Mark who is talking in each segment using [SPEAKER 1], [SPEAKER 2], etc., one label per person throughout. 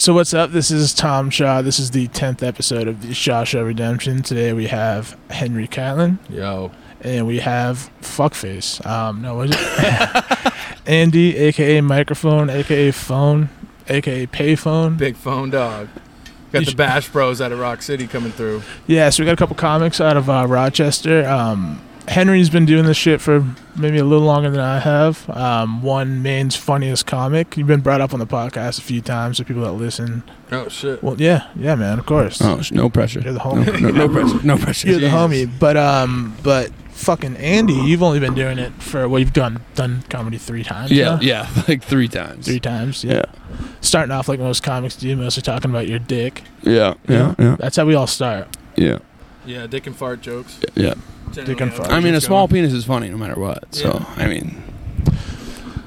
[SPEAKER 1] So what's up? This is Tom Shaw. This is the tenth episode of the Shaw Show Redemption. Today we have Henry Catlin
[SPEAKER 2] Yo.
[SPEAKER 1] and we have Fuckface. Um, no, what is it? Andy, aka Microphone, aka Phone, aka Payphone.
[SPEAKER 2] Big phone dog.
[SPEAKER 1] You
[SPEAKER 2] Got the
[SPEAKER 1] sh-
[SPEAKER 2] Bash Bros out of Rock City coming through.
[SPEAKER 1] Yeah, so we got a couple comics out of uh, Rochester. Um, Henry's been doing this shit for maybe a little longer than I have. Um, one Maine's funniest comic. You've been brought up on the podcast a few times. So people that listen,
[SPEAKER 2] Oh shit.
[SPEAKER 1] well, yeah, yeah, man, of course.
[SPEAKER 3] Oh, sh- no pressure.
[SPEAKER 1] You're the
[SPEAKER 3] No,
[SPEAKER 1] homie.
[SPEAKER 3] no, no pressure. No pressure.
[SPEAKER 1] You're the
[SPEAKER 2] Jesus.
[SPEAKER 1] homie, but um, but fucking Andy, you've only been doing it for well, you've done done comedy three times.
[SPEAKER 3] yeah,
[SPEAKER 1] now?
[SPEAKER 3] yeah, like three times.
[SPEAKER 1] three times. Yeah.
[SPEAKER 3] Yeah,
[SPEAKER 1] starting off like most comics do, mostly talking about your dick.
[SPEAKER 3] yeah, yeah, yeah,
[SPEAKER 1] That's how we all start.
[SPEAKER 3] yeah,
[SPEAKER 2] Yeah, dick and fart jokes.
[SPEAKER 3] yeah.
[SPEAKER 2] Generally
[SPEAKER 1] Dick and
[SPEAKER 2] how
[SPEAKER 1] fart.
[SPEAKER 2] it
[SPEAKER 3] I mean, a
[SPEAKER 2] keeps
[SPEAKER 3] small
[SPEAKER 2] going.
[SPEAKER 3] penis is funny no matter what. So
[SPEAKER 2] Yeah.
[SPEAKER 3] I mean,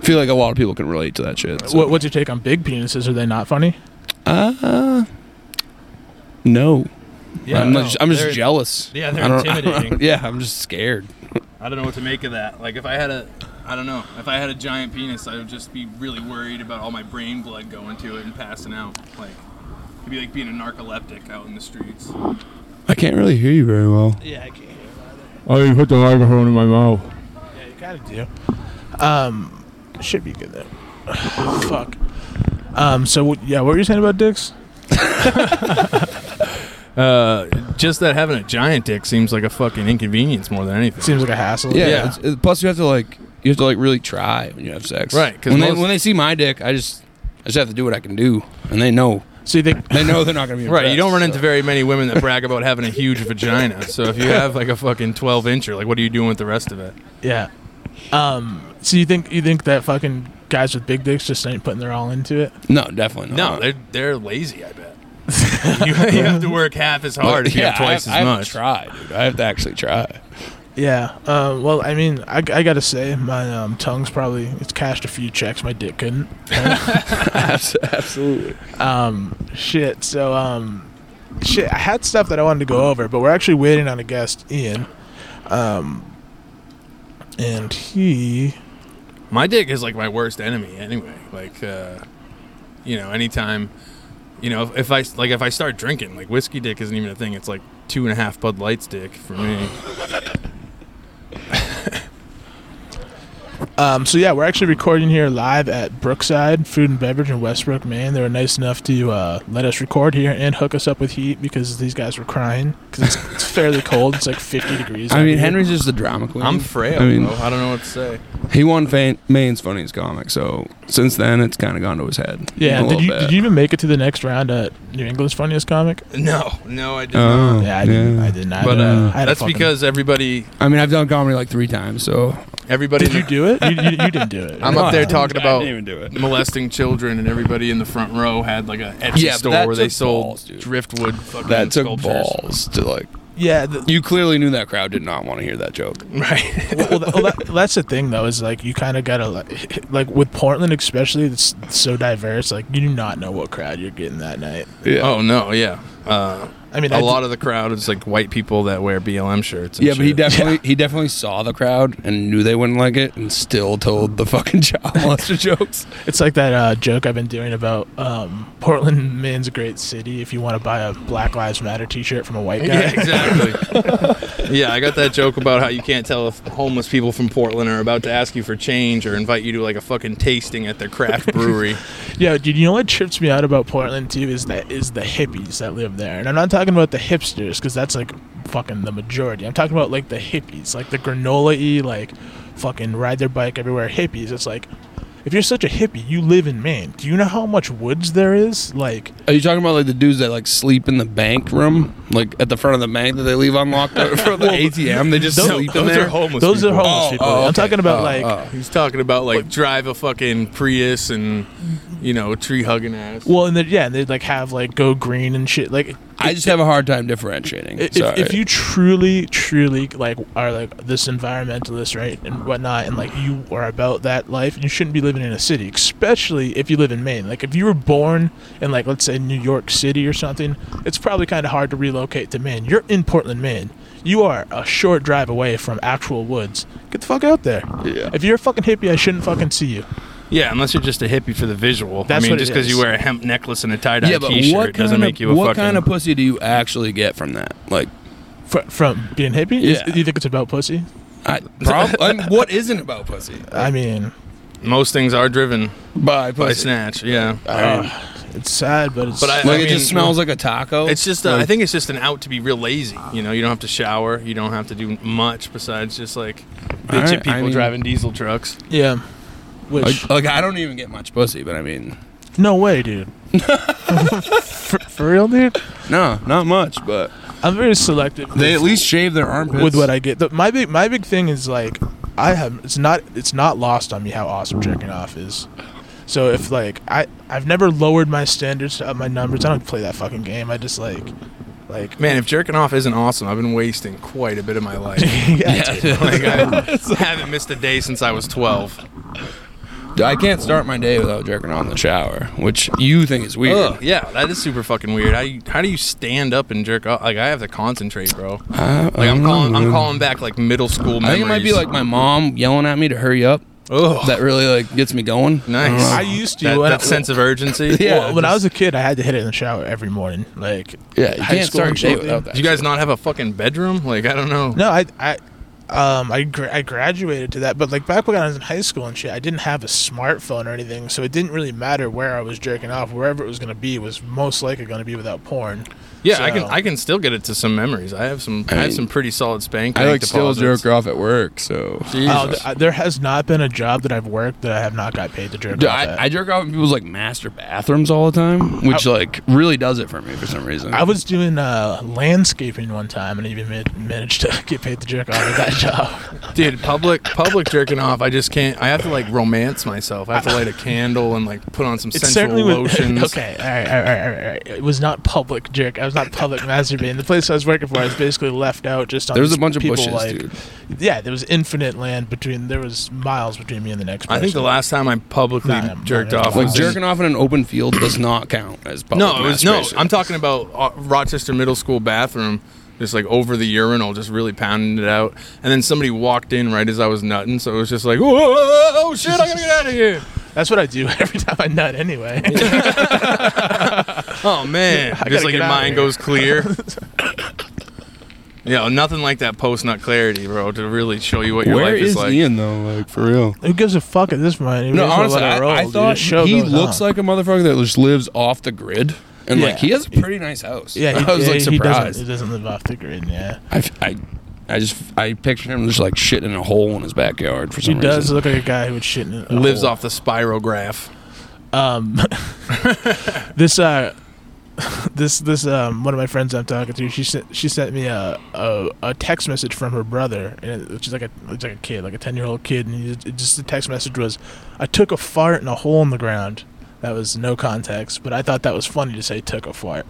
[SPEAKER 3] feel like a lot of people can relate to that shit. so.
[SPEAKER 1] What, what's your take on big penises? Are they not funny?
[SPEAKER 3] Uh, no.
[SPEAKER 2] Yeah,
[SPEAKER 3] I'm,
[SPEAKER 2] no,
[SPEAKER 3] not, I'm just
[SPEAKER 2] they're-
[SPEAKER 3] jealous.
[SPEAKER 2] Yeah, they're
[SPEAKER 3] I don't- I don't-
[SPEAKER 2] intimidating.
[SPEAKER 3] yeah, I'm just scared.
[SPEAKER 2] I don't know what to make of that. Like if I had a I don't know. If I had a giant penis, I would just be really worried about all my brain blood going to it and passing out. Like it'd be like being a narcoleptic out in the streets.
[SPEAKER 3] I can't really hear you very well.
[SPEAKER 1] Yeah, I can't hear
[SPEAKER 2] Oh,
[SPEAKER 3] er
[SPEAKER 2] you put the microphone in my mouth.
[SPEAKER 1] Yeah, you kind of do. Um, should be good though. Fuck. Um, so what- yeah, what were you saying about dicks?
[SPEAKER 2] Uh, just that having a giant dick seems like a fucking inconvenience more than anything.
[SPEAKER 1] Seems like a hassle.
[SPEAKER 3] Yeah.
[SPEAKER 2] Yeah.
[SPEAKER 3] it's- it- plus, you have to like you have to like really try when you have sex.
[SPEAKER 2] Right, 'cause
[SPEAKER 3] When they
[SPEAKER 2] most-
[SPEAKER 3] when they see my dick, I just I just have to do what I can do, and they know
[SPEAKER 1] So you think?
[SPEAKER 3] they know they're not gonna be
[SPEAKER 2] Right, you don't
[SPEAKER 3] impressed,
[SPEAKER 2] run into
[SPEAKER 3] so.
[SPEAKER 2] very many women that brag about having a huge vagina. So if you have like a fucking twelve incher, like what are you doing with the rest of it?
[SPEAKER 1] Yeah. Um. So you think you think that fucking guys with big dicks just ain't putting their all into it?
[SPEAKER 3] No, definitely
[SPEAKER 2] No,
[SPEAKER 3] not.
[SPEAKER 2] they're they're lazy. I bet you, you have to work half as hard if you have twice
[SPEAKER 3] I,
[SPEAKER 2] as
[SPEAKER 3] I
[SPEAKER 2] much.
[SPEAKER 3] Try, dude. I have to actually try.
[SPEAKER 1] Yeah. Uh, well, I mean, I, I gotta say, my um, tongue's probably it's cashed a few checks. My dick couldn't.
[SPEAKER 3] Absolutely.
[SPEAKER 1] Um, shit. So, um, shit. I had stuff that I wanted to go over, but we're actually waiting on a guest, Ian. Um, and he.
[SPEAKER 2] My dick is like my worst enemy anyway. Like, uh, you know, anytime, you know, if, if I like if I start drinking, like whiskey dick isn't even a thing. It's like two and a half Bud Lights dick for me.
[SPEAKER 1] Um, so yeah, we're actually recording here live at Brookside Food and Beverage in Westbrook, Maine. They were nice enough to uh, let us record here and hook us up with heat because these guys were crying because it's, it's fairly cold. It's like 50 degrees.
[SPEAKER 3] I
[SPEAKER 1] out
[SPEAKER 3] mean,
[SPEAKER 1] here.
[SPEAKER 3] Henry's just the drama queen.
[SPEAKER 2] I'm frail,
[SPEAKER 3] I mean,
[SPEAKER 2] bro. I don't know what to say.
[SPEAKER 3] he won fan- Maine's funniest comic, so since then it's kind of gone to his head.
[SPEAKER 1] Yeah,
[SPEAKER 3] a
[SPEAKER 1] did
[SPEAKER 3] little
[SPEAKER 1] you
[SPEAKER 3] bit.
[SPEAKER 1] did you even make it to the next round at New England's Funniest Comic?
[SPEAKER 2] No, no, I did
[SPEAKER 3] Oh,
[SPEAKER 2] not.
[SPEAKER 1] Yeah, I didn't.
[SPEAKER 3] yeah.
[SPEAKER 1] I did not.
[SPEAKER 2] But
[SPEAKER 3] Yeah.
[SPEAKER 2] uh,
[SPEAKER 1] I had a
[SPEAKER 2] that's
[SPEAKER 1] fucking-
[SPEAKER 2] because everybody,
[SPEAKER 3] I mean, I've done comedy like three times, so
[SPEAKER 2] everybody.
[SPEAKER 1] did you do it? You, you, you didn't do it.
[SPEAKER 2] I'm
[SPEAKER 3] No,
[SPEAKER 2] up
[SPEAKER 3] I
[SPEAKER 2] there
[SPEAKER 3] didn't-
[SPEAKER 2] talking
[SPEAKER 3] I
[SPEAKER 2] about
[SPEAKER 3] didn't even do it.
[SPEAKER 2] molesting children, and everybody in the front row had like a Etsy
[SPEAKER 3] Yeah, but
[SPEAKER 2] store
[SPEAKER 3] that
[SPEAKER 2] where they
[SPEAKER 3] took
[SPEAKER 2] sold
[SPEAKER 3] balls, dude.
[SPEAKER 2] driftwood fucking
[SPEAKER 3] that took
[SPEAKER 2] sculptures.
[SPEAKER 3] balls to like.
[SPEAKER 1] Yeah. The,
[SPEAKER 3] You clearly knew that crowd did not want to hear that joke.
[SPEAKER 2] Right.
[SPEAKER 1] well, that, well, that, that's the thing though is like you kind of gotta like, like with Portland especially it's so diverse like you do not know what crowd you're getting that night.
[SPEAKER 3] Yeah.
[SPEAKER 2] oh no, yeah. Uh,
[SPEAKER 1] I mean,
[SPEAKER 2] a
[SPEAKER 1] I d-
[SPEAKER 2] lot of the crowd is like white people that wear BLM shirts. And
[SPEAKER 3] Yeah, but he
[SPEAKER 2] shit.
[SPEAKER 3] definitely he definitely saw the crowd and knew they wouldn't like it, and still told the fucking child molester jokes.
[SPEAKER 1] It's like that uh, joke I've been doing about um, Portland, Maine's a great city. If you want to buy a Black Lives Matter T-shirt from a white guy,
[SPEAKER 2] Yeah, exactly. yeah, I got that joke about how you can't tell if homeless people from Portland are about to ask you for change or invite you to like a fucking tasting at their craft brewery.
[SPEAKER 1] Yeah, dude, you know what trips me out about Portland too is that is the hippies that live there, and I'm not talking about the hipsters because that's like fucking the majority. I'm talking about like the hippies, like the granola y, like fucking ride their bike everywhere hippies. It's like if you're such a hippie, you live in Maine. Do you know how much woods there is? Like,
[SPEAKER 3] Are you talking about like the dudes that like sleep in the bank room, like at the front of the bank that they leave unlocked for the ATM? They just
[SPEAKER 1] those-
[SPEAKER 3] sleep in
[SPEAKER 2] those
[SPEAKER 3] there.
[SPEAKER 2] are homeless.
[SPEAKER 1] those
[SPEAKER 2] people.
[SPEAKER 1] are homeless people.
[SPEAKER 3] oh,
[SPEAKER 1] I'm
[SPEAKER 3] okay.
[SPEAKER 1] talking about
[SPEAKER 3] Oh,
[SPEAKER 1] like
[SPEAKER 3] oh.
[SPEAKER 2] He's talking about like drive a fucking Prius and you know tree hugging ass.
[SPEAKER 1] well, and they yeah, and they like have like go green and shit. Like,
[SPEAKER 3] I just have a hard time differentiating.
[SPEAKER 1] if,
[SPEAKER 3] Sorry.
[SPEAKER 1] if you truly truly like are like this environmentalist right and whatnot and like you are about that life you shouldn't be living in a city especially if you live in maine like if you were born in like let's say new york city or something it's probably kind of hard to relocate to maine you're in portland maine you are a short drive away from actual woods get the fuck out there
[SPEAKER 3] Yeah.
[SPEAKER 1] if you're a fucking hippie i shouldn't fucking see you
[SPEAKER 2] Yeah, unless you're just a hippie for the visual.
[SPEAKER 1] That's
[SPEAKER 2] I mean,
[SPEAKER 1] what it
[SPEAKER 2] just because you
[SPEAKER 1] is.
[SPEAKER 2] wear a hemp necklace and a tie dye
[SPEAKER 3] yeah, but
[SPEAKER 2] T-shirt
[SPEAKER 3] what kind
[SPEAKER 2] doesn't
[SPEAKER 3] of
[SPEAKER 2] make you a
[SPEAKER 3] what
[SPEAKER 2] fucking.
[SPEAKER 3] kind of pussy do you actually get from that? Like,
[SPEAKER 1] Fr- from being hippie?
[SPEAKER 3] Yeah.
[SPEAKER 1] You think it's about pussy?
[SPEAKER 3] I, prob- I mean, what isn't about pussy?
[SPEAKER 1] I mean,
[SPEAKER 2] most things are driven
[SPEAKER 3] By pussy,
[SPEAKER 2] by snatch. Yeah,
[SPEAKER 1] uh, it's sad, but it's.
[SPEAKER 2] But I-
[SPEAKER 3] like it
[SPEAKER 2] mean,
[SPEAKER 3] just smells like a taco.
[SPEAKER 2] it's just. Uh,
[SPEAKER 3] Like,
[SPEAKER 2] I think it's just an out to be real lazy. You know, you don't have to shower. You don't have to do much besides just like bitch
[SPEAKER 3] Alright,
[SPEAKER 2] at people
[SPEAKER 3] I mean-
[SPEAKER 2] driving diesel trucks.
[SPEAKER 1] yeah. Which
[SPEAKER 3] Like, like, I don't even get much pussy, but I mean,
[SPEAKER 1] no way, dude. for, for real, dude.
[SPEAKER 3] no, not much. But
[SPEAKER 1] I'm very selective.
[SPEAKER 3] they
[SPEAKER 1] with-
[SPEAKER 3] at least shave their armpits.
[SPEAKER 1] with what I get. The, my big my big thing is like I have it's not it's not lost on me how awesome jerking off is. So if like I I've never lowered my standards up my numbers. I don't play that fucking game. I just like like
[SPEAKER 2] Man, if jerking off isn't awesome, I've been wasting quite a bit of my life.
[SPEAKER 1] yeah.
[SPEAKER 2] like I haven't missed a day since I was 12.
[SPEAKER 3] I can't start my day without jerking on the shower, which you think is weird.
[SPEAKER 2] Ugh, yeah, that is super fucking weird. How you, how do you stand up and jerk off? Like I have to concentrate, bro.
[SPEAKER 3] I,
[SPEAKER 2] Like I'm calling I'm
[SPEAKER 3] man.
[SPEAKER 2] calling back like middle school memories.
[SPEAKER 3] I think it might be like my mom yelling at me to hurry up.
[SPEAKER 2] oh
[SPEAKER 3] That really like gets me going.
[SPEAKER 2] nice.
[SPEAKER 1] I used to
[SPEAKER 2] that,
[SPEAKER 1] when
[SPEAKER 2] that
[SPEAKER 1] I,
[SPEAKER 2] sense of urgency.
[SPEAKER 1] well,
[SPEAKER 3] yeah,
[SPEAKER 1] when I was
[SPEAKER 3] just-
[SPEAKER 1] a kid, I had to hit it in the shower every morning. Like
[SPEAKER 3] Yeah, you
[SPEAKER 1] high
[SPEAKER 3] can't
[SPEAKER 1] school
[SPEAKER 3] start
[SPEAKER 1] and
[SPEAKER 3] your day
[SPEAKER 1] shit,
[SPEAKER 3] without
[SPEAKER 1] dude.
[SPEAKER 3] that.
[SPEAKER 2] Do you guys not have a fucking bedroom? Like I don't know.
[SPEAKER 1] no, I I. Um, I gra- I graduated to that, but like back when I was in high school and shit, I didn't have a smartphone or anything, so it didn't really matter where I was jerking off. Wherever it was gonna be was most likely gonna be without porn.
[SPEAKER 2] Yeah, I can
[SPEAKER 1] So-
[SPEAKER 2] I can still get it to some memories. I have some I,
[SPEAKER 3] I
[SPEAKER 2] have
[SPEAKER 3] mean,
[SPEAKER 2] some pretty solid spank.
[SPEAKER 3] I
[SPEAKER 2] bank
[SPEAKER 3] like still
[SPEAKER 2] deposits.
[SPEAKER 3] jerk off at work, so.
[SPEAKER 1] Oh, th- I- there has not been a job that I've worked that I have not got paid to jerk
[SPEAKER 3] Dude,
[SPEAKER 1] off
[SPEAKER 3] I,
[SPEAKER 1] at.
[SPEAKER 3] I jerk off in people's like master bathrooms all the time, which like really does it for me for some reason.
[SPEAKER 1] I was doing uh, landscaping one time and even ma- managed to get paid to jerk off at that job.
[SPEAKER 2] Dude, public public jerking off. I just can't. I have to like romance myself. I have to light a candle and like put on some sensual
[SPEAKER 1] was
[SPEAKER 2] lotions.
[SPEAKER 1] okay. All right, all right, all right, all right. It was not public jerk. I was not public masturbating. The place I was working for, I was basically left out just on.
[SPEAKER 3] There was a
[SPEAKER 1] these
[SPEAKER 3] bunch of
[SPEAKER 1] people,
[SPEAKER 3] bushes,
[SPEAKER 1] like,
[SPEAKER 3] dude.
[SPEAKER 1] Yeah, there was infinite land between. There was miles between me and the next. Person.
[SPEAKER 2] I think the last time I publicly
[SPEAKER 1] Nah,
[SPEAKER 2] jerked
[SPEAKER 1] nah,
[SPEAKER 2] off
[SPEAKER 1] nah.
[SPEAKER 2] was
[SPEAKER 3] Like
[SPEAKER 2] in-
[SPEAKER 3] jerking off in an open field does not count as public
[SPEAKER 2] No, it was no.
[SPEAKER 3] masturbation.
[SPEAKER 2] I'm talking about uh, Rochester Middle School bathroom, just like over the urinal, just really pounding it out. And then somebody walked in right as I was nutting, so it was just like, "Whoa, whoa, whoa, oh shit, I gotta get out of here.
[SPEAKER 1] That's what I do every time I nut. Anyway,
[SPEAKER 2] Oh man,
[SPEAKER 1] I
[SPEAKER 2] just
[SPEAKER 1] gotta
[SPEAKER 2] like
[SPEAKER 1] get
[SPEAKER 2] your
[SPEAKER 1] outta
[SPEAKER 2] mind
[SPEAKER 1] here.
[SPEAKER 2] goes clear. yeah, nothing like that post nut clarity, bro, to really show you what your
[SPEAKER 3] Where
[SPEAKER 2] life is,
[SPEAKER 3] is
[SPEAKER 2] like.
[SPEAKER 3] Ian though? Like for real?
[SPEAKER 1] who gives a fuck at this point?
[SPEAKER 3] No, honestly, I, I thought he looks like a motherfucker that just lives off the grid, and like
[SPEAKER 1] Yeah.
[SPEAKER 3] he has a pretty nice house.
[SPEAKER 1] Yeah, he,
[SPEAKER 3] I was
[SPEAKER 1] yeah, he
[SPEAKER 3] like
[SPEAKER 1] doesn't, he
[SPEAKER 3] surprised.
[SPEAKER 1] doesn't live off the grid. Yeah,
[SPEAKER 3] I, f- I, I just I pictured him just like shitting in a hole in his backyard for
[SPEAKER 1] he
[SPEAKER 3] some reason.
[SPEAKER 1] does look like a guy who would shit in a
[SPEAKER 2] Lives
[SPEAKER 1] hole.
[SPEAKER 2] off the spirograph.
[SPEAKER 1] Um, this uh, this this um, one of my friends I'm talking to, she sent she sent me a a, a text message from her brother, and it, which is like a it's like a kid, like a ten year old kid, and he, it just the text message was, "I took a fart in a hole in the ground." That was no context, but I thought that was funny to say "took a fart."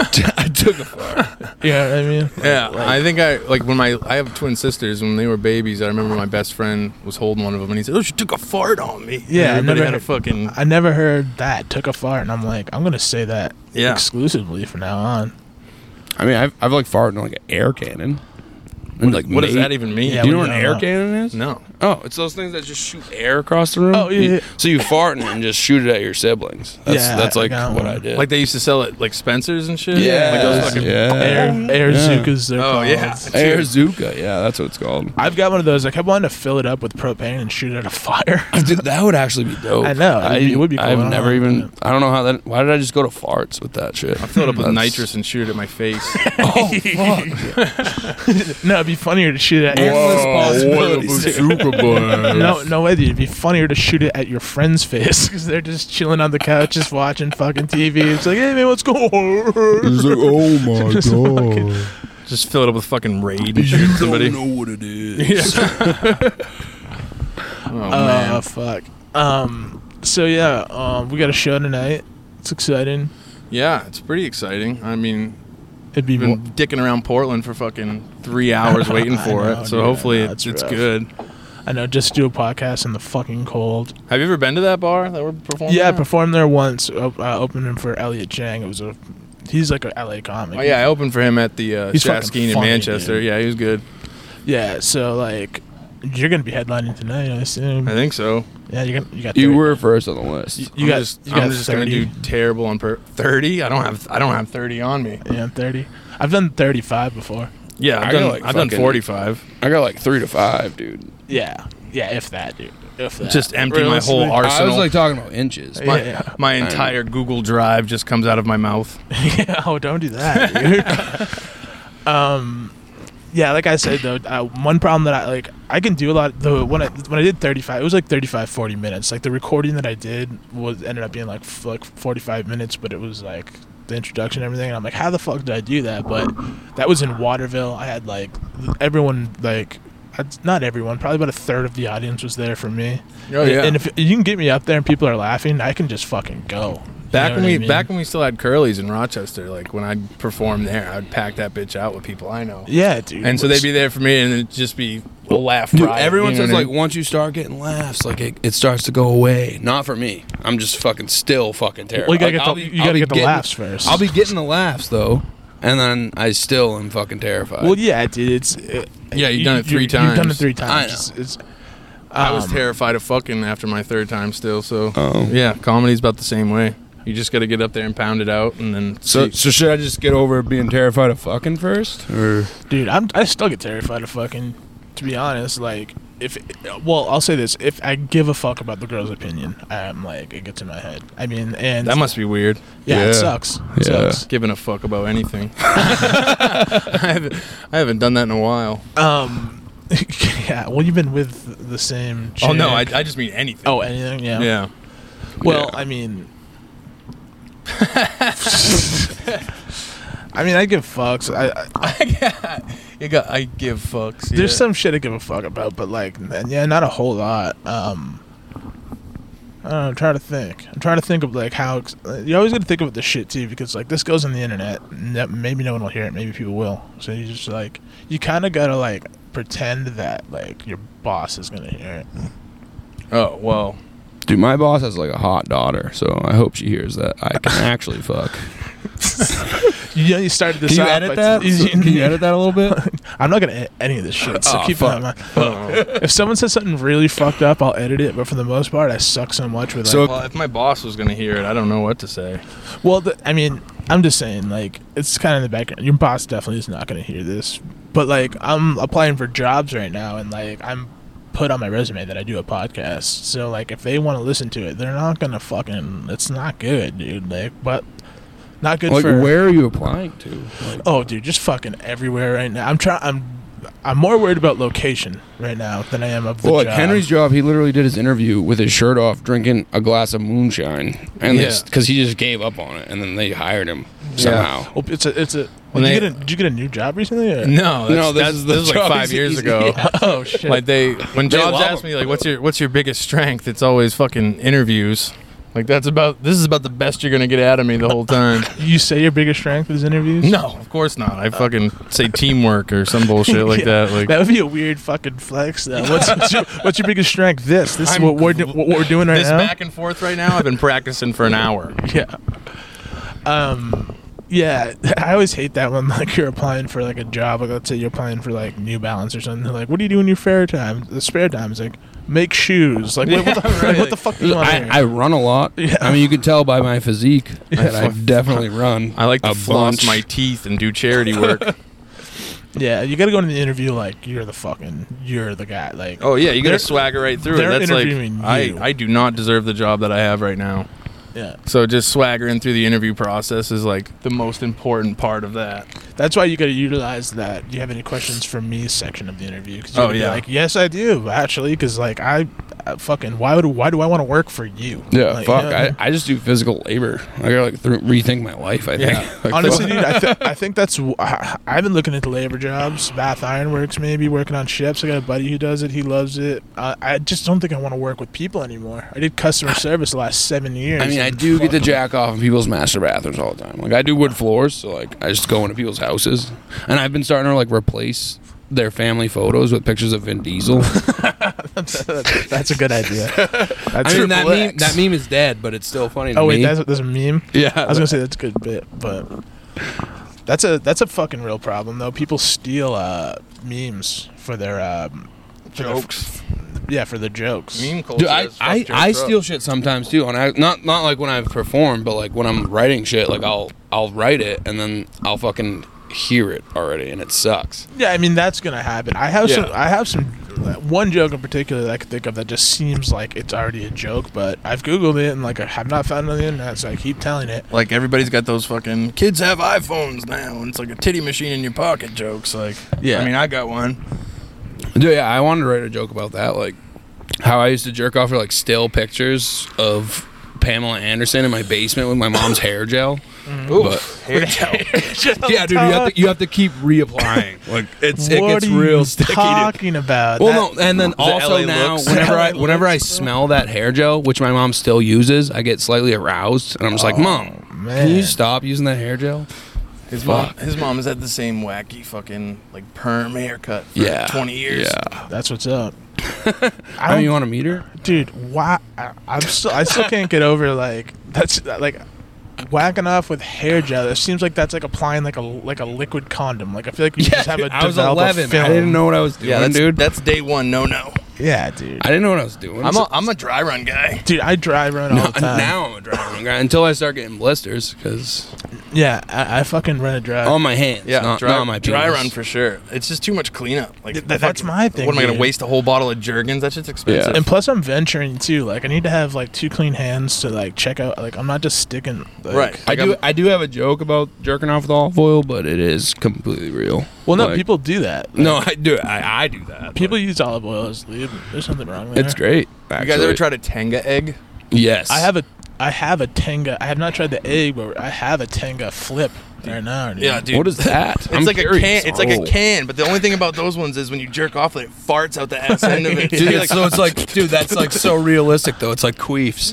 [SPEAKER 3] I took a fart.
[SPEAKER 1] You know what I mean?
[SPEAKER 2] Yeah, I think I like when my I have twin sisters. When they were babies, I remember my best friend was holding one of them, and he said, "Oh, she took a fart on me."
[SPEAKER 1] Yeah, I
[SPEAKER 2] and everybody
[SPEAKER 1] never
[SPEAKER 2] had a
[SPEAKER 1] heard-
[SPEAKER 2] fucking
[SPEAKER 1] I never heard that took a fart, and I'm like, I'm gonna say that
[SPEAKER 2] Yeah.
[SPEAKER 1] exclusively from now on.
[SPEAKER 3] I mean, I've, I've like farted in like an air cannon. And like,
[SPEAKER 2] What does
[SPEAKER 3] made-
[SPEAKER 2] that even mean?
[SPEAKER 1] Yeah,
[SPEAKER 3] Do you know
[SPEAKER 1] we
[SPEAKER 3] what an
[SPEAKER 1] don't
[SPEAKER 3] air
[SPEAKER 1] know.
[SPEAKER 3] cannon is?
[SPEAKER 2] No.
[SPEAKER 3] Oh, it's those things that just shoot air across the room.
[SPEAKER 1] Oh, yeah,
[SPEAKER 3] You-
[SPEAKER 1] yeah.
[SPEAKER 3] So you fart in it and just shoot it at your siblings. That's,
[SPEAKER 1] Yeah,
[SPEAKER 3] that's
[SPEAKER 1] I
[SPEAKER 3] like
[SPEAKER 1] got
[SPEAKER 3] what
[SPEAKER 1] one.
[SPEAKER 3] I did.
[SPEAKER 2] Like they used to sell it like Spencer's and shit.
[SPEAKER 3] yeah,
[SPEAKER 2] Like those fucking
[SPEAKER 1] Air,
[SPEAKER 3] yeah.
[SPEAKER 1] air
[SPEAKER 3] Yeah.
[SPEAKER 1] zookas, they're
[SPEAKER 2] Oh,
[SPEAKER 1] called.
[SPEAKER 2] yeah.
[SPEAKER 3] Air Zuka. Yeah, that's what it's called.
[SPEAKER 1] I've got one of those. Like I wanted to fill it up with propane and shoot it at a fire.
[SPEAKER 3] Dude, that would actually be dope.
[SPEAKER 1] I know, it'd
[SPEAKER 3] I,
[SPEAKER 1] be- it would be cool. I
[SPEAKER 3] I've
[SPEAKER 1] don't
[SPEAKER 3] never
[SPEAKER 1] know.
[SPEAKER 3] even. I don't know how that. Why did I just go to farts with that shit? I
[SPEAKER 2] filled up with nitrous and shoot it at my face.
[SPEAKER 3] Oh fuck!
[SPEAKER 1] no, it'd be funnier to shoot it at. Your,
[SPEAKER 3] Endless possibilities.
[SPEAKER 1] no, no way. dude. It'd be funnier to shoot it at your friend's face because they're just chilling on the couch, just watching fucking TV. It's like, hey man, what's going on?
[SPEAKER 3] oh my
[SPEAKER 1] Just fucking-
[SPEAKER 2] Just fill it up with fucking raid and shoot somebody.
[SPEAKER 3] know what it is.
[SPEAKER 2] Oh
[SPEAKER 1] Oh
[SPEAKER 2] man.
[SPEAKER 1] fuck. Um. So yeah, um, we got a show tonight. It's exciting.
[SPEAKER 2] Yeah, it's pretty exciting. I mean,
[SPEAKER 1] It'd be
[SPEAKER 2] we've
[SPEAKER 1] more,
[SPEAKER 2] been dicking around Portland for fucking three hours waiting
[SPEAKER 1] I
[SPEAKER 2] for
[SPEAKER 1] know,
[SPEAKER 2] it. So
[SPEAKER 1] dude, I
[SPEAKER 2] hopefully
[SPEAKER 1] know,
[SPEAKER 2] it's,
[SPEAKER 1] it's
[SPEAKER 2] it's
[SPEAKER 1] rough.
[SPEAKER 2] good.
[SPEAKER 1] I know. Just do a podcast in the fucking cold.
[SPEAKER 2] Have you ever been to that bar that we're performing?
[SPEAKER 1] Yeah, I
[SPEAKER 2] at?
[SPEAKER 1] performed there once. op- Uh, opening for Elliot Chang. It was a. He's like a LA comic.
[SPEAKER 2] Oh, yeah, I opened for him at the uh,
[SPEAKER 1] He's fucking
[SPEAKER 2] Shaskeen in
[SPEAKER 1] funny,
[SPEAKER 2] Manchester.
[SPEAKER 1] dude.
[SPEAKER 2] Yeah, he was good.
[SPEAKER 1] Yeah, so like You're gonna be headlining tonight. I assume.
[SPEAKER 2] I think so.
[SPEAKER 1] Yeah, you're gonna. You got.
[SPEAKER 3] You
[SPEAKER 1] 30.
[SPEAKER 3] were first on the list.
[SPEAKER 1] You
[SPEAKER 2] I'm
[SPEAKER 1] got-
[SPEAKER 2] just,
[SPEAKER 1] you
[SPEAKER 2] I'm
[SPEAKER 1] got
[SPEAKER 2] just gonna
[SPEAKER 1] 30.
[SPEAKER 2] do terrible on per thirty. I don't have I don't have thirty on me.
[SPEAKER 1] Yeah, I'm 30. I've done 35 before.
[SPEAKER 2] Yeah, I've
[SPEAKER 3] I got,
[SPEAKER 2] done
[SPEAKER 3] like,
[SPEAKER 2] I've done
[SPEAKER 3] fucking-
[SPEAKER 2] forty five.
[SPEAKER 3] I got like three to five, dude.
[SPEAKER 1] Yeah. Yeah, if that, dude. If that.
[SPEAKER 2] Just empty my whole
[SPEAKER 1] Realistically-
[SPEAKER 2] arsenal.
[SPEAKER 3] I was like talking about inches.
[SPEAKER 1] Yeah.
[SPEAKER 2] my, my entire Google Drive just comes out of my mouth.
[SPEAKER 1] yeah, oh, don't do that, dude. um, yeah, like I said though, uh, one problem that I like, I can do a lot. Though when I when I did 35, it was like 35, 40 minutes. Like the recording that I did was ended up being like f- like 45 minutes, but it was like the introduction and everything. And I'm like, how the fuck did I do that? But that was in Waterville. I had like everyone like. I'd- Not everyone, probably about a third of the audience was there for me.
[SPEAKER 2] Oh yeah.
[SPEAKER 1] And if you can get me up there and people are laughing, I can just fucking go. You
[SPEAKER 2] back
[SPEAKER 1] know
[SPEAKER 2] when
[SPEAKER 1] what I
[SPEAKER 2] we
[SPEAKER 1] mean?
[SPEAKER 2] back when we still had Curly's in Rochester, like when I'd perform there, I'd pack that bitch out with people I know.
[SPEAKER 1] Yeah, dude.
[SPEAKER 2] And so they'd be there for me and it'd just be a laugh
[SPEAKER 3] Dude,
[SPEAKER 2] riot,
[SPEAKER 3] everyone
[SPEAKER 2] you know
[SPEAKER 3] says
[SPEAKER 2] what I
[SPEAKER 3] like
[SPEAKER 2] mean?
[SPEAKER 3] once you start getting laughs, like it, it starts to go away. Not for me. I'm just fucking still fucking terrible.
[SPEAKER 1] Well, you gotta
[SPEAKER 3] Like,
[SPEAKER 1] get
[SPEAKER 3] I'll
[SPEAKER 1] the,
[SPEAKER 3] be-
[SPEAKER 1] you
[SPEAKER 3] I'll
[SPEAKER 1] gotta
[SPEAKER 3] be
[SPEAKER 1] get the
[SPEAKER 3] getting-
[SPEAKER 1] laughs 1st
[SPEAKER 3] I'll be getting the laughs though, and then I still am fucking terrified.
[SPEAKER 1] Well, yeah, dude. It's it,
[SPEAKER 2] Yeah, you've done it
[SPEAKER 1] you-
[SPEAKER 2] three
[SPEAKER 1] You've done it
[SPEAKER 2] times.
[SPEAKER 1] three
[SPEAKER 3] I
[SPEAKER 1] times.
[SPEAKER 3] know.
[SPEAKER 1] It's- it's-
[SPEAKER 2] I was
[SPEAKER 1] um,
[SPEAKER 2] terrified of fucking after my third time still, so
[SPEAKER 3] Oh.
[SPEAKER 2] yeah, comedy's about the same way. You just gotta get up there and pound it out and then
[SPEAKER 3] so
[SPEAKER 2] see.
[SPEAKER 3] so should I just get over being terrified of fucking first? Or
[SPEAKER 1] dude. I'm I still get terrified of fucking. To be honest, like if well, I'll say this: if I give a fuck about the girl's opinion, I'm like it gets in my head. I mean, and
[SPEAKER 2] that must be weird.
[SPEAKER 1] yeah,
[SPEAKER 3] yeah.
[SPEAKER 1] it sucks. It
[SPEAKER 3] Yeah.
[SPEAKER 1] sucks.
[SPEAKER 2] Giving a fuck about anything. I, haven't, I haven't done that in a while.
[SPEAKER 1] Um, yeah. Well, you've been with the same. Chick.
[SPEAKER 2] Oh no, I, I just mean anything.
[SPEAKER 1] oh, anything? Yeah.
[SPEAKER 2] yeah.
[SPEAKER 1] Well,
[SPEAKER 3] Yeah.
[SPEAKER 1] I mean, I mean, I give fucks. I, I
[SPEAKER 2] You got I give fucks.
[SPEAKER 1] There's
[SPEAKER 2] yeah.
[SPEAKER 1] some shit I give a fuck about, but like, man, yeah, not a whole lot. Um, I don't know, I'm trying to think. I'm trying to think of like how ex- you always got to think about this shit too, because like this goes on the internet. and that- Maybe no one will hear it. Maybe people will. So you just like you kind of gotta like pretend that like your boss is gonna hear it.
[SPEAKER 2] Oh well.
[SPEAKER 3] dude, my boss has like a hot daughter, so I hope she hears that I can actually fuck.
[SPEAKER 1] You, yeah, you started this.
[SPEAKER 3] Can you
[SPEAKER 1] out,
[SPEAKER 3] edit
[SPEAKER 1] but-
[SPEAKER 3] that? Can you edit that a little bit?
[SPEAKER 1] I'm not gonna edit any of this shit. So
[SPEAKER 3] Oh,
[SPEAKER 1] keep that in mind. If someone says something really fucked up, I'll edit it. But for the most part, I suck so much with like,
[SPEAKER 3] So-
[SPEAKER 2] well, if my boss was gonna hear it, I don't know what to say.
[SPEAKER 1] Well, the, I mean, I'm just saying, like, it's kind of in the background. Your boss definitely is not going to hear this, but like, I'm applying for jobs right now, and like, I'm put on my resume that I do a podcast. So like, if they want to listen to it, they're not going to fucking. It's not good, dude. Like, but not good
[SPEAKER 3] Like,
[SPEAKER 1] for
[SPEAKER 3] where are you applying to? Like,
[SPEAKER 1] Oh, dude, just fucking everywhere right now. I'm trying. I'm. I'm more worried about location right now than I am of Oh, the
[SPEAKER 3] Well, like
[SPEAKER 1] job.
[SPEAKER 3] Henry's job, he literally did his interview with his shirt off, drinking a glass of moonshine, and
[SPEAKER 2] Yeah.
[SPEAKER 3] because he just gave up on it, and then they hired him somehow.
[SPEAKER 1] Oh, it's a. It's a.
[SPEAKER 2] When
[SPEAKER 1] Did you,
[SPEAKER 2] they-
[SPEAKER 1] get a did you get a new job recently? Or?
[SPEAKER 2] No, that's,
[SPEAKER 3] No, this
[SPEAKER 2] that's,
[SPEAKER 3] is
[SPEAKER 2] this,
[SPEAKER 3] the
[SPEAKER 2] is
[SPEAKER 3] job
[SPEAKER 2] like five
[SPEAKER 3] he's-
[SPEAKER 2] years
[SPEAKER 3] he's-
[SPEAKER 2] ago.
[SPEAKER 1] Oh shit.
[SPEAKER 2] Like they, when
[SPEAKER 3] They
[SPEAKER 2] jobs
[SPEAKER 3] love
[SPEAKER 2] ask
[SPEAKER 3] him.
[SPEAKER 2] me like, "What's your what's your biggest strength?" It's always fucking interviews. Like that's about this is about the best you're gonna get out of me the whole time.
[SPEAKER 1] you say your biggest strength is interviews?
[SPEAKER 2] no, of course not. I fucking say teamwork or some bullshit like
[SPEAKER 1] Yeah,
[SPEAKER 2] that. Like
[SPEAKER 1] that would be a weird fucking flex. Though, what's, what's, your, what's your biggest strength? This. This is
[SPEAKER 2] I'm
[SPEAKER 1] what we're do- what we're doing right
[SPEAKER 2] this
[SPEAKER 1] now.
[SPEAKER 2] back and forth right now. I've been practicing for an hour.
[SPEAKER 1] yeah. Um. Yeah, I always hate that when like you're applying for like a job. Like let's say you're applying for like New Balance or something. They're like, "What do you do in your spare time?" The spare time is like make shoes. Like, what- what, the,
[SPEAKER 2] Yeah,
[SPEAKER 1] like,
[SPEAKER 2] right,
[SPEAKER 1] what the
[SPEAKER 2] like-
[SPEAKER 1] fuck do you want?
[SPEAKER 3] I,
[SPEAKER 1] here?
[SPEAKER 3] I run a lot.
[SPEAKER 1] Yeah.
[SPEAKER 3] I mean, you can tell by my physique that I
[SPEAKER 2] fuck-
[SPEAKER 3] definitely run.
[SPEAKER 2] I like to
[SPEAKER 3] a
[SPEAKER 2] floss
[SPEAKER 3] bunch.
[SPEAKER 2] my teeth and do charity work.
[SPEAKER 1] yeah, you got to go into the interview like you're the fucking you're the guy. Like,
[SPEAKER 2] Oh yeah, you got
[SPEAKER 1] They're-
[SPEAKER 2] to swagger right through it.
[SPEAKER 1] they're
[SPEAKER 2] That's like
[SPEAKER 1] interviewing
[SPEAKER 2] I,
[SPEAKER 1] you.
[SPEAKER 2] I do not deserve the job that I have right now.
[SPEAKER 1] yeah.
[SPEAKER 2] So just swaggering through the interview process is like the most important part of that.
[SPEAKER 1] That's why you got to utilize that. Do you have any questions for me section of the interview? 'Cause you
[SPEAKER 2] Oh,
[SPEAKER 1] gotta be
[SPEAKER 2] yeah.
[SPEAKER 1] Like yes, I do actually. Because like I, I fucking why would why do I want to work for you?
[SPEAKER 3] Yeah,
[SPEAKER 1] Like, you
[SPEAKER 3] fuck.
[SPEAKER 1] know what I mean?
[SPEAKER 3] I, I just do physical labor. I gotta like th- rethink my life. I think.
[SPEAKER 2] Yeah.
[SPEAKER 3] Like,
[SPEAKER 1] Honestly,
[SPEAKER 3] fuck.
[SPEAKER 1] dude, I, th- I think that's. wh- I, I've been looking into labor jobs, Bath Iron Works, maybe working on ships. I got a buddy who does it. He loves it. I I just don't think I want to work with people anymore. I did customer service the last seven years.
[SPEAKER 3] I mean, I
[SPEAKER 1] and
[SPEAKER 3] do get to
[SPEAKER 1] fuck-
[SPEAKER 3] jack off in people's master bathrooms all the time. Like I do wood floors, so like I just go into people's houses, and I've been starting to like replace their family photos with pictures of Vin Diesel.
[SPEAKER 1] that's a good idea. That's
[SPEAKER 3] I mean, that
[SPEAKER 1] Triple
[SPEAKER 3] meme,
[SPEAKER 1] X.
[SPEAKER 3] that meme is dead, but it's still funny. To
[SPEAKER 1] Oh wait,
[SPEAKER 3] me.
[SPEAKER 1] that's, that's a meme.
[SPEAKER 3] yeah.
[SPEAKER 1] I was gonna say that's a good bit, but that's a that's a fucking real problem though. People steal uh, memes for their um,
[SPEAKER 2] jokes.
[SPEAKER 1] Yeah, for the jokes.
[SPEAKER 2] Meme culture.
[SPEAKER 3] Dude, I,
[SPEAKER 2] has
[SPEAKER 3] I,
[SPEAKER 2] fucked
[SPEAKER 3] I
[SPEAKER 2] jokes up.
[SPEAKER 3] steal shit sometimes too, and I not not like when I've performed, but like when I'm writing shit, like I'll I'll write it and then I'll fucking hear it already, and it sucks.
[SPEAKER 1] Yeah, I mean that's gonna happen. I have
[SPEAKER 2] Yeah.
[SPEAKER 1] some. I have some. uh, One joke in particular that I can think of that just seems like it's already a joke, but I've googled it and like I have not found it on the internet, so I keep telling it.
[SPEAKER 2] Like everybody's got those fucking kids have iPhones now, and it's like a titty machine in your pocket jokes. Like,
[SPEAKER 1] Yeah.
[SPEAKER 2] I mean, I got one.
[SPEAKER 3] Dude, yeah, I wanted to write a joke about that, like how I used to jerk off for like still pictures of Pamela Anderson in my basement with my mom's hair gel.
[SPEAKER 1] Mm-hmm.
[SPEAKER 3] But, yeah, dude, you have, to, you have to keep reapplying. Like it's it
[SPEAKER 1] what
[SPEAKER 3] gets
[SPEAKER 1] are you
[SPEAKER 3] real sticky. dude.
[SPEAKER 1] talking about?
[SPEAKER 3] Well,
[SPEAKER 1] That-
[SPEAKER 3] no, and then also
[SPEAKER 2] LA
[SPEAKER 3] now,
[SPEAKER 2] looks.
[SPEAKER 3] whenever I
[SPEAKER 1] LA
[SPEAKER 3] whenever I
[SPEAKER 1] looks, bro.
[SPEAKER 3] smell that hair gel, which my mom still uses, I get slightly aroused, and I'm just like, "Mom, can
[SPEAKER 1] Oh, man.
[SPEAKER 3] you stop using that hair gel?"
[SPEAKER 2] His mom,
[SPEAKER 3] Fuck.
[SPEAKER 2] his mom has had the same wacky fucking like perm haircut for
[SPEAKER 3] Yeah,
[SPEAKER 2] twenty years.
[SPEAKER 3] Yeah,
[SPEAKER 1] that's what's up.
[SPEAKER 3] I
[SPEAKER 1] I
[SPEAKER 3] mean, you
[SPEAKER 1] don't,
[SPEAKER 3] want to meet her?
[SPEAKER 1] dude. Why? I, I'm still. I still can't get over like that's like whacking off with hair gel. It seems like that's like applying like a like a liquid condom. Like I feel like you just have a
[SPEAKER 3] I was
[SPEAKER 1] develop a
[SPEAKER 3] 11.
[SPEAKER 1] film.
[SPEAKER 3] I didn't know what I was doing,
[SPEAKER 2] that's,
[SPEAKER 3] dude.
[SPEAKER 2] That's day one. No, no.
[SPEAKER 1] Yeah, dude.
[SPEAKER 3] I didn't know what I was doing.
[SPEAKER 2] I'm a, I'm a dry run guy.
[SPEAKER 1] Dude, I drive around all the time.
[SPEAKER 3] now, Uh, now I'm a driving guy until I start getting blisters because
[SPEAKER 1] Yeah, I, I fucking run a drive.
[SPEAKER 3] on my hands, yeah, not,
[SPEAKER 2] Uh, dry,
[SPEAKER 3] not on my penis.
[SPEAKER 2] dry run for sure. It's just too much cleanup. Like
[SPEAKER 1] Th- that's my thing,
[SPEAKER 2] What am I gonna
[SPEAKER 1] dude.
[SPEAKER 2] waste a whole bottle of Jergens? That shit's expensive.
[SPEAKER 1] and plus, I'm venturing too. Like, I need to have like two clean hands to like check out. Like, I'm not just sticking. Like,
[SPEAKER 2] Right.
[SPEAKER 3] I
[SPEAKER 2] Like,
[SPEAKER 3] do
[SPEAKER 2] I'm-
[SPEAKER 3] I do have a joke about jerking off with olive oil, but it is completely real.
[SPEAKER 1] Well, no,
[SPEAKER 3] Like-
[SPEAKER 1] people do that.
[SPEAKER 3] No, I do I, I do that.
[SPEAKER 1] People
[SPEAKER 3] but
[SPEAKER 1] use olive oil as lube. There's something wrong there.
[SPEAKER 3] it's great.
[SPEAKER 2] You
[SPEAKER 3] Actually.
[SPEAKER 2] guys ever tried a Tenga egg?
[SPEAKER 3] Yes,
[SPEAKER 1] I have a, I have a Tenga. I have not tried the egg, but I have a Tenga flip right now. Dude.
[SPEAKER 2] Yeah, dude.
[SPEAKER 3] What is that? Oh.
[SPEAKER 2] It's like a can. It's like a can, but the only thing about those ones is when you jerk off, it farts out the ass end of it.
[SPEAKER 3] Dude,
[SPEAKER 2] You're like,
[SPEAKER 3] so it's like, dude, that's like so realistic though. It's like queefs.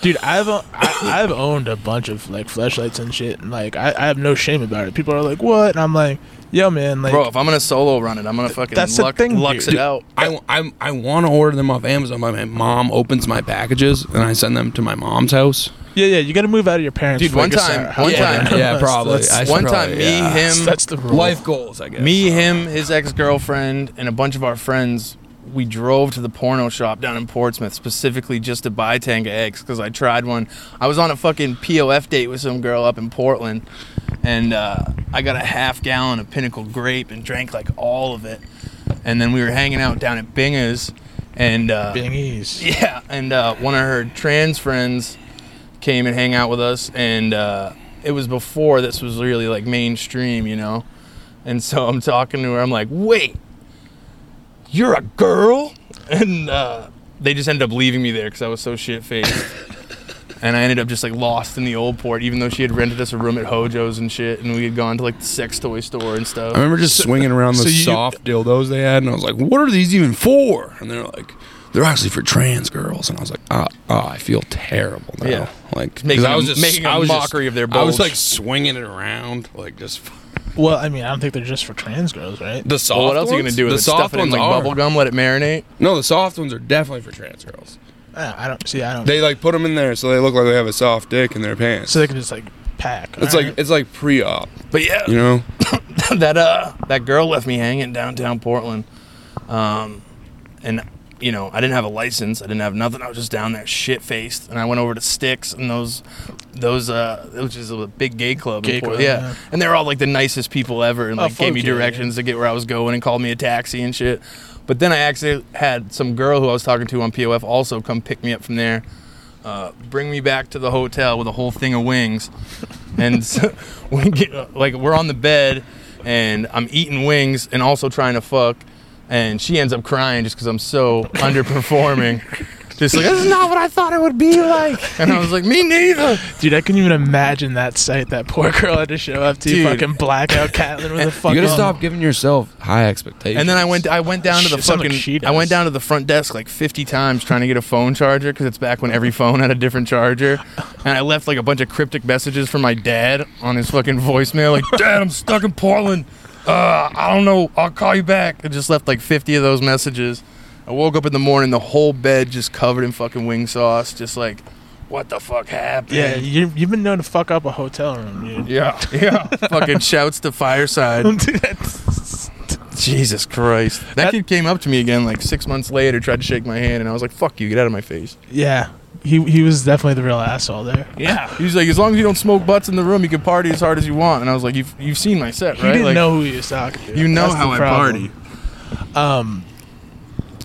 [SPEAKER 1] dude. I've o- I, I've owned a bunch of like flashlights and shit, and like I, I have no shame about it. People are like, "What?" And I'm like, "Yo, man, like,
[SPEAKER 2] bro, if I'm gonna solo run it, I'm gonna fucking
[SPEAKER 1] That's the
[SPEAKER 2] luck,
[SPEAKER 1] thing,
[SPEAKER 2] lux
[SPEAKER 1] dude.
[SPEAKER 2] it out.
[SPEAKER 3] I, I, I want to order them off Amazon, but my mom opens my packages and I send them to my mom's house.
[SPEAKER 1] yeah, yeah, you got to move out of your parents."
[SPEAKER 2] Dude,
[SPEAKER 1] before
[SPEAKER 2] one
[SPEAKER 1] it gets
[SPEAKER 2] time-
[SPEAKER 1] out-
[SPEAKER 2] one
[SPEAKER 1] out there."
[SPEAKER 2] time-
[SPEAKER 3] yeah,
[SPEAKER 1] That's-
[SPEAKER 3] probably.
[SPEAKER 1] that's-
[SPEAKER 3] I should
[SPEAKER 2] One time,
[SPEAKER 3] probably-
[SPEAKER 2] me,
[SPEAKER 3] yeah.
[SPEAKER 2] him,
[SPEAKER 1] That's the rule.
[SPEAKER 3] life goals, I guess.
[SPEAKER 2] me, him, his ex girlfriend, and a bunch of our friends. We drove to the porno shop down in Portsmouth specifically just to buy Tanga eggs because I tried one. I was on a fucking POF date with some girl up in Portland, and uh, I got a half gallon of Pinnacle grape and drank like all of it. And then we were hanging out down at Binga's, and uh,
[SPEAKER 1] Bingies.
[SPEAKER 2] Yeah, and uh, one of her trans friends came and hang out with us, and uh, it was before this was really like mainstream, you know. And so I'm talking to her. I'm like, "Wait, you're a girl?" And uh, they just ended up leaving me there because I was so shit faced. and I ended up just like lost in the old port, even though she had rented us a room at Hojo's and shit, and we had gone to like the sex toy store and
[SPEAKER 3] I
[SPEAKER 2] stuff.
[SPEAKER 3] remember just swinging around the
[SPEAKER 1] so you-
[SPEAKER 3] soft dildos they had, and I was like, "What are these even for?" And they're like, "They're actually for trans girls." And I was like, "Ah, ah, I feel terrible now."
[SPEAKER 2] Yeah.
[SPEAKER 3] like 'cause
[SPEAKER 2] Making
[SPEAKER 3] I was
[SPEAKER 2] a-
[SPEAKER 3] just
[SPEAKER 2] making a
[SPEAKER 3] I was just-
[SPEAKER 2] mockery of their
[SPEAKER 3] I was
[SPEAKER 2] bulge.
[SPEAKER 3] like swinging it around, like just
[SPEAKER 1] Well, I mean, I don't think they're just for trans girls, right?
[SPEAKER 3] the soft.
[SPEAKER 2] Well, what else are you gonna
[SPEAKER 3] ones?
[SPEAKER 2] do with
[SPEAKER 3] the
[SPEAKER 2] it?
[SPEAKER 3] soft
[SPEAKER 2] Stuff it in
[SPEAKER 3] ones?
[SPEAKER 2] like
[SPEAKER 3] are.
[SPEAKER 2] bubble gum, let it marinate.
[SPEAKER 3] No, the soft ones are definitely for trans girls.
[SPEAKER 1] Ah, I don't see. I don't.
[SPEAKER 3] They like put them in there so they look like they have a soft dick in their pants.
[SPEAKER 1] so they can just like pack.
[SPEAKER 3] it's
[SPEAKER 1] All
[SPEAKER 3] like it's like pre-op,
[SPEAKER 2] But yeah,
[SPEAKER 3] you know.
[SPEAKER 2] that uh that girl left me hanging downtown Portland. Um and you know, I didn't have a license, I didn't have nothing. I was just down there shit faced and I went over to Sticks and those those uh which is a big gay club
[SPEAKER 1] Gay
[SPEAKER 2] in Portland.
[SPEAKER 1] club,
[SPEAKER 2] yeah.
[SPEAKER 1] yeah.
[SPEAKER 2] And they were all like the nicest people ever and
[SPEAKER 1] Oh,
[SPEAKER 2] like gave
[SPEAKER 1] fuck
[SPEAKER 2] me
[SPEAKER 1] yeah, yeah.
[SPEAKER 2] directions to get where I was going and called me a taxi and shit. But then I actually had some girl who I was talking to on POF also come pick me up from there uh, bring me back to the hotel with a whole thing of wings. And so we get like we're on the bed, and I'm eating wings and also trying to fuck, and she ends up crying just because I'm so underperforming. Just like this is not what I thought it would be like, and I was like, me neither.
[SPEAKER 1] dude, I couldn't even imagine that sight that poor girl had to show up to.
[SPEAKER 2] Dude.
[SPEAKER 1] Fucking blackout Catlin with a fucking.
[SPEAKER 3] giving yourself high expectations.
[SPEAKER 2] And then I went, I went down to the
[SPEAKER 1] It sounds like
[SPEAKER 2] fucking,
[SPEAKER 1] she does.
[SPEAKER 2] I went down to the front desk like 50 times trying to get a phone charger because it's back when every phone had a different charger, and I left like a bunch of cryptic messages for my dad on his fucking voicemail, like, Dad, I'm stuck in Portland, uh, I don't know, I'll call you back. I just left like 50 of those messages. I woke up in the morning, the whole bed just covered in fucking wing sauce, just like, what the fuck happened?
[SPEAKER 1] Yeah, you, you've been known to fuck up a hotel room, dude.
[SPEAKER 2] yeah, yeah. fucking shouts to fireside.
[SPEAKER 1] Dude, that's-
[SPEAKER 2] Jesus Christ. That,
[SPEAKER 1] That-
[SPEAKER 2] kid came up to me again like six months later, tried to shake my hand, and I was like, fuck you, get out of my face.
[SPEAKER 1] Yeah, he he was definitely the real asshole there.
[SPEAKER 2] Yeah. He's like, as long as you don't smoke butts in the room, you can party as hard as you want. And I was like, you've, you've seen my set,
[SPEAKER 1] He
[SPEAKER 2] right?
[SPEAKER 1] didn't
[SPEAKER 2] like,
[SPEAKER 1] know who he was talking to.
[SPEAKER 2] You know
[SPEAKER 1] That's the
[SPEAKER 2] how I
[SPEAKER 1] problem.
[SPEAKER 2] party.
[SPEAKER 1] Um,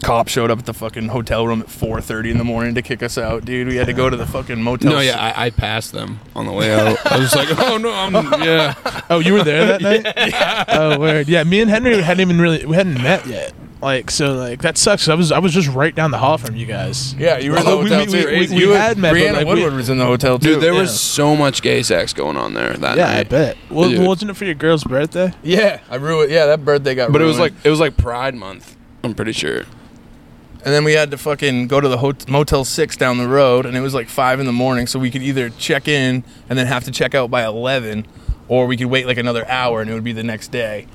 [SPEAKER 2] Cop showed up at the fucking hotel room at 4.30 in the morning to kick us out, dude. We had to go to the fucking motel.
[SPEAKER 3] No, yeah, I, I passed them on the way out. I was just like, oh no, I'm yeah.
[SPEAKER 1] oh, you were there that night. Oh, word. Yeah, me and Henry hadn't even really we hadn't met yet. Like so, like that sucks. 'cause I was I was just right down the hall from you guys.
[SPEAKER 2] Yeah, you were in the
[SPEAKER 1] Oh, we- we-
[SPEAKER 2] hotel too.
[SPEAKER 1] we- we- we
[SPEAKER 2] You and
[SPEAKER 1] had met, but,
[SPEAKER 2] Brianna
[SPEAKER 1] like, we-
[SPEAKER 2] Woodward was in the hotel too.
[SPEAKER 3] Dude, there
[SPEAKER 1] Yeah.
[SPEAKER 3] was so much gay sex going on there that
[SPEAKER 1] Yeah,
[SPEAKER 3] night.
[SPEAKER 1] I bet. Well,
[SPEAKER 3] Dude.
[SPEAKER 1] wasn't it for your girl's birthday?
[SPEAKER 2] yeah, I ruined. Yeah, that birthday got.
[SPEAKER 3] But it was like
[SPEAKER 2] ruined.
[SPEAKER 3] it was like Pride Month. I'm pretty sure.
[SPEAKER 2] and then we had to fucking go to the hot Motel Six down the road, and it was like five in the morning, so we could either check in and then have to check out by eleven, or we could wait like another hour, and it would be the next day.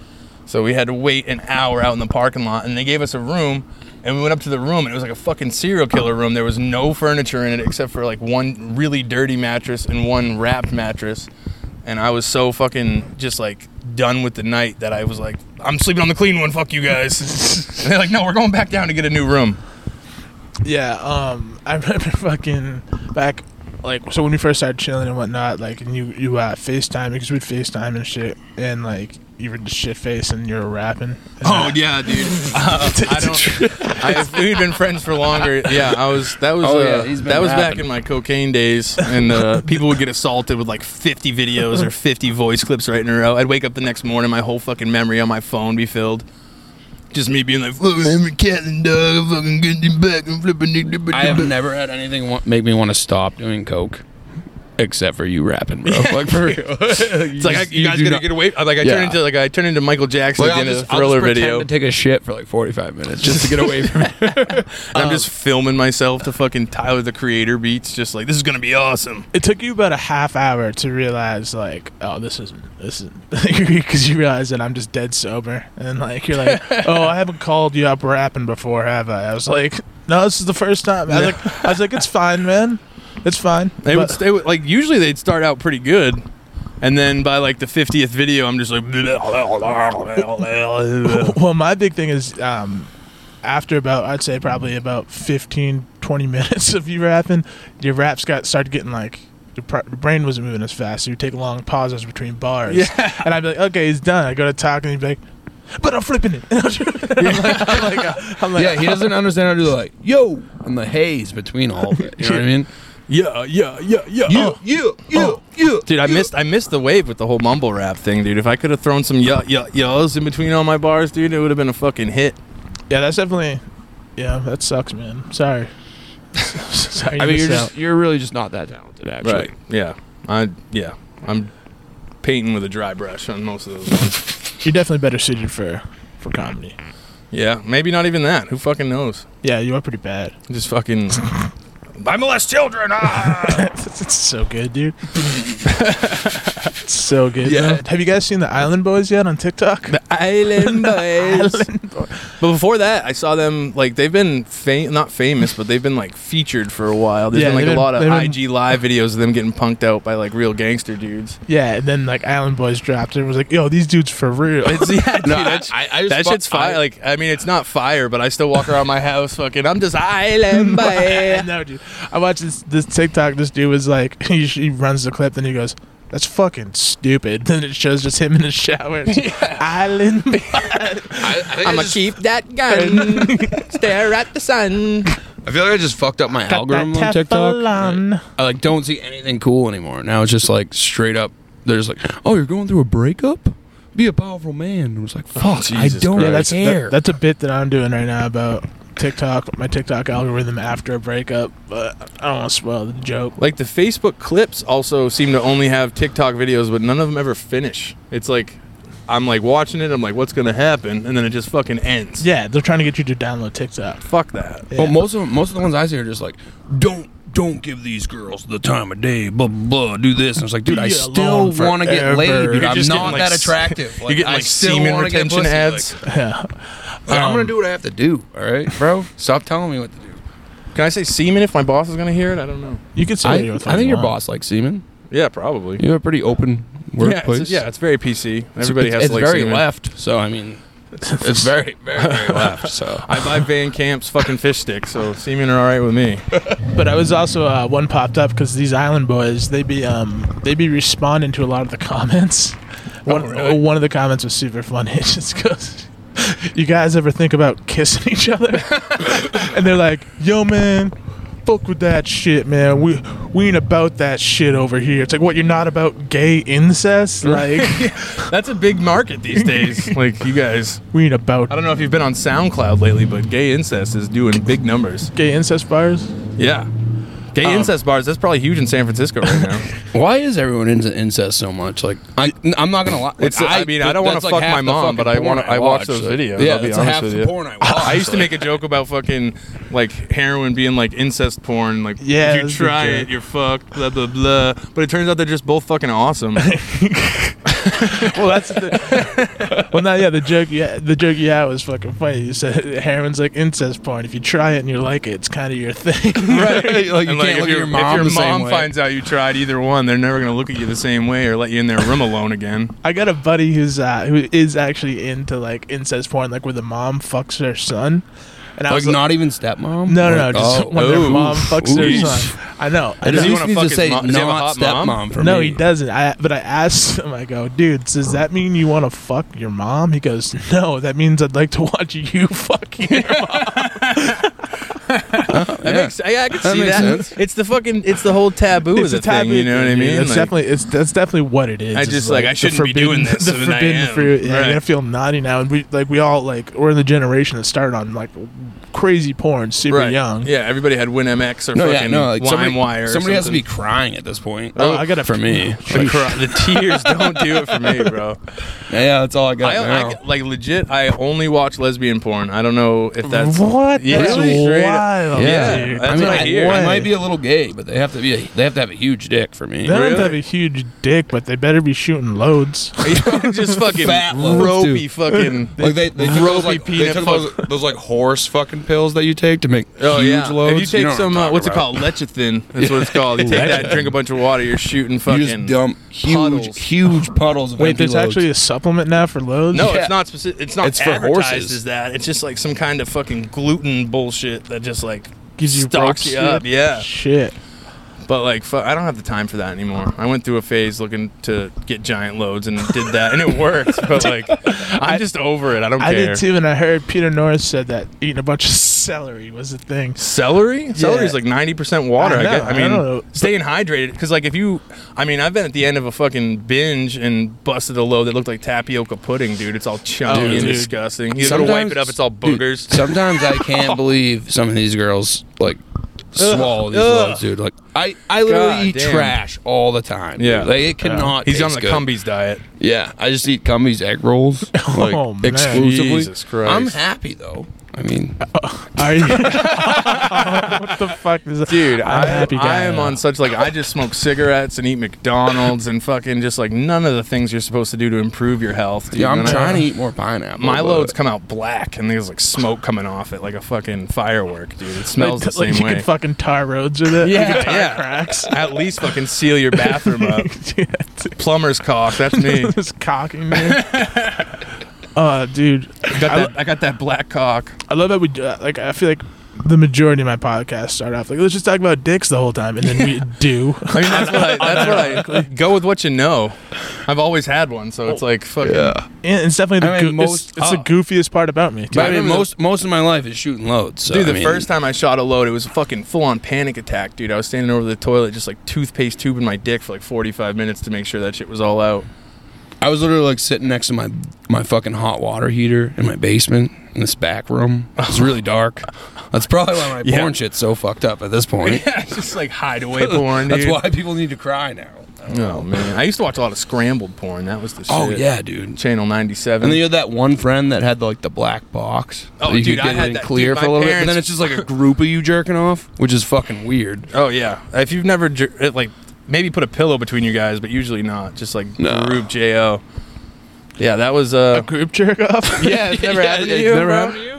[SPEAKER 2] So we had to wait an hour out in the parking lot, and they gave us a room, and we went up to the room, and it was like a fucking serial killer room. There was no furniture in it except for like one really dirty mattress and one wrapped mattress. And I was so fucking just like done with the night that I was like, I'm sleeping on the clean one, fuck you guys. and they're like, no, we're going back down to get a new room.
[SPEAKER 1] Yeah, um, I remember fucking back, like, so when we first started chilling and whatnot, like, and you you uh, FaceTime because we'd FaceTime and shit, and like you were just shit faced and you were rapping. And,
[SPEAKER 2] Oh
[SPEAKER 1] uh,
[SPEAKER 2] yeah, dude. Uh, I don't. I, if we'd been friends for longer. Yeah, I was. That was.
[SPEAKER 3] Oh,
[SPEAKER 2] uh,
[SPEAKER 3] yeah, he's been
[SPEAKER 2] that was back
[SPEAKER 3] rapping.
[SPEAKER 2] in my cocaine days, and uh, people would get assaulted with like 50 videos or 50 voice clips right in a row. I'd wake up the next morning, my whole fucking memory on my phone be filled. Just me being like, "Fucking every cat and dog, I fucking get them back and flipping it." flipping
[SPEAKER 3] I
[SPEAKER 2] it
[SPEAKER 3] have
[SPEAKER 2] back."
[SPEAKER 3] never had anything wa- make me want to stop doing coke, except for you rapping, bro. Like for real.
[SPEAKER 2] It's like I, you, guys gotta get away. Like I
[SPEAKER 3] Yeah.
[SPEAKER 2] turn into like I turn into Michael Jackson at the
[SPEAKER 3] Like, I'll
[SPEAKER 2] end of
[SPEAKER 3] just,
[SPEAKER 2] the Thriller video.
[SPEAKER 3] video. To take a shit for like 45 minutes just to get away from it.
[SPEAKER 2] And I'm
[SPEAKER 3] uh,
[SPEAKER 2] just filming myself to fucking Tyler the Creator beats. Just like this is gonna be awesome.
[SPEAKER 1] It took you about a half hour to realize, like, oh, this isn't this isn't because you realize that I'm just dead sober, and like you're like, oh, I haven't called you up rapping before, have I? I was like, no, this is the first time. I was like, I was like, it's fine, man, it's fine.
[SPEAKER 2] They would
[SPEAKER 1] But-
[SPEAKER 2] stay with, like usually they'd start out pretty good, and then by like the fiftieth video, I'm just like, yeah,
[SPEAKER 1] Well, my big thing is um, after about, I'd say probably about 15, 20 minutes of you rapping, your raps got started getting like, your, pr- your brain wasn't moving as fast. So you take long pauses between bars. And I'd be like, okay, he's done. I go to talk and he'd be like, but I'm flipping it. I'm like, I'm like, uh, I'm like,
[SPEAKER 3] yeah, he doesn't understand how to do like yo and the haze between all of it. You know what I mean?
[SPEAKER 2] yeah, yeah, yeah. Oh.
[SPEAKER 3] you, you, you.
[SPEAKER 2] Dude, I missed I missed the wave with the whole mumble rap thing, dude. If I could have thrown some yeah, yeah, yeahs in between all my bars, dude, it would have been a fucking hit.
[SPEAKER 1] yeah, that's definitely, yeah, that sucks, man. Sorry. Sorry,
[SPEAKER 3] I mean,
[SPEAKER 1] missed
[SPEAKER 3] you're just
[SPEAKER 1] out.
[SPEAKER 3] you're really just not that talented, actually.
[SPEAKER 2] Yeah. I yeah. I'm painting with a dry brush on most of those ones.
[SPEAKER 1] you're definitely better suited for, for comedy.
[SPEAKER 2] yeah, maybe not even that. Who fucking knows?
[SPEAKER 1] Yeah, you are pretty bad.
[SPEAKER 2] Just fucking I molest children. Ah!
[SPEAKER 1] it's so good, dude. It's so good.
[SPEAKER 2] Yeah.
[SPEAKER 1] Yeah. Have you guys seen the Island Boys yet on TikTok?
[SPEAKER 2] The Island Boys.
[SPEAKER 1] Island Boy-
[SPEAKER 2] But before that, I saw them like they've been fam- not famous, but they've been like featured for a while. There's
[SPEAKER 1] Yeah,
[SPEAKER 2] been like
[SPEAKER 1] they've
[SPEAKER 2] a
[SPEAKER 1] been-
[SPEAKER 2] lot of
[SPEAKER 1] they've been-
[SPEAKER 2] IG live videos of them getting punked out by like real gangster dudes.
[SPEAKER 1] Yeah, and then like Island Boys dropped it. It was like, yo, these dudes for real.
[SPEAKER 2] It's, yeah, dude,
[SPEAKER 3] No,
[SPEAKER 2] that's-
[SPEAKER 3] I- I- I just
[SPEAKER 2] that
[SPEAKER 3] fu-
[SPEAKER 2] shit's fire.
[SPEAKER 3] I-
[SPEAKER 2] like I mean, it's not fire, but I still walk around my house fucking. I'm just Island Boy.
[SPEAKER 1] no, dude. I watched this, this TikTok. This dude was like, he, he runs the clip, then he goes, that's fucking stupid. Then it shows just him in the shower. Island Boy.
[SPEAKER 3] I, I, think I
[SPEAKER 2] I'ma
[SPEAKER 3] just-
[SPEAKER 2] keep that gun. stare at the sun.
[SPEAKER 3] I feel like I just fucked up my
[SPEAKER 1] Got that
[SPEAKER 3] algorithm on TikTok.
[SPEAKER 1] Teflon.
[SPEAKER 3] I like don't see anything cool anymore. Now it's just like straight up. They're just like, oh, you're going through a breakup. Be a powerful man. And it was like, fuck, I
[SPEAKER 2] Oh, Jesus
[SPEAKER 3] don't
[SPEAKER 2] Christ.
[SPEAKER 1] Yeah, that's that-
[SPEAKER 3] care.
[SPEAKER 1] that's a bit that I'm doing right now about TikTok, my TikTok algorithm after a breakup. But I don't want to spoil the joke.
[SPEAKER 2] Like the Facebook clips also seem to only have TikTok videos, but none of them ever finish. It's like I'm like watching it. I'm like, what's gonna happen? And then it just fucking ends.
[SPEAKER 1] Yeah, they're trying to get you to download TikTok.
[SPEAKER 2] Fuck that.
[SPEAKER 1] Yeah.
[SPEAKER 3] Well, most of most of the ones I see are just like, don't don't give these girls the time of day. Blah blah. blah, Do this. And it's like, dude,
[SPEAKER 1] Be
[SPEAKER 3] I
[SPEAKER 1] alone
[SPEAKER 3] still want to get
[SPEAKER 1] forever.
[SPEAKER 3] laid. Dude,
[SPEAKER 1] You're
[SPEAKER 3] I'm
[SPEAKER 2] just getting,
[SPEAKER 3] not
[SPEAKER 2] like,
[SPEAKER 3] that
[SPEAKER 2] s-
[SPEAKER 3] attractive.
[SPEAKER 2] You're getting
[SPEAKER 3] I
[SPEAKER 2] like
[SPEAKER 3] still
[SPEAKER 2] semen
[SPEAKER 3] wanna get
[SPEAKER 2] retention
[SPEAKER 3] pussy.
[SPEAKER 2] ads.
[SPEAKER 3] Like, I'm
[SPEAKER 2] Um,
[SPEAKER 3] gonna do what I have to do. All right, bro. Stop telling me what to do.
[SPEAKER 2] Can I say semen if my boss is gonna hear it? I don't know.
[SPEAKER 1] You can say
[SPEAKER 3] I,
[SPEAKER 1] what you
[SPEAKER 3] I
[SPEAKER 1] want.
[SPEAKER 3] think your boss likes semen.
[SPEAKER 2] Yeah, probably.
[SPEAKER 3] You have a pretty open
[SPEAKER 2] Yeah,
[SPEAKER 3] workplace.
[SPEAKER 2] it's, yeah, it's very PC. Everybody has
[SPEAKER 3] it's
[SPEAKER 2] to like
[SPEAKER 3] very
[SPEAKER 2] semen.
[SPEAKER 3] left. So I mean, It's very, very, very left. So
[SPEAKER 2] I buy Van Camp's fucking fish sticks, so seamen are all right with me.
[SPEAKER 1] But I was also uh, one popped up because these island boys they be um they be responding to a lot of the comments. One oh,
[SPEAKER 2] really?
[SPEAKER 1] one of the comments was super funny. It just goes, "You guys ever think about kissing each other?" and they're like, "Yo, man." Fuck with that shit, man. We we ain't about that shit over here. It's like what you're not about gay incest. Like
[SPEAKER 2] That's a big market these days. like you guys,
[SPEAKER 1] we ain't about
[SPEAKER 2] I don't know if you've been on SoundCloud lately, but gay incest is doing big numbers.
[SPEAKER 1] gay incest bars.
[SPEAKER 2] Yeah. Gay
[SPEAKER 3] Um,
[SPEAKER 2] incest bars, that's probably huge in San Francisco right now.
[SPEAKER 3] why is everyone into incest so much? Like I, I'm not gonna lie. Like,
[SPEAKER 2] It's- I mean, I don't wanna
[SPEAKER 3] that's
[SPEAKER 2] fuck
[SPEAKER 3] half
[SPEAKER 2] my
[SPEAKER 3] the
[SPEAKER 2] mom,
[SPEAKER 3] fucking
[SPEAKER 2] but I
[SPEAKER 3] porn
[SPEAKER 2] wanna- I watch
[SPEAKER 3] watch.
[SPEAKER 2] those
[SPEAKER 3] Like,
[SPEAKER 2] videos,
[SPEAKER 3] Yeah,
[SPEAKER 2] I'll be
[SPEAKER 3] that's
[SPEAKER 2] honest
[SPEAKER 3] half
[SPEAKER 2] with
[SPEAKER 3] the
[SPEAKER 2] you.
[SPEAKER 3] porn I watch.
[SPEAKER 2] I used to
[SPEAKER 3] like-
[SPEAKER 2] make a joke about fucking like heroin being like incest porn. Like,
[SPEAKER 1] Yeah,
[SPEAKER 2] if you
[SPEAKER 1] that's a
[SPEAKER 2] try
[SPEAKER 1] joke.
[SPEAKER 2] it, you're fucked. Blah blah blah. But it turns out they're just both fucking awesome.
[SPEAKER 1] Well, that's the, well, not yeah. The joke, yeah, the joke you had was fucking funny. You said heroin's like incest porn. If you try it and you like it, it's kind of your thing.
[SPEAKER 3] right. Like
[SPEAKER 2] And,
[SPEAKER 3] you
[SPEAKER 2] like,
[SPEAKER 3] can't
[SPEAKER 2] if
[SPEAKER 3] look at
[SPEAKER 2] your-
[SPEAKER 3] your mom
[SPEAKER 2] if
[SPEAKER 3] the
[SPEAKER 2] your
[SPEAKER 3] same
[SPEAKER 2] mom
[SPEAKER 3] way.
[SPEAKER 2] finds out you tried either one, they're never gonna look at you the same way or let you in their room alone again.
[SPEAKER 1] I got a buddy who's uh, who is actually into like incest porn, like where the mom fucks her son. And I
[SPEAKER 3] like
[SPEAKER 1] was like,
[SPEAKER 3] not even stepmom.
[SPEAKER 1] no, no, no,
[SPEAKER 3] Like,
[SPEAKER 1] just
[SPEAKER 3] oh,
[SPEAKER 1] when their
[SPEAKER 3] oof,
[SPEAKER 1] mom fucks
[SPEAKER 3] oof.
[SPEAKER 1] their son. I know. I
[SPEAKER 3] At
[SPEAKER 2] Does
[SPEAKER 1] know.
[SPEAKER 2] he
[SPEAKER 3] least
[SPEAKER 2] wanna
[SPEAKER 3] needs
[SPEAKER 2] fuck
[SPEAKER 3] to
[SPEAKER 2] his
[SPEAKER 3] say
[SPEAKER 2] mom? Does he have a
[SPEAKER 3] not
[SPEAKER 2] hot mom?
[SPEAKER 3] stepmom for
[SPEAKER 1] no,
[SPEAKER 3] me.
[SPEAKER 1] he doesn't. I but I asked him. I go, dude, does that mean you want to fuck your mom? He goes, no, that means I'd like to watch you fuck your mom.
[SPEAKER 2] That
[SPEAKER 3] Yeah.
[SPEAKER 2] makes, yeah, I can
[SPEAKER 3] That
[SPEAKER 2] see
[SPEAKER 3] makes
[SPEAKER 2] that.
[SPEAKER 3] sense.
[SPEAKER 2] It's the fucking, it's the whole taboo of the thing, you know what I
[SPEAKER 1] thing, dude.
[SPEAKER 2] mean?
[SPEAKER 1] It's
[SPEAKER 2] Like,
[SPEAKER 1] definitely it's that's definitely what it is.
[SPEAKER 2] I
[SPEAKER 1] It's
[SPEAKER 2] just, like, I
[SPEAKER 1] the
[SPEAKER 2] shouldn't be doing this,
[SPEAKER 1] The
[SPEAKER 2] so then I
[SPEAKER 1] forbidden
[SPEAKER 2] am.
[SPEAKER 1] fruit. Yeah,
[SPEAKER 2] Right.
[SPEAKER 1] you're gonna feel naughty now, and we like we all like we're in the generation that started on like crazy porn super
[SPEAKER 2] right.
[SPEAKER 1] young.
[SPEAKER 2] Yeah, everybody had WinMX or
[SPEAKER 3] No,
[SPEAKER 2] fucking
[SPEAKER 3] yeah, no. Like somebody,
[SPEAKER 2] LimeWire. or
[SPEAKER 3] somebody has to be
[SPEAKER 2] something.
[SPEAKER 3] crying at this point.
[SPEAKER 1] Oh, I gotta
[SPEAKER 3] for me.
[SPEAKER 2] The, cry- the tears don't do it for me, bro.
[SPEAKER 3] Yeah, that's all I got
[SPEAKER 2] I,
[SPEAKER 3] now.
[SPEAKER 2] I like legit. I only watch lesbian porn. I don't know if that's
[SPEAKER 1] what?
[SPEAKER 2] Yeah,
[SPEAKER 1] That's
[SPEAKER 2] really? Straight up.
[SPEAKER 1] wild.
[SPEAKER 2] Yeah.
[SPEAKER 1] dude.
[SPEAKER 2] That's
[SPEAKER 3] I mean,
[SPEAKER 2] what I
[SPEAKER 3] I,
[SPEAKER 2] hear.
[SPEAKER 3] I might be a little gay, but they have to be. A, they have to have a huge dick for me.
[SPEAKER 1] They don't have to have
[SPEAKER 2] Really?
[SPEAKER 1] a huge dick, but they better be shooting loads.
[SPEAKER 2] just fucking
[SPEAKER 3] Fat loads,
[SPEAKER 2] ropey
[SPEAKER 3] dude.
[SPEAKER 2] fucking.
[SPEAKER 3] Like they, they took
[SPEAKER 2] Ropey
[SPEAKER 3] those, like, they
[SPEAKER 2] peanut
[SPEAKER 3] took those, those like horse fucking pills that you take to make
[SPEAKER 2] Oh
[SPEAKER 3] huge
[SPEAKER 2] yeah!
[SPEAKER 3] loads.
[SPEAKER 2] if you take
[SPEAKER 3] know what I'm
[SPEAKER 2] some, uh,
[SPEAKER 3] talking
[SPEAKER 2] what's it
[SPEAKER 3] about.
[SPEAKER 2] called? Lecithin. That's what it's called. You take that, drink a bunch of water, you're shooting fucking.
[SPEAKER 3] You just dump huge,
[SPEAKER 2] puddles.
[SPEAKER 3] huge puddles. Of
[SPEAKER 1] Wait,
[SPEAKER 3] empty
[SPEAKER 1] there's
[SPEAKER 3] loads.
[SPEAKER 1] actually a supplement now for loads.
[SPEAKER 2] No,
[SPEAKER 3] Yeah.
[SPEAKER 2] it's not specific. It's not
[SPEAKER 3] It's for
[SPEAKER 2] advertised
[SPEAKER 3] horses.
[SPEAKER 2] as that. It's just like some kind of fucking gluten bullshit that just like
[SPEAKER 1] gives you broke
[SPEAKER 2] stocks you up.
[SPEAKER 1] shit.
[SPEAKER 2] Yeah,
[SPEAKER 1] Shit.
[SPEAKER 2] but like fu- I don't have the time for that anymore. I went through a phase looking to get giant loads and did that, and it worked. But like, I'm just over it. I don't
[SPEAKER 1] I
[SPEAKER 2] care.
[SPEAKER 1] did too, and I heard Peter Norris said that eating a bunch of celery was a thing.
[SPEAKER 2] Celery? Celery's like 90% water.
[SPEAKER 1] I
[SPEAKER 2] I,
[SPEAKER 1] know,
[SPEAKER 2] guess- I
[SPEAKER 1] I
[SPEAKER 2] mean,
[SPEAKER 1] don't know.
[SPEAKER 2] staying hydrated. Because, like, if you, I mean, I've been at the end of a fucking binge and busted a load that looked like tapioca pudding, dude. It's all chunky
[SPEAKER 1] Dude.
[SPEAKER 2] and
[SPEAKER 1] Dude.
[SPEAKER 2] disgusting. You gotta wipe
[SPEAKER 3] Sometimes-
[SPEAKER 2] it up, it's all
[SPEAKER 3] dude,
[SPEAKER 2] boogers. Oh.
[SPEAKER 3] sometimes I can't believe some of these girls like swallow these
[SPEAKER 2] ugh.
[SPEAKER 3] loads, dude. Like I, I literally
[SPEAKER 2] God
[SPEAKER 3] eat
[SPEAKER 2] damn.
[SPEAKER 3] trash all the time. dude.
[SPEAKER 2] Yeah.
[SPEAKER 3] like it cannot.
[SPEAKER 2] He's on the
[SPEAKER 3] taste good.
[SPEAKER 2] Cumbies diet.
[SPEAKER 3] Yeah, I just eat Cumbies egg rolls like,
[SPEAKER 1] Oh, man.
[SPEAKER 3] exclusively.
[SPEAKER 2] Jesus Christ.
[SPEAKER 3] I'm happy though. I mean,
[SPEAKER 1] Are you? what the fuck is that?
[SPEAKER 2] Dude, I'm
[SPEAKER 1] a happy guy
[SPEAKER 2] I am
[SPEAKER 1] now.
[SPEAKER 2] on such like I just smoke cigarettes and eat McDonald's and fucking just like none of the things you're supposed to do to improve your health. Dude.
[SPEAKER 3] yeah, I'm
[SPEAKER 2] And I- uh,
[SPEAKER 3] trying to eat more pineapple.
[SPEAKER 2] My
[SPEAKER 3] but-
[SPEAKER 2] loads come out black and there's like smoke coming off it like a fucking firework, dude. It
[SPEAKER 1] Like,
[SPEAKER 2] smells the
[SPEAKER 1] like
[SPEAKER 2] same
[SPEAKER 1] you
[SPEAKER 2] way.
[SPEAKER 1] can fucking tar roads with it.
[SPEAKER 2] Yeah,
[SPEAKER 1] you can tar
[SPEAKER 2] yeah.
[SPEAKER 1] cracks.
[SPEAKER 2] At least fucking seal your bathroom up.
[SPEAKER 1] Dude,
[SPEAKER 2] Plumber's cough. That's me.
[SPEAKER 1] Just cocking me. uh, dude,
[SPEAKER 2] I got that, I got that black cock.
[SPEAKER 1] I love that we do. that. Like, I feel like the majority of my podcasts start off like, let's just talk about dicks the whole time, and then we do.
[SPEAKER 2] I mean, that's what I. That's what I. Go with what you know. I've always had one, so it's like fucking.
[SPEAKER 3] Yeah,
[SPEAKER 1] And it's definitely the
[SPEAKER 3] I mean,
[SPEAKER 1] goo-
[SPEAKER 3] most-
[SPEAKER 1] it's, it's
[SPEAKER 3] uh,
[SPEAKER 1] the goofiest part about me.
[SPEAKER 3] but I,
[SPEAKER 1] Dude.
[SPEAKER 3] mean,
[SPEAKER 2] remember the-
[SPEAKER 3] most most of my life is shooting loads. So,
[SPEAKER 2] Dude, the
[SPEAKER 3] I mean,
[SPEAKER 2] first time I shot a load, it was a fucking full-on panic attack, dude. I was standing over the toilet, just like toothpaste tubing my dick for like 45 minutes to make sure that shit was all out.
[SPEAKER 3] I was literally like sitting next to my my fucking hot water heater in my basement in this back room. It's really dark. That's probably why my
[SPEAKER 2] Yeah.
[SPEAKER 3] porn shit's so fucked up at this point.
[SPEAKER 2] Yeah, it's just like hideaway porn,
[SPEAKER 3] That's
[SPEAKER 2] dude.
[SPEAKER 3] why people need to cry now.
[SPEAKER 2] Oh man, I used to watch a lot of scrambled porn. That was the shit.
[SPEAKER 3] Oh yeah, dude.
[SPEAKER 2] Channel 97.
[SPEAKER 3] And then you had that one friend that had like the black box.
[SPEAKER 2] Oh,
[SPEAKER 3] that you
[SPEAKER 2] dude,
[SPEAKER 3] could
[SPEAKER 2] I
[SPEAKER 3] get it
[SPEAKER 2] had
[SPEAKER 3] in
[SPEAKER 2] that-
[SPEAKER 3] clear
[SPEAKER 2] dude,
[SPEAKER 3] for a
[SPEAKER 2] my
[SPEAKER 3] little bit,
[SPEAKER 2] parents-
[SPEAKER 3] and then it's just like a group of you jerking off, which is fucking weird.
[SPEAKER 2] Oh yeah. If you've never jer- it, like maybe put a pillow between you guys, but usually not. Just like
[SPEAKER 3] No.
[SPEAKER 2] group Jo. Yeah, that was uh.
[SPEAKER 1] group jerk off.
[SPEAKER 2] Yeah, it's never
[SPEAKER 3] Yeah,
[SPEAKER 2] happened to
[SPEAKER 3] it's
[SPEAKER 2] you.
[SPEAKER 3] never
[SPEAKER 2] bro?
[SPEAKER 3] happened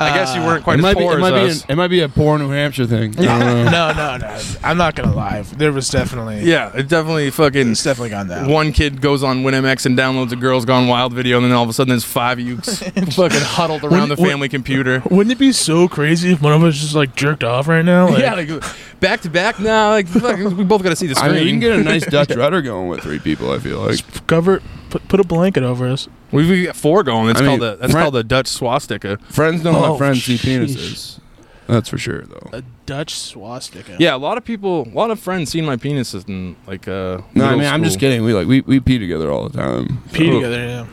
[SPEAKER 2] I guess you weren't quite
[SPEAKER 3] it
[SPEAKER 2] as
[SPEAKER 3] might be
[SPEAKER 2] poor
[SPEAKER 3] it might be,
[SPEAKER 2] as us.
[SPEAKER 3] an, it might be a poor New Hampshire thing. I don't know.
[SPEAKER 1] no, no, no. I'm not gonna lie. There was definitely,
[SPEAKER 2] yeah, it definitely fucking
[SPEAKER 1] it's definitely gone down.
[SPEAKER 2] one kid goes on WinMX and downloads a Girls Gone Wild video, and then all of a sudden there's five of you s- fucking huddled around the
[SPEAKER 1] When-
[SPEAKER 2] family computer.
[SPEAKER 1] Wouldn't it be so crazy if one of us just like jerked off right now? Like,
[SPEAKER 2] yeah, like back to back. No, like fucking, we both got to see the
[SPEAKER 3] I
[SPEAKER 2] screen.
[SPEAKER 3] mean, you can get a nice Dutch rudder going with three people. I feel like.
[SPEAKER 1] just cover, put, put a blanket over us.
[SPEAKER 2] We've we got four going. It's
[SPEAKER 3] I mean,
[SPEAKER 2] called a that's
[SPEAKER 3] Fran-
[SPEAKER 2] called a Dutch swastika.
[SPEAKER 3] Friends don't
[SPEAKER 1] Oh,
[SPEAKER 3] let friends see
[SPEAKER 1] sheesh.
[SPEAKER 3] penises. That's for sure, though.
[SPEAKER 1] A Dutch swastika.
[SPEAKER 2] Yeah, a lot of people, a lot of friends seen my penises and like. Uh,
[SPEAKER 3] No, I
[SPEAKER 2] middle
[SPEAKER 3] mean I'm just
[SPEAKER 2] school.
[SPEAKER 3] kidding. We like we, we pee together all the time.
[SPEAKER 1] pee
[SPEAKER 3] So-
[SPEAKER 1] together. Yeah.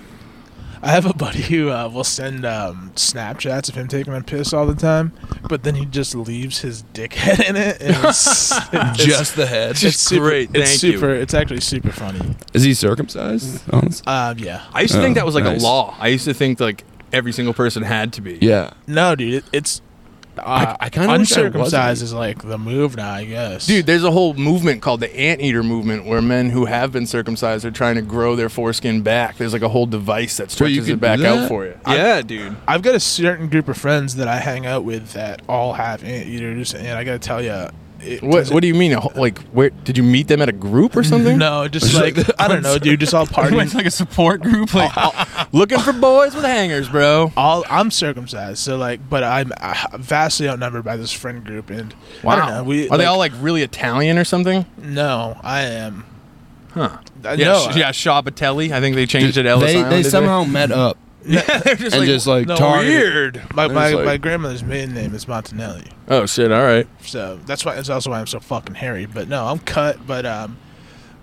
[SPEAKER 1] I have a buddy who uh, will send um, Snapchats of him taking a piss all the time, but then he just leaves his dickhead in it. And it's, it's,
[SPEAKER 3] Just the head.
[SPEAKER 1] it's super,
[SPEAKER 2] great,
[SPEAKER 1] It's
[SPEAKER 2] thank you.
[SPEAKER 1] super. It's actually super funny.
[SPEAKER 3] Is he circumcised? Honestly.
[SPEAKER 1] Um, yeah.
[SPEAKER 2] I used to think
[SPEAKER 3] Oh,
[SPEAKER 2] that was like
[SPEAKER 3] nice.
[SPEAKER 2] a law. I used to think like every single person had to be.
[SPEAKER 3] Yeah.
[SPEAKER 1] No, dude. It, it's uh,
[SPEAKER 3] I- I kinda wish I wasn't.
[SPEAKER 1] uncircumcised is like the move now. I guess,
[SPEAKER 2] Dude, there's a whole movement called the anteater movement where men who have been circumcised are trying to grow their foreskin back. There's like a whole device that
[SPEAKER 3] Wait, you
[SPEAKER 2] stretches
[SPEAKER 3] can
[SPEAKER 2] it back
[SPEAKER 3] do
[SPEAKER 2] out
[SPEAKER 3] that?
[SPEAKER 2] for you.
[SPEAKER 1] I-
[SPEAKER 2] yeah, dude.
[SPEAKER 1] I've got a certain group of friends that I hang out with that all have anteaters, and I gotta tell you,
[SPEAKER 2] What What do you mean? A whole- Like, where did you meet them at a group or something?
[SPEAKER 1] No, just like I don't know, dude. Just all partying.
[SPEAKER 4] like a support group. Like,
[SPEAKER 2] Oh, Looking for boys with hangers, bro.
[SPEAKER 1] all I'm circumcised, so like, but I'm uh, vastly outnumbered by this friend group, and I don't know. We
[SPEAKER 2] are they all like really Italian or something?
[SPEAKER 1] No, I am.
[SPEAKER 2] Huh.
[SPEAKER 1] I-
[SPEAKER 2] Yeah,
[SPEAKER 1] no, uh,
[SPEAKER 2] sh- yeah, Shaw Batelli. I think Uh, they changed it. Ellis
[SPEAKER 3] they
[SPEAKER 2] Island,
[SPEAKER 3] they
[SPEAKER 2] didn't
[SPEAKER 3] somehow met up
[SPEAKER 2] yeah, they're just
[SPEAKER 3] and
[SPEAKER 2] like,
[SPEAKER 3] just like
[SPEAKER 1] no,
[SPEAKER 3] targeted-
[SPEAKER 2] weird.
[SPEAKER 1] My my,
[SPEAKER 3] It's like-
[SPEAKER 1] my grandmother's maiden name is Montanelli,
[SPEAKER 2] Oh shit! All right.
[SPEAKER 1] so that's why. That's also why I'm so fucking hairy. But no, I'm cut. But um,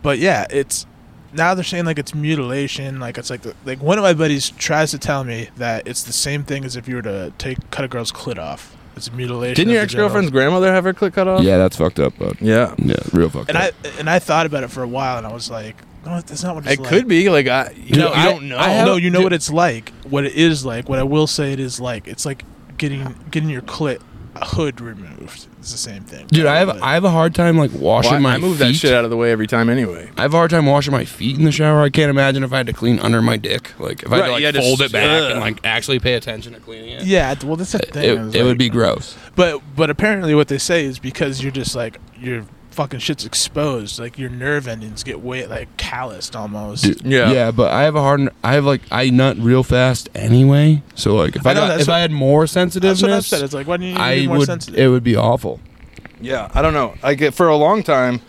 [SPEAKER 1] but yeah, it's now they're saying like it's mutilation. Like it's like the, like one of my buddies tries to tell me that it's the same thing as if you were to take cut a girl's clit off. It's mutilation.
[SPEAKER 2] Didn't
[SPEAKER 1] of
[SPEAKER 2] your
[SPEAKER 1] the
[SPEAKER 2] ex
[SPEAKER 1] genital.
[SPEAKER 2] girlfriend's grandmother have her clit cut off?
[SPEAKER 3] Yeah, that's fucked up, bud.
[SPEAKER 2] Yeah.
[SPEAKER 3] Yeah, real fucked
[SPEAKER 1] And
[SPEAKER 3] up.
[SPEAKER 1] I and I thought about it for a while, and I was like, no, that's not what it's
[SPEAKER 2] It
[SPEAKER 1] like.
[SPEAKER 2] could be like I. You, know,
[SPEAKER 3] No,
[SPEAKER 2] you
[SPEAKER 3] I-
[SPEAKER 2] don't know.
[SPEAKER 3] I have-
[SPEAKER 1] no, you know
[SPEAKER 3] Dude.
[SPEAKER 1] what it's like, what it is like, what I will say it is like. It's like getting getting your clit hood removed. It's the same thing.
[SPEAKER 3] Dude, I have
[SPEAKER 1] But-
[SPEAKER 3] I have a hard time like washing
[SPEAKER 2] Well, I-
[SPEAKER 3] my
[SPEAKER 2] I move
[SPEAKER 3] feet.
[SPEAKER 2] that shit out of the way every time anyway.
[SPEAKER 3] I have a hard time washing my feet in the shower. I can't imagine if I had to clean under my dick. Like if I
[SPEAKER 2] Right, you had
[SPEAKER 3] had to
[SPEAKER 2] to
[SPEAKER 3] like fold
[SPEAKER 2] s-
[SPEAKER 3] it back
[SPEAKER 2] ugh.
[SPEAKER 3] and like actually pay attention to cleaning it.
[SPEAKER 1] yeah. Well, that's the thing.
[SPEAKER 3] It,
[SPEAKER 1] I was
[SPEAKER 3] it
[SPEAKER 1] like-
[SPEAKER 3] would be gross.
[SPEAKER 1] but but apparently what they say is because you're just like your fucking shit's exposed, like your nerve endings get way like calloused almost.
[SPEAKER 3] Dude,
[SPEAKER 2] Yeah.
[SPEAKER 3] yeah, but I have a hard. I have like I nut real fast anyway. So like if
[SPEAKER 1] I
[SPEAKER 3] I,
[SPEAKER 1] know,
[SPEAKER 3] got,
[SPEAKER 1] that's
[SPEAKER 3] if
[SPEAKER 1] what-
[SPEAKER 3] I had more
[SPEAKER 1] that's what I
[SPEAKER 3] sensitiveness,
[SPEAKER 1] said. It's like why do not you need to
[SPEAKER 3] I
[SPEAKER 1] be more
[SPEAKER 3] would.
[SPEAKER 1] sensitive?
[SPEAKER 3] It would be awful.
[SPEAKER 2] Yeah, I don't know. Like it- for a long time,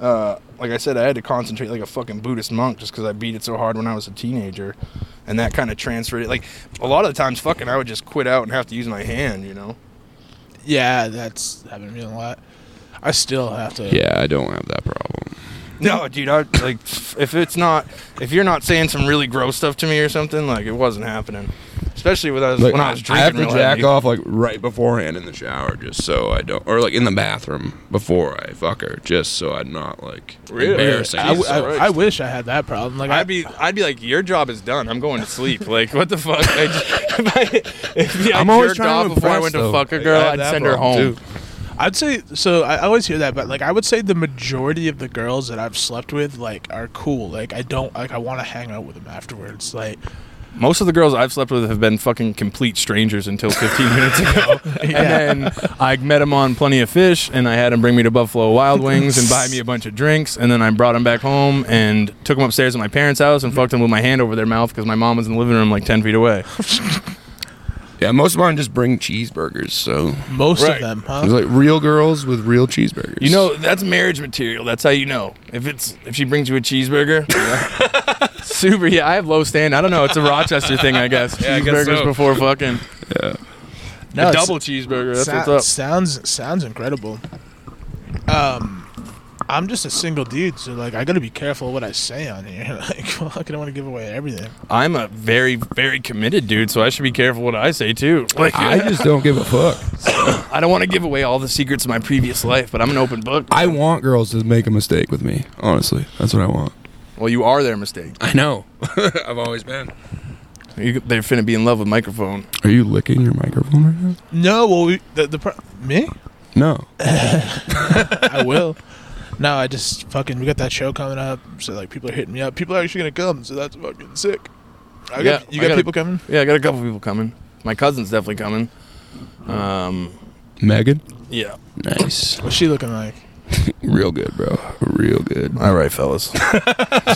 [SPEAKER 2] uh, like I said, I had to concentrate like a fucking Buddhist monk just because I beat it so hard when I was a teenager, and that kind of transferred it. Like a lot of the times, fucking, I would just quit out and have to use my hand. You know.
[SPEAKER 1] yeah, that's happened to me a lot. I still have to.
[SPEAKER 3] Yeah, I don't have that problem.
[SPEAKER 2] No, dude. I like if it's not if you're not saying some really gross stuff to me or something, like it wasn't happening. Especially with us
[SPEAKER 3] Like,
[SPEAKER 2] when I was drinking.
[SPEAKER 3] I have to
[SPEAKER 2] real
[SPEAKER 3] jack
[SPEAKER 2] heavy.
[SPEAKER 3] off like right beforehand in the shower, just so I don't, or like in the bathroom before I fuck her, just so I'm not like
[SPEAKER 2] Really?
[SPEAKER 3] embarrassing.
[SPEAKER 1] I, w-
[SPEAKER 2] Jesus
[SPEAKER 1] I-
[SPEAKER 2] Christ.
[SPEAKER 1] I wish I had that problem. Like
[SPEAKER 2] I'd be, I'd be like, your job is done. I'm going to sleep. Like, what the fuck? I just, if I, if I
[SPEAKER 3] I'm always
[SPEAKER 2] jerked
[SPEAKER 3] trying to
[SPEAKER 2] off before I
[SPEAKER 3] impress,
[SPEAKER 2] went to
[SPEAKER 3] though.
[SPEAKER 2] fuck a
[SPEAKER 3] Like,
[SPEAKER 2] girl,
[SPEAKER 3] I have
[SPEAKER 2] I'd
[SPEAKER 3] that
[SPEAKER 2] send her
[SPEAKER 3] problem,
[SPEAKER 2] home.
[SPEAKER 3] too.
[SPEAKER 1] I'd say so. I I always hear that, but like I would say the majority of the girls that I've slept with like are cool. Like I don't like I want to hang out with them afterwards. Like
[SPEAKER 2] Most of the girls I've slept with have been fucking complete strangers until 15 minutes ago. And then I met them on Plenty of Fish, and I had them bring me to Buffalo Wild Wings and buy me a bunch of drinks. And then I brought them back home and took them upstairs to my parents' house and fucked them with my hand over their mouth because my mom was in the living room like 10 feet away.
[SPEAKER 3] Yeah, most of mine just bring cheeseburgers. So
[SPEAKER 1] most of
[SPEAKER 2] Right.
[SPEAKER 1] them,
[SPEAKER 3] it's
[SPEAKER 1] huh?
[SPEAKER 3] like real girls with real cheeseburgers.
[SPEAKER 2] You know, that's marriage material. That's how you know. If it's if she brings you a cheeseburger. Super, yeah, I have low stand. I don't know. It's a Rochester thing, I guess.
[SPEAKER 3] Yeah, I guess
[SPEAKER 2] Cheeseburgers
[SPEAKER 3] so.
[SPEAKER 2] before fucking.
[SPEAKER 1] No,
[SPEAKER 2] a
[SPEAKER 1] it's-
[SPEAKER 2] double cheeseburger. That's
[SPEAKER 1] Sou-
[SPEAKER 2] what's
[SPEAKER 1] Sounds sounds incredible. Um, I'm just a single dude, so like I gotta be careful what I say on here. Like fuck, I don't want to give away everything.
[SPEAKER 2] up. I'm a very, very committed dude, so I should be careful what I say, too. Like,
[SPEAKER 3] I just don't give a fuck.
[SPEAKER 2] I don't want to give away all the secrets of my previous life, but I'm an open book.
[SPEAKER 3] I want girls to make a mistake with me. Honestly, that's what I want.
[SPEAKER 2] Well, you are their mistake.
[SPEAKER 3] I know. I've always been.
[SPEAKER 2] You, they're finna be in love with microphone.
[SPEAKER 3] Are you licking your microphone right now?
[SPEAKER 1] No, well, we, the the pro- me,
[SPEAKER 3] No.
[SPEAKER 1] I will. No, I just fucking we got that show coming up, so like people are hitting me up. People are actually gonna come, so that's fucking sick. I got,
[SPEAKER 2] Yeah,
[SPEAKER 1] you
[SPEAKER 2] I
[SPEAKER 1] got
[SPEAKER 2] gotta-
[SPEAKER 1] people coming?
[SPEAKER 2] Yeah, I got a couple people coming. My cousin's definitely coming. Um,
[SPEAKER 3] Megan?
[SPEAKER 2] yeah.
[SPEAKER 3] Nice.
[SPEAKER 1] What's she looking like?
[SPEAKER 3] Real good, bro. Real good.
[SPEAKER 4] All right, fellas.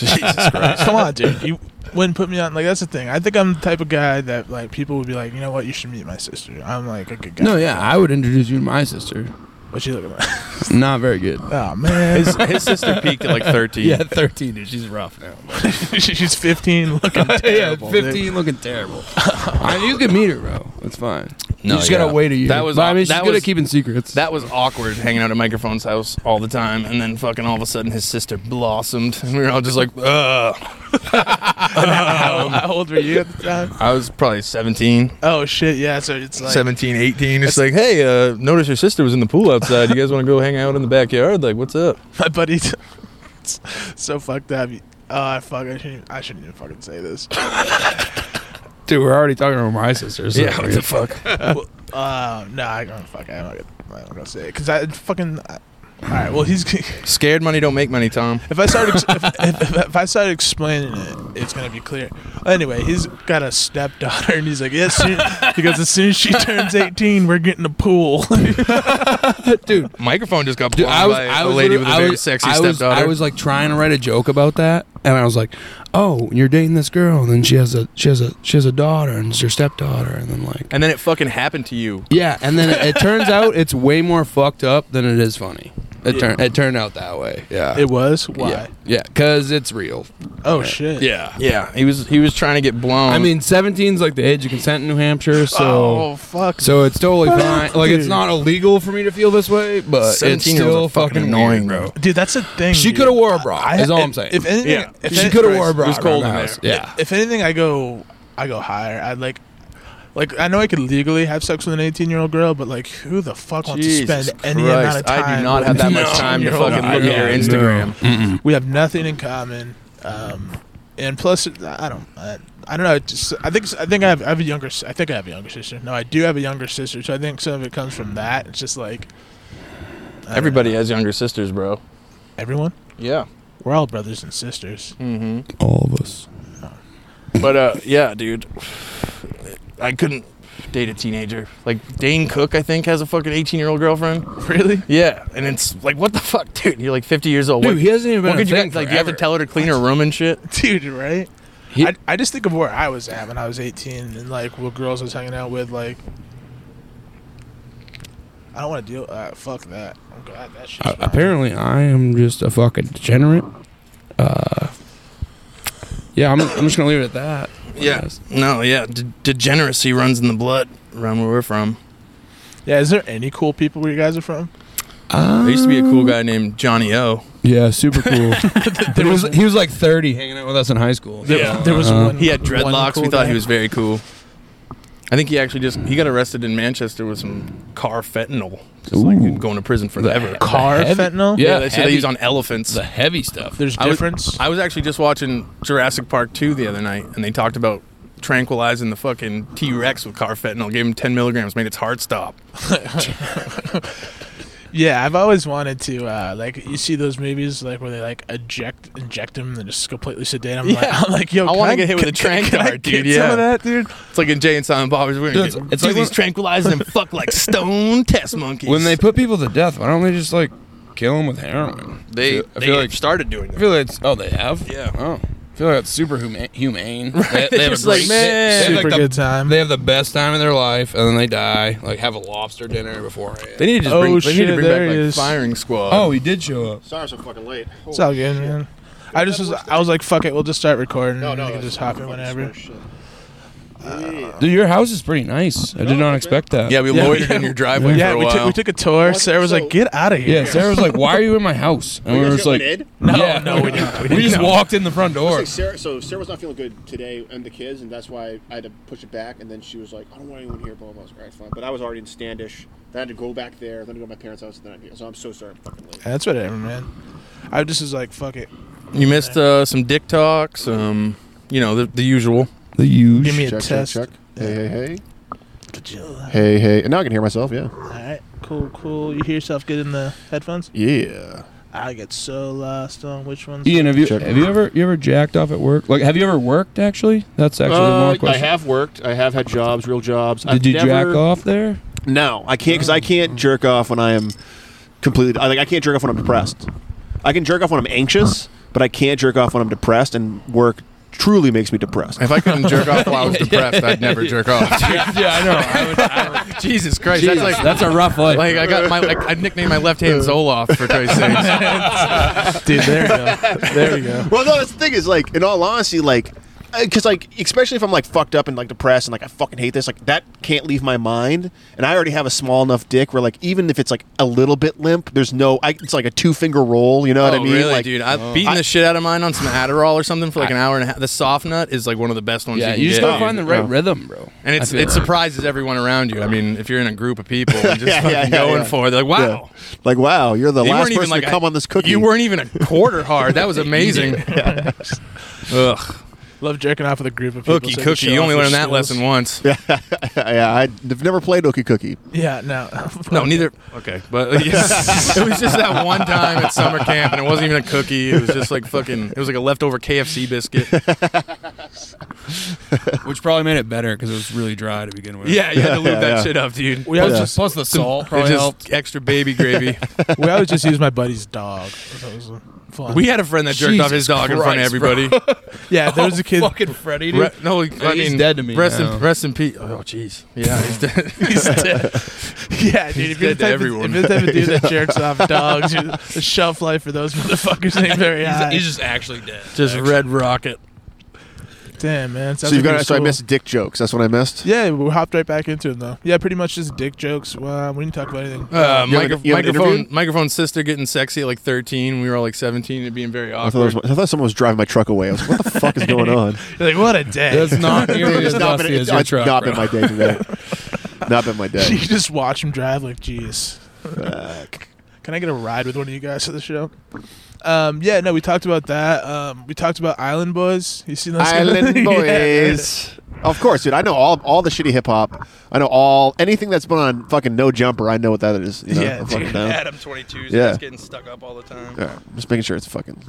[SPEAKER 4] Jesus Christ.
[SPEAKER 1] Come on, dude. You wouldn't put me on. Like that's the thing. I think I'm the type of guy that like people would be like, you know what? You should meet my sister. I'm like a good guy.
[SPEAKER 3] No, yeah, I would introduce you to my sister.
[SPEAKER 1] What she looking like?
[SPEAKER 3] Not very good.
[SPEAKER 1] Oh man,
[SPEAKER 2] His, his sister peaked at like 13.
[SPEAKER 3] 13, dude. She's rough now.
[SPEAKER 1] she's 15. Looking terrible,
[SPEAKER 3] yeah,
[SPEAKER 1] dude.
[SPEAKER 3] 15 looking terrible. I mean, you can meet her, bro. It's fine.
[SPEAKER 2] No,
[SPEAKER 3] you just gotta
[SPEAKER 2] yeah.
[SPEAKER 3] wait a year.
[SPEAKER 2] That was
[SPEAKER 3] But, I
[SPEAKER 2] aw-
[SPEAKER 3] mean, she's
[SPEAKER 2] that
[SPEAKER 3] good
[SPEAKER 2] was-
[SPEAKER 3] at keeping secrets.
[SPEAKER 2] That was awkward hanging out at Microphone's house all the time, and then fucking all of a sudden his sister blossomed, and we were all just like, ugh.
[SPEAKER 1] How, how old were you at the time?
[SPEAKER 2] I was probably 17,
[SPEAKER 1] Oh shit, yeah. So it's like
[SPEAKER 2] 17, 18. It's like, hey, uh, notice your sister was in the pool outside. You guys want to go hang out in the backyard? Like, what's up?
[SPEAKER 1] my buddy. it's so fucked up. Oh fuck! I shouldn't. Even, I shouldn't even fucking say this.
[SPEAKER 3] dude, we're already talking about my sister. So
[SPEAKER 2] yeah, what the fuck?
[SPEAKER 1] Uh, no, I don't fuck. I'm not gonna, I'm not gonna say it because I fucking. I, all right. Well, he's.
[SPEAKER 2] Scared money don't make money, Tom.
[SPEAKER 1] If I start ex- if, if, if I start explaining it, it's gonna be clear. Anyway, he's got a stepdaughter, and he's like, "Yes," soon he goes, "As soon as she turns eighteen, we're getting a pool."
[SPEAKER 3] dude,
[SPEAKER 2] Microphone just got
[SPEAKER 3] Dude,
[SPEAKER 2] blown
[SPEAKER 3] I was,
[SPEAKER 2] by
[SPEAKER 3] I
[SPEAKER 2] a
[SPEAKER 3] was
[SPEAKER 2] lady
[SPEAKER 3] literally-
[SPEAKER 2] with a
[SPEAKER 3] I
[SPEAKER 2] very
[SPEAKER 3] was-
[SPEAKER 2] sexy
[SPEAKER 3] I was,
[SPEAKER 2] stepdaughter.
[SPEAKER 3] I was like trying to write a joke about that, and I was like, "Oh, you're dating this girl, and then she has a she has a she has a daughter, and it's your stepdaughter, and then like,
[SPEAKER 2] and then it fucking happened to you.
[SPEAKER 3] yeah." And then it, it turns out it's way more fucked up than it is funny. It turned it turned out that way. Yeah.
[SPEAKER 1] it was why?
[SPEAKER 3] Yeah, yeah, cause it's real.
[SPEAKER 1] Oh shit!
[SPEAKER 2] Yeah, yeah. He was he was trying to get blown.
[SPEAKER 3] I mean, 17's like the age of consent in New Hampshire, so
[SPEAKER 1] oh fuck!
[SPEAKER 3] so it's totally fine. Like, it's
[SPEAKER 1] Dude.
[SPEAKER 3] not illegal for me to feel this way, but it's
[SPEAKER 2] 17 -year-olds
[SPEAKER 3] still
[SPEAKER 2] Uh, are fucking
[SPEAKER 3] fucking
[SPEAKER 2] annoying,
[SPEAKER 3] annoying,
[SPEAKER 2] bro.
[SPEAKER 3] bro.
[SPEAKER 1] dude, that's a thing.
[SPEAKER 3] She
[SPEAKER 1] dude.
[SPEAKER 3] could have wore a bra.
[SPEAKER 1] I-
[SPEAKER 3] Is all
[SPEAKER 1] if-
[SPEAKER 3] I'm saying.
[SPEAKER 1] If anything,
[SPEAKER 2] Yeah.
[SPEAKER 1] if
[SPEAKER 3] she
[SPEAKER 1] any-
[SPEAKER 3] could have wore a bra.
[SPEAKER 2] It was cold
[SPEAKER 3] around
[SPEAKER 2] in
[SPEAKER 3] the house.
[SPEAKER 2] there.
[SPEAKER 3] Yeah.
[SPEAKER 1] If anything, I go, I go higher. I like, like I know I could legally have sex with an eighteen-year-old girl, but like, who the fuck wants to
[SPEAKER 2] Jesus
[SPEAKER 1] spend any amount of
[SPEAKER 2] Christ,
[SPEAKER 1] time?
[SPEAKER 2] I do not
[SPEAKER 1] with
[SPEAKER 2] have
[SPEAKER 1] an
[SPEAKER 2] that much time to
[SPEAKER 1] 18-year-old
[SPEAKER 2] fucking look
[SPEAKER 1] girl?
[SPEAKER 2] at your Instagram.
[SPEAKER 5] Mm-hmm.
[SPEAKER 1] We have nothing in common, um, and plus, I don't. I, I don't know. it Just, I think I think I have, I have a younger. s- I think I have a younger sister. No, I do have a younger sister. So I think some of it comes from that. It's just like I don't
[SPEAKER 2] Everybody has younger sisters, bro.
[SPEAKER 1] know. everyone.
[SPEAKER 2] Yeah.
[SPEAKER 1] We're all brothers and sisters.
[SPEAKER 2] Mm-hmm.
[SPEAKER 3] All of us.
[SPEAKER 2] But uh, yeah, dude, I couldn't date a teenager. Like Dane Cook, I think has a fucking eighteen-year-old girlfriend.
[SPEAKER 1] Really?
[SPEAKER 2] Yeah, and it's like, what the fuck, dude? You're like fifty years old.
[SPEAKER 3] Dude,
[SPEAKER 2] what,
[SPEAKER 3] he hasn't even been
[SPEAKER 2] what
[SPEAKER 3] a
[SPEAKER 2] could you
[SPEAKER 3] thing
[SPEAKER 2] guys, like? Do you have to
[SPEAKER 3] forever.
[SPEAKER 2] tell her to clean her room and shit.
[SPEAKER 1] dude, right?
[SPEAKER 3] He-
[SPEAKER 1] I, I just think of where I was at when I was 18 and like what girls I was hanging out with. Like, I don't want to deal. Uh, fuck that. I'm glad that shit.
[SPEAKER 3] Uh, apparently, I am just a fucking degenerate. Uh, yeah, I'm, I'm just gonna leave it at that.
[SPEAKER 2] Yeah.
[SPEAKER 3] Yes.
[SPEAKER 2] No. Yeah. De- degeneracy runs in the blood. Around where we're from.
[SPEAKER 1] Yeah, is there any cool people where you guys are from?
[SPEAKER 2] There used to be a cool guy named Johnny O.
[SPEAKER 3] Yeah, super cool. there was he was like 30, hanging out with us in high school.
[SPEAKER 1] There,
[SPEAKER 2] Yeah.
[SPEAKER 1] there was
[SPEAKER 3] Uh,
[SPEAKER 1] one.
[SPEAKER 2] He had
[SPEAKER 1] one
[SPEAKER 2] dreadlocks.
[SPEAKER 1] cool
[SPEAKER 2] we thought
[SPEAKER 1] guy.
[SPEAKER 2] he was very cool. I think he actually just he got arrested in Manchester with some car fentanyl. Just
[SPEAKER 3] Ooh.
[SPEAKER 2] like going to prison forever.
[SPEAKER 3] The
[SPEAKER 1] car
[SPEAKER 3] heavy-
[SPEAKER 1] fentanyl.
[SPEAKER 2] Yeah,
[SPEAKER 3] Yeah,
[SPEAKER 2] that shit they
[SPEAKER 3] heavy-
[SPEAKER 2] use on elephants.
[SPEAKER 3] the heavy stuff.
[SPEAKER 1] there's
[SPEAKER 2] I was-
[SPEAKER 1] difference.
[SPEAKER 2] I was actually just watching Jurassic Park 2 the other night, and they talked about tranquilizing the fucking T Rex with carfentanil. Gave him 10 milligrams, made its heart stop.
[SPEAKER 1] yeah, I've always wanted to. Uh, like, you see those movies like where they like eject, inject them, and they're just completely sedate. I'm like,
[SPEAKER 2] Yeah.
[SPEAKER 1] I'm like, yo,
[SPEAKER 2] I
[SPEAKER 1] can
[SPEAKER 2] wanna get hit with a
[SPEAKER 1] can-
[SPEAKER 2] Trank
[SPEAKER 1] can I
[SPEAKER 2] dart,
[SPEAKER 1] get
[SPEAKER 2] dude,
[SPEAKER 1] Some
[SPEAKER 2] yeah.
[SPEAKER 1] of that, dude.
[SPEAKER 2] It's like in Jay and Silent Bob's. We're gonna
[SPEAKER 3] Dude,
[SPEAKER 2] get,
[SPEAKER 3] it's
[SPEAKER 2] do
[SPEAKER 3] like
[SPEAKER 2] these
[SPEAKER 3] when-
[SPEAKER 2] tranquilizing and fuck like stone test monkeys.
[SPEAKER 3] When they put people to death, why don't they just like kill them with heroin?
[SPEAKER 2] they,
[SPEAKER 3] I feel, I
[SPEAKER 2] they
[SPEAKER 3] feel like
[SPEAKER 2] started doing
[SPEAKER 3] I
[SPEAKER 2] that.
[SPEAKER 3] feel like it's, oh they have
[SPEAKER 2] Yeah.
[SPEAKER 3] oh I feel like it's super humane. humane.
[SPEAKER 2] Right,
[SPEAKER 3] They,
[SPEAKER 2] they're
[SPEAKER 3] they have
[SPEAKER 2] just
[SPEAKER 3] a great,
[SPEAKER 2] like,
[SPEAKER 3] they- they have,
[SPEAKER 1] Super
[SPEAKER 3] like, the-
[SPEAKER 1] good time.
[SPEAKER 3] They have the best time of their life, and then they die. Like have a lobster dinner beforehand.
[SPEAKER 2] They need to just
[SPEAKER 1] Oh,
[SPEAKER 2] bring, they need
[SPEAKER 1] shit,
[SPEAKER 2] to bring
[SPEAKER 1] there
[SPEAKER 2] back like
[SPEAKER 1] he is.
[SPEAKER 2] firing squad.
[SPEAKER 3] oh, he did show up.
[SPEAKER 6] Sorry, I'm so fucking late.
[SPEAKER 1] It's all good, man. I just was, I was like, fuck it, we'll just start recording.
[SPEAKER 6] No, no,
[SPEAKER 1] we can
[SPEAKER 6] that's
[SPEAKER 1] just hop in
[SPEAKER 6] fucking
[SPEAKER 1] whenever.
[SPEAKER 6] square shit. Yeah.
[SPEAKER 3] Dude, your house is pretty nice. I did not expect that.
[SPEAKER 2] Oh, yeah, we
[SPEAKER 1] Yeah,
[SPEAKER 2] loitered
[SPEAKER 1] yeah.
[SPEAKER 2] in your driveway
[SPEAKER 1] yeah,
[SPEAKER 2] for a
[SPEAKER 1] we,
[SPEAKER 2] while.
[SPEAKER 1] took we took a tour.
[SPEAKER 6] What?
[SPEAKER 1] Sarah was
[SPEAKER 6] So-
[SPEAKER 1] like, "Get out of here."
[SPEAKER 3] Yeah, Sarah was like, "Why are you in my house?" And we were
[SPEAKER 6] You guys
[SPEAKER 3] just
[SPEAKER 6] got
[SPEAKER 3] like,
[SPEAKER 6] Ed?
[SPEAKER 1] No,
[SPEAKER 3] Yeah.
[SPEAKER 1] no, we didn't.
[SPEAKER 3] "We just
[SPEAKER 2] No.
[SPEAKER 3] walked in the front door."
[SPEAKER 6] Like Sarah, so Sarah was not feeling good today and the kids, and that's why I had to push it back. And then she was like, "I don't want anyone here." Blah blah. blah. I was like, All right, fine. But I was already in Standish. Then I had to go back there. Then I had to go to my parents' house. And then I'm here. So I'm so sorry. I'm fucking late.
[SPEAKER 1] That's whatever, man. I just was like, "Fuck it,
[SPEAKER 2] you missed uh, some dick talks, um, you know, the, the usual.
[SPEAKER 3] The
[SPEAKER 1] give me
[SPEAKER 3] huge.
[SPEAKER 1] a test."
[SPEAKER 6] Hey, hey, hey.
[SPEAKER 1] All
[SPEAKER 6] Hey, hey. And now I can hear myself. Yeah.
[SPEAKER 1] right, cool, cool. You hear yourself getting the headphones?
[SPEAKER 6] Yeah.
[SPEAKER 1] I get so lost on which ones.
[SPEAKER 3] Ian, have you
[SPEAKER 6] Check.
[SPEAKER 3] have you ever you ever jacked off at work? Like, have you ever worked actually? That's actually more
[SPEAKER 6] Uh,
[SPEAKER 3] question.
[SPEAKER 6] I have worked. I have had jobs, real jobs.
[SPEAKER 3] Did
[SPEAKER 6] I've
[SPEAKER 3] you
[SPEAKER 6] never,
[SPEAKER 3] jack off there?
[SPEAKER 6] No, I can't because I
[SPEAKER 2] Mm.
[SPEAKER 6] can't jerk off when I am completely. I, like I can't jerk off when I'm depressed. I can jerk off when I'm anxious, but I can't jerk off when I'm depressed. And work truly makes me depressed.
[SPEAKER 4] If I couldn't jerk off while I was depressed, I'd never jerk off.
[SPEAKER 2] yeah, I know. I would, I would- Jesus Christ,
[SPEAKER 4] Jeez,
[SPEAKER 2] that's like
[SPEAKER 7] That's a rough life.
[SPEAKER 2] like I got my like, I nicknamed my left hand Zoloft for Christ's sake.
[SPEAKER 1] Dude, there you go. There you go.
[SPEAKER 6] well, no, that's the thing is like, in all honesty, like, because like, especially if I'm like fucked up and like depressed and like I fucking hate this, like that can't leave my mind. And I already have a small enough dick where like even if it's like a little bit limp, there's no, I, it's like a two finger roll. You know what I mean?
[SPEAKER 2] Oh, really,
[SPEAKER 6] like,
[SPEAKER 2] dude? I've
[SPEAKER 3] oh.
[SPEAKER 2] beaten the shit out of mine on some Adderall or something for like an hour and a half. The soft nut is like one of the best ones.
[SPEAKER 3] Yeah,
[SPEAKER 2] you, can
[SPEAKER 3] you just
[SPEAKER 2] get,
[SPEAKER 3] gotta
[SPEAKER 2] dude.
[SPEAKER 3] find the right rhythm, bro.
[SPEAKER 2] And it's,
[SPEAKER 3] I feel
[SPEAKER 2] it
[SPEAKER 3] like.
[SPEAKER 2] surprises everyone around you. I mean, if you're in a group of people and just
[SPEAKER 6] Yeah,
[SPEAKER 2] fucking
[SPEAKER 6] yeah, yeah,
[SPEAKER 2] going
[SPEAKER 6] yeah.
[SPEAKER 2] for it, they're like,
[SPEAKER 6] Yeah.
[SPEAKER 2] wow.
[SPEAKER 6] Like wow, you're the
[SPEAKER 2] You
[SPEAKER 6] last
[SPEAKER 2] weren't even
[SPEAKER 6] person
[SPEAKER 2] like
[SPEAKER 6] to come
[SPEAKER 2] I-
[SPEAKER 6] on this cookie.
[SPEAKER 2] You weren't even a quarter hard. That was amazing. Ugh,
[SPEAKER 1] Love jerking off with a group of people.
[SPEAKER 2] cookie,
[SPEAKER 1] so they
[SPEAKER 2] cookie.
[SPEAKER 1] show
[SPEAKER 2] You
[SPEAKER 1] off
[SPEAKER 2] only
[SPEAKER 1] their
[SPEAKER 2] learned that
[SPEAKER 1] skills.
[SPEAKER 2] lesson once.
[SPEAKER 6] yeah, I've never played Okie Cookie.
[SPEAKER 1] Yeah, no.
[SPEAKER 2] No, neither. Okay, but it was just that one time at summer camp, and it wasn't even a cookie. It was just like fucking. It was like a leftover KFC biscuit.
[SPEAKER 7] Which probably made it better because it was really dry to begin with.
[SPEAKER 2] Yeah, you had to lube
[SPEAKER 6] Yeah,
[SPEAKER 2] that
[SPEAKER 6] yeah.
[SPEAKER 2] shit up, dude.
[SPEAKER 1] We always, just,
[SPEAKER 7] Plus the salt
[SPEAKER 2] It
[SPEAKER 7] probably
[SPEAKER 2] just
[SPEAKER 7] helped.
[SPEAKER 2] extra baby gravy.
[SPEAKER 1] we always just use my buddy's dog. That was fun.
[SPEAKER 2] we had a friend that jerked off
[SPEAKER 7] Jesus
[SPEAKER 2] his dog in front of
[SPEAKER 7] Christ, bro.
[SPEAKER 2] everybody.
[SPEAKER 1] yeah, there was a kid.
[SPEAKER 7] Fucking Freddy, dude.
[SPEAKER 2] Re- no, I
[SPEAKER 7] he's
[SPEAKER 2] mean,
[SPEAKER 7] dead to me
[SPEAKER 2] Rest
[SPEAKER 7] now.
[SPEAKER 2] in, rest in peace. Oh, jeez. Yeah, he's dead.
[SPEAKER 1] Yeah, dude. If you're, the
[SPEAKER 2] dead to
[SPEAKER 1] type of,
[SPEAKER 2] everyone.
[SPEAKER 1] if you're the type of dude that jerks off dogs, you- the shelf life for those motherfuckers ain't very high.
[SPEAKER 7] He's just actually dead.
[SPEAKER 2] just red rocket.
[SPEAKER 1] Damn, man.
[SPEAKER 6] So you've got. So I missed dick jokes. That's what I missed.
[SPEAKER 1] Yeah, we hopped right back into them though. Yeah, pretty much just dick jokes. Uh, we didn't talk about anything.
[SPEAKER 2] Uh,
[SPEAKER 6] You have
[SPEAKER 2] micro-
[SPEAKER 6] an- you have an
[SPEAKER 2] microphone,
[SPEAKER 6] interview?
[SPEAKER 2] microphone sister getting sexy at like 13. We were all like 17 and being very
[SPEAKER 6] I thought,
[SPEAKER 2] awkward.
[SPEAKER 6] that was- I thought someone was driving my truck away. I was like, what the fuck is going on?
[SPEAKER 1] You're like, what a day.
[SPEAKER 7] That's not nearly as
[SPEAKER 6] It's not, been,
[SPEAKER 7] dusty as
[SPEAKER 6] it's,
[SPEAKER 7] your
[SPEAKER 6] it's
[SPEAKER 7] truck,
[SPEAKER 6] not
[SPEAKER 7] bro.
[SPEAKER 6] been my day today. not been my
[SPEAKER 1] you
[SPEAKER 6] day.
[SPEAKER 1] just watch him drive like jeez can i get a ride with one of you guys to the show um, yeah no we talked about that um, we talked about island boys you seen those
[SPEAKER 6] Island
[SPEAKER 1] Yeah.
[SPEAKER 6] boys. Of course, dude. I know all all the shitty hip hop. I know all anything that's been on fucking No Jumper. I know what that is. You know,
[SPEAKER 1] Yeah,
[SPEAKER 6] I'm
[SPEAKER 1] dude.
[SPEAKER 6] fucking down.
[SPEAKER 3] Adam 22's
[SPEAKER 6] Yeah.
[SPEAKER 3] just getting stuck up all the time.
[SPEAKER 6] All right, I'm just making sure it's fucking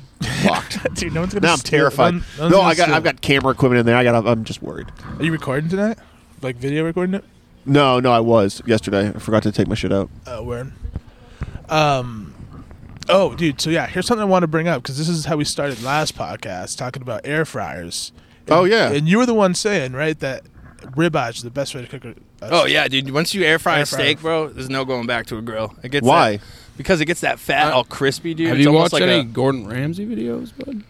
[SPEAKER 6] locked.
[SPEAKER 1] dude no one's gonna
[SPEAKER 6] now I'm
[SPEAKER 1] steal-
[SPEAKER 6] terrified.
[SPEAKER 1] no one- no, one's
[SPEAKER 6] no,
[SPEAKER 1] gonna
[SPEAKER 6] I got
[SPEAKER 1] steal.
[SPEAKER 6] I've got camera equipment in there. I got. I'm just worried.
[SPEAKER 1] are you recording tonight like video recording it
[SPEAKER 6] No, no, I was yesterday. I forgot to take my shit out.
[SPEAKER 1] uh, word um oh dude so yeah here's something i want to bring up because this is how we started last podcast talking about air fryers
[SPEAKER 6] Oh, yeah.
[SPEAKER 1] and you were the one saying right that ribeye is the best way to cook it
[SPEAKER 2] Oh yeah, dude. Once you air fry
[SPEAKER 1] Air
[SPEAKER 2] a
[SPEAKER 1] fryer.
[SPEAKER 2] steak, bro, there's no going back to a grill. It gets
[SPEAKER 6] Why?
[SPEAKER 2] that- because it gets that fat
[SPEAKER 3] Uh,
[SPEAKER 2] all crispy, dude.
[SPEAKER 3] have
[SPEAKER 2] It's
[SPEAKER 3] you
[SPEAKER 2] almost
[SPEAKER 3] watched
[SPEAKER 2] like
[SPEAKER 3] any
[SPEAKER 2] a-
[SPEAKER 3] Gordon Ramsay videos, bud?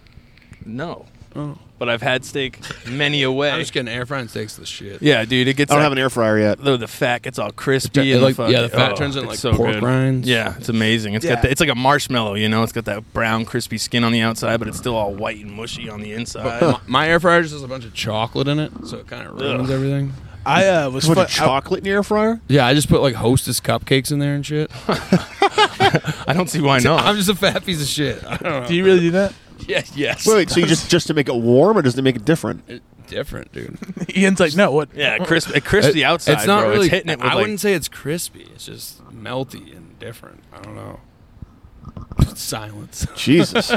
[SPEAKER 2] no,
[SPEAKER 3] Oh.
[SPEAKER 2] but I've had steak many a
[SPEAKER 3] I'm
[SPEAKER 2] way.
[SPEAKER 3] just getting air frying steaks. The shit.
[SPEAKER 2] Yeah, dude. It gets
[SPEAKER 6] I don't
[SPEAKER 2] that-
[SPEAKER 6] have an air fryer yet.
[SPEAKER 2] though the fat gets all crispy.
[SPEAKER 3] It
[SPEAKER 2] and
[SPEAKER 3] like-
[SPEAKER 2] the fuck-
[SPEAKER 3] yeah, the fat
[SPEAKER 2] oh,
[SPEAKER 3] turns into,
[SPEAKER 2] it's
[SPEAKER 3] like, pork rinds.
[SPEAKER 2] Yeah, it's amazing. It's
[SPEAKER 1] Yeah.
[SPEAKER 2] got the, it's like a marshmallow, you know. It's got that brown, crispy skin on the outside, but it's still all white and mushy on the inside.
[SPEAKER 3] My, my air fryer just has a bunch of chocolate in it, so it kind of ruins everything.
[SPEAKER 1] i uh, was
[SPEAKER 6] Put
[SPEAKER 1] fu-
[SPEAKER 6] a
[SPEAKER 1] I-
[SPEAKER 6] chocolate in your air fryer?
[SPEAKER 3] Yeah, I just put like Hostess cupcakes in there and shit.
[SPEAKER 2] I don't see why not.
[SPEAKER 3] I'm just a fat piece of shit. I don't know.
[SPEAKER 1] do you really do that
[SPEAKER 3] yeah, yes.
[SPEAKER 6] Wait, wait, so you just just to make it warm, or does it make it different?
[SPEAKER 3] It- different, dude.
[SPEAKER 1] Ian's like, no, what?
[SPEAKER 2] yeah, crisp, it crisps the outside.
[SPEAKER 3] it's not
[SPEAKER 2] bro.
[SPEAKER 3] really.
[SPEAKER 2] It's hitting it. With
[SPEAKER 3] I
[SPEAKER 2] like,
[SPEAKER 3] wouldn't say it's crispy. It's just melty and different. I don't know. Silence.
[SPEAKER 6] Jesus.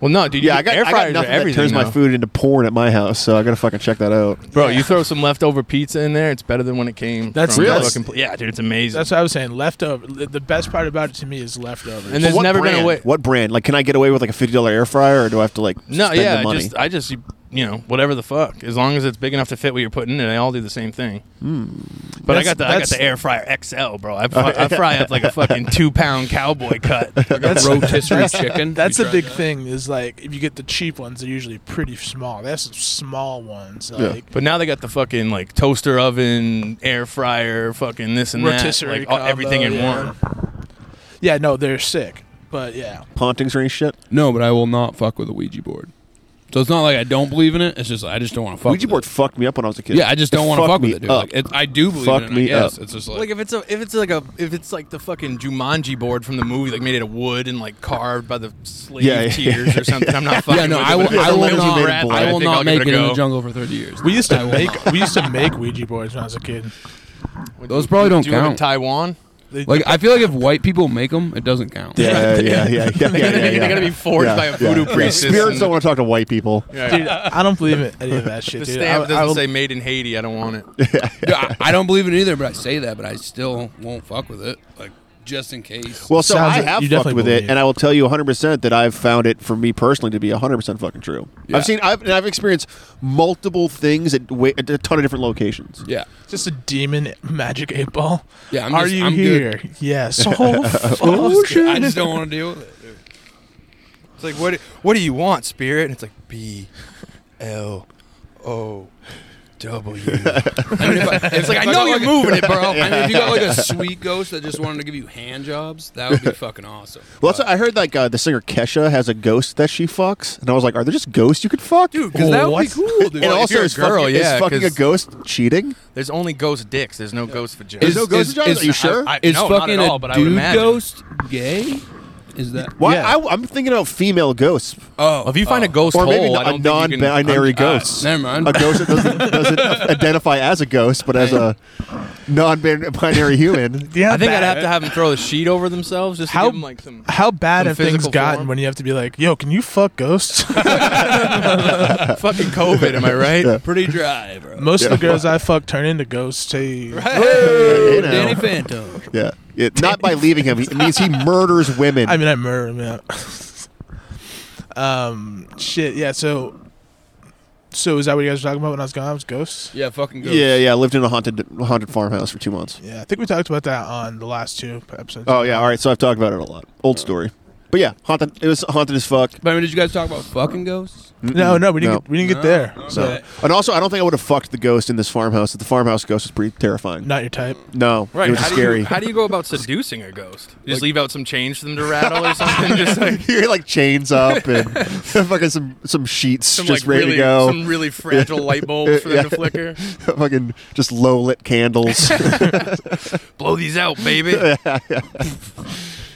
[SPEAKER 2] Well, no, dude.
[SPEAKER 6] Yeah,
[SPEAKER 2] you-
[SPEAKER 6] I got,
[SPEAKER 2] air
[SPEAKER 6] I got
[SPEAKER 2] fryers
[SPEAKER 6] nothing
[SPEAKER 2] are
[SPEAKER 6] that
[SPEAKER 2] everything
[SPEAKER 6] turns my
[SPEAKER 2] now.
[SPEAKER 6] food into porn at my house, so I gotta fucking check that out.
[SPEAKER 2] Bro, you throw some leftover pizza in there, it's better than when it came.
[SPEAKER 1] That's-
[SPEAKER 2] from the
[SPEAKER 6] Really?
[SPEAKER 2] fucking pl- yeah, dude, it's amazing.
[SPEAKER 1] That's what I was saying. Leftover. The the best part about it to me is leftovers.
[SPEAKER 2] and
[SPEAKER 6] But
[SPEAKER 2] there's
[SPEAKER 6] what
[SPEAKER 2] never
[SPEAKER 6] brand?
[SPEAKER 2] been a way.
[SPEAKER 6] What brand? Like, can I get away with like a fifty dollar air fryer, or do I have to like
[SPEAKER 2] No,
[SPEAKER 6] spend
[SPEAKER 2] yeah,
[SPEAKER 6] the
[SPEAKER 2] I
[SPEAKER 6] money?
[SPEAKER 2] just uh, I just you you know whatever the fuck. As long as it's big enough to fit what you're putting in, it, they all do the same thing. But I
[SPEAKER 1] Hmm. That's-
[SPEAKER 2] got the I got
[SPEAKER 1] that's-
[SPEAKER 2] the air fryer XL, bro. I, fry- I fry up like a fucking two pound cowboy cut. That's
[SPEAKER 3] Rotisserie chicken.
[SPEAKER 1] that's
[SPEAKER 3] You
[SPEAKER 1] the
[SPEAKER 3] tried
[SPEAKER 1] big
[SPEAKER 3] that?
[SPEAKER 1] thing. Is like if you get the cheap ones, they're usually pretty small. They have some small ones. Like,
[SPEAKER 2] But now they got the fucking like toaster oven, air fryer, fucking this and
[SPEAKER 1] Rotisserie
[SPEAKER 2] that, like all- everything in
[SPEAKER 1] combo, yeah.
[SPEAKER 2] one.
[SPEAKER 1] yeah. no, they're sick. But yeah,
[SPEAKER 6] Pontings or any shit?
[SPEAKER 3] No, but I will not fuck with a Ouija board. So it's not like I don't believe in it. It's just I just don't want to fuck.
[SPEAKER 6] Ouija
[SPEAKER 3] with
[SPEAKER 6] board fucked me up when I was a
[SPEAKER 3] It.
[SPEAKER 6] kid.
[SPEAKER 3] Yeah, I just don't want to
[SPEAKER 6] fucked
[SPEAKER 3] fuck with
[SPEAKER 6] me
[SPEAKER 3] it, dude.
[SPEAKER 6] up.
[SPEAKER 3] Like, it, I do believe
[SPEAKER 6] Fucked
[SPEAKER 3] in it.
[SPEAKER 6] me
[SPEAKER 3] I guess.
[SPEAKER 6] up.
[SPEAKER 3] It's just like,
[SPEAKER 2] Like if it's a if it's like a if it's like the fucking Jumanji board from the movie, like made out of wood and like carved by the slave
[SPEAKER 6] Yeah, yeah,
[SPEAKER 2] tears or something. I'm not fucking.
[SPEAKER 3] yeah, no,
[SPEAKER 2] with
[SPEAKER 3] I
[SPEAKER 2] it,
[SPEAKER 3] will.
[SPEAKER 2] but if
[SPEAKER 3] I
[SPEAKER 2] it's a
[SPEAKER 3] will
[SPEAKER 2] little
[SPEAKER 3] not.
[SPEAKER 2] rat,
[SPEAKER 3] I will
[SPEAKER 2] think I'll
[SPEAKER 3] not
[SPEAKER 2] give
[SPEAKER 3] make it, in
[SPEAKER 2] a
[SPEAKER 3] the
[SPEAKER 2] go.
[SPEAKER 3] jungle for thirty years.
[SPEAKER 1] we used
[SPEAKER 3] I
[SPEAKER 1] to
[SPEAKER 3] will
[SPEAKER 1] make
[SPEAKER 3] not.
[SPEAKER 1] we used to make Ouija boards when I was a kid.
[SPEAKER 3] Those probably don't
[SPEAKER 2] Do you live in
[SPEAKER 3] count.
[SPEAKER 2] Taiwan?
[SPEAKER 1] They-
[SPEAKER 3] Like I feel like if white people make them, it doesn't count.
[SPEAKER 6] Yeah, yeah, yeah, yeah. yeah, yeah,
[SPEAKER 2] They're
[SPEAKER 6] yeah.
[SPEAKER 2] gonna be forged by a voodoo priest.
[SPEAKER 6] Spirits don't want to talk to white people.
[SPEAKER 1] dude, I don't believe in any of that shit,
[SPEAKER 2] The
[SPEAKER 1] dude.
[SPEAKER 2] stamp
[SPEAKER 1] I,
[SPEAKER 2] doesn't
[SPEAKER 1] I will-
[SPEAKER 2] say made in Haiti. I don't want it.
[SPEAKER 3] Dude, I, I don't believe it either, but I say that, but I still won't fuck with it. Like just in case.
[SPEAKER 6] Well, so
[SPEAKER 1] Sounds
[SPEAKER 6] I
[SPEAKER 1] like
[SPEAKER 6] have
[SPEAKER 1] you
[SPEAKER 6] fucked
[SPEAKER 1] definitely
[SPEAKER 6] with it,
[SPEAKER 1] believe.
[SPEAKER 6] and I will tell you 100% that I've found it for me personally to be 100% fucking true.
[SPEAKER 3] Yeah.
[SPEAKER 6] I've seen, I've, and I've experienced multiple things at, wa- at a ton of different locations.
[SPEAKER 3] yeah.
[SPEAKER 1] just a demon magic eight ball.
[SPEAKER 3] Yeah, I'm
[SPEAKER 1] Are
[SPEAKER 3] just-
[SPEAKER 1] you
[SPEAKER 3] I'm
[SPEAKER 1] here?
[SPEAKER 3] good.
[SPEAKER 1] Yes. Oh, fuck.
[SPEAKER 3] I just don't want to deal with it. dude.
[SPEAKER 2] It's like what? What do you want, spirit? And it's like B, L, O, W.
[SPEAKER 3] I mean, if I, it's like I
[SPEAKER 2] I
[SPEAKER 3] know
[SPEAKER 2] got
[SPEAKER 3] you're
[SPEAKER 2] like a-
[SPEAKER 3] moving it, bro. I mean, if you got like a sweet ghost that just wanted to give you hand jobs, that would be fucking awesome.
[SPEAKER 6] Well, also, I heard like uh, the singer Kesha has a ghost that she fucks, and I was like, are there just ghosts you could fuck?
[SPEAKER 3] dude, because that would be
[SPEAKER 1] What?
[SPEAKER 3] cool, dude.
[SPEAKER 6] and
[SPEAKER 2] if
[SPEAKER 6] also,
[SPEAKER 2] you're a
[SPEAKER 6] is
[SPEAKER 2] girl,
[SPEAKER 6] fucking,
[SPEAKER 2] yeah,
[SPEAKER 6] is fucking a
[SPEAKER 2] 'cause-
[SPEAKER 6] ghost cheating?
[SPEAKER 2] There's only ghost dicks. There's no ghost Oh, vaginas.
[SPEAKER 6] There's no ghost vaginas? Are you sure?
[SPEAKER 2] I-
[SPEAKER 3] Is
[SPEAKER 2] no, not
[SPEAKER 3] fucking
[SPEAKER 2] at all,
[SPEAKER 3] a
[SPEAKER 2] but I would
[SPEAKER 3] dude
[SPEAKER 2] imagine.
[SPEAKER 3] ghost gay? Is that
[SPEAKER 6] Why?
[SPEAKER 1] Yeah.
[SPEAKER 6] I, I'm thinking about female ghosts,
[SPEAKER 3] oh?
[SPEAKER 2] If you find a ghost
[SPEAKER 6] or
[SPEAKER 2] hole,
[SPEAKER 6] maybe
[SPEAKER 2] I
[SPEAKER 6] not-
[SPEAKER 2] don't
[SPEAKER 6] a
[SPEAKER 2] think you can-
[SPEAKER 6] non-binary
[SPEAKER 2] I'm-
[SPEAKER 6] ghost.
[SPEAKER 3] never mind.
[SPEAKER 6] a ghost that doesn't, doesn't identify as a ghost, but as a non-binary human.
[SPEAKER 1] Yeah,
[SPEAKER 2] I think I'd
[SPEAKER 1] bad.
[SPEAKER 2] have to have them throw the sheet over themselves just to
[SPEAKER 1] How-
[SPEAKER 2] give them like some.
[SPEAKER 1] How bad
[SPEAKER 2] Some
[SPEAKER 1] have things
[SPEAKER 2] physical
[SPEAKER 1] gotten
[SPEAKER 2] form?
[SPEAKER 1] when you have to be like, "Yo, can you fuck ghosts?"
[SPEAKER 2] fucking COVID, am I right?
[SPEAKER 3] pretty dry, bro.
[SPEAKER 1] Most of the girls I fuck turn into ghosts. Hey,
[SPEAKER 6] You know.
[SPEAKER 3] Danny Phantom.
[SPEAKER 6] Yeah. It, not by leaving him. It means he murders women.
[SPEAKER 1] I mean, I murder him. Yeah. um, shit. Yeah. So, so is that what you guys were talking about when I was gone? It was ghosts.
[SPEAKER 3] Yeah, fucking ghost.
[SPEAKER 6] yeah, yeah. I lived in a haunted haunted farmhouse for two months.
[SPEAKER 1] Yeah, I think we talked about that on the last two episodes.
[SPEAKER 6] Oh yeah. All right. So I've talked about it a lot. Old story. But yeah, haunted. It was haunted as fuck.
[SPEAKER 3] But I mean, did you guys talk about fucking ghosts?
[SPEAKER 1] No, no, we didn't.
[SPEAKER 6] No.
[SPEAKER 1] Get, we didn't
[SPEAKER 3] No.
[SPEAKER 1] get there.
[SPEAKER 6] So,
[SPEAKER 3] Okay.
[SPEAKER 6] and also, I don't think I would have fucked the ghost in this farmhouse. The farmhouse ghost was pretty terrifying.
[SPEAKER 1] Not your type.
[SPEAKER 6] No,
[SPEAKER 2] Right.
[SPEAKER 6] it was
[SPEAKER 2] how, Do
[SPEAKER 6] scary.
[SPEAKER 2] you, how do you go about seducing a ghost? You just leave out some change for them to rattle or something. Just like
[SPEAKER 6] you are like chains up and fucking some some sheets
[SPEAKER 2] some
[SPEAKER 6] just
[SPEAKER 2] like
[SPEAKER 6] ready
[SPEAKER 2] really,
[SPEAKER 6] to go.
[SPEAKER 2] some really fragile light bulbs for them to
[SPEAKER 6] Yeah.
[SPEAKER 2] flicker.
[SPEAKER 6] fucking just low lit candles.
[SPEAKER 2] Blow these out, baby. Do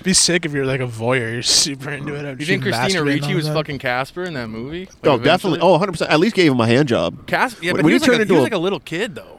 [SPEAKER 1] Be sick if you're like a voyeur. You're super into it.
[SPEAKER 2] you think Christina Ricci was fucking Casper in that movie? Like,
[SPEAKER 6] oh,
[SPEAKER 2] eventually?
[SPEAKER 6] definitely. Oh, 100%. At least gave him a hand job.
[SPEAKER 2] Casper. Yeah, but
[SPEAKER 6] When
[SPEAKER 2] he
[SPEAKER 6] you
[SPEAKER 2] was, like
[SPEAKER 6] turn
[SPEAKER 2] a,
[SPEAKER 6] into
[SPEAKER 2] he was
[SPEAKER 6] a-
[SPEAKER 2] like a little kid though.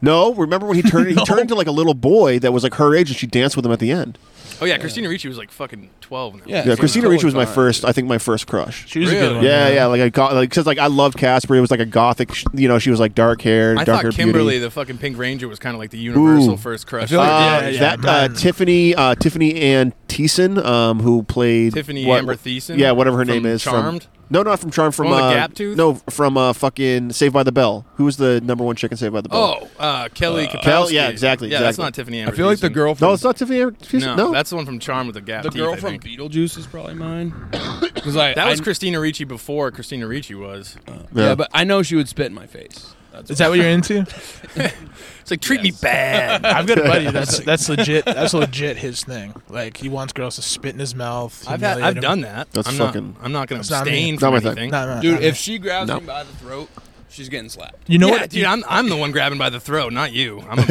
[SPEAKER 6] No, remember when he turned he turned into like a little boy that was like her age and she danced with him at the end.
[SPEAKER 2] Oh yeah, Christina Ricci was like fucking twelve. Now.
[SPEAKER 3] Yeah.
[SPEAKER 6] Yeah,
[SPEAKER 3] It's
[SPEAKER 6] Christina
[SPEAKER 3] totally
[SPEAKER 6] Ricci was my
[SPEAKER 3] fine,
[SPEAKER 6] first, I think my first crush.
[SPEAKER 1] She was a good
[SPEAKER 2] Really?
[SPEAKER 1] one.
[SPEAKER 6] Yeah, yeah, like I got like cuz like I loved Casper. It was like a gothic, sh- you know, she was like dark haired,
[SPEAKER 2] I
[SPEAKER 6] darker
[SPEAKER 2] thought Kimberly,
[SPEAKER 6] beauty.
[SPEAKER 2] the fucking Pink Ranger, was kind of like the universal
[SPEAKER 6] Ooh.
[SPEAKER 2] first crush.
[SPEAKER 6] Uh,
[SPEAKER 1] Oh, Yeah, yeah,
[SPEAKER 6] that uh,
[SPEAKER 1] man.
[SPEAKER 6] Tiffany uh, Tiffany Ann Thiessen, um, who played
[SPEAKER 2] Tiffany
[SPEAKER 6] what-
[SPEAKER 2] Amber Thiessen.
[SPEAKER 6] Yeah, whatever her
[SPEAKER 2] from
[SPEAKER 6] name is. from-
[SPEAKER 2] Charmed.
[SPEAKER 6] no, not from Charmed. From
[SPEAKER 2] From the
[SPEAKER 6] uh,
[SPEAKER 2] gap tooth?
[SPEAKER 6] No, from uh, fucking Saved by the Bell. Who was the number one chick in Saved by the Bell?
[SPEAKER 2] Oh, uh, Kelly Kapowski.
[SPEAKER 6] Kel- yeah, exactly,
[SPEAKER 2] Yeah, that's
[SPEAKER 6] exactly.
[SPEAKER 2] not Tiffany
[SPEAKER 7] I
[SPEAKER 2] Amber.
[SPEAKER 7] feel like the
[SPEAKER 2] Thiessen.
[SPEAKER 7] girl from
[SPEAKER 6] No, it's not Tiffany. Amber Thiessen?
[SPEAKER 2] No,
[SPEAKER 6] no,
[SPEAKER 2] that's the one from Charm with the gap
[SPEAKER 3] The
[SPEAKER 2] teeth.
[SPEAKER 3] girl
[SPEAKER 2] I
[SPEAKER 3] from
[SPEAKER 2] think.
[SPEAKER 3] Beetlejuice is probably mine. Because like
[SPEAKER 2] That was
[SPEAKER 3] I-
[SPEAKER 2] Christina Ricci before Christina Ricci was.
[SPEAKER 3] Yeah.
[SPEAKER 6] Yeah.
[SPEAKER 3] but I know she would spit in my face. That's
[SPEAKER 1] Is that what you're into?
[SPEAKER 2] It's like treat me bad.
[SPEAKER 1] I've got a buddy that's that's legit. That's legit his thing. Like he wants girls to spit in his mouth.
[SPEAKER 2] I've had, I've done that.
[SPEAKER 6] That's
[SPEAKER 2] I'm
[SPEAKER 6] fucking-
[SPEAKER 2] Not, I'm not gonna
[SPEAKER 1] That's not me.
[SPEAKER 2] abstain
[SPEAKER 6] Not
[SPEAKER 2] from
[SPEAKER 6] my thing.
[SPEAKER 2] anything.
[SPEAKER 1] No, no, no,
[SPEAKER 3] dude,
[SPEAKER 1] no.
[SPEAKER 3] if she grabs
[SPEAKER 6] No.
[SPEAKER 3] me by the throat, she's getting slapped.
[SPEAKER 1] you know
[SPEAKER 2] yeah,
[SPEAKER 1] what,
[SPEAKER 2] dude, I'm I'm the one grabbing by the throat, not you. I'm, I'm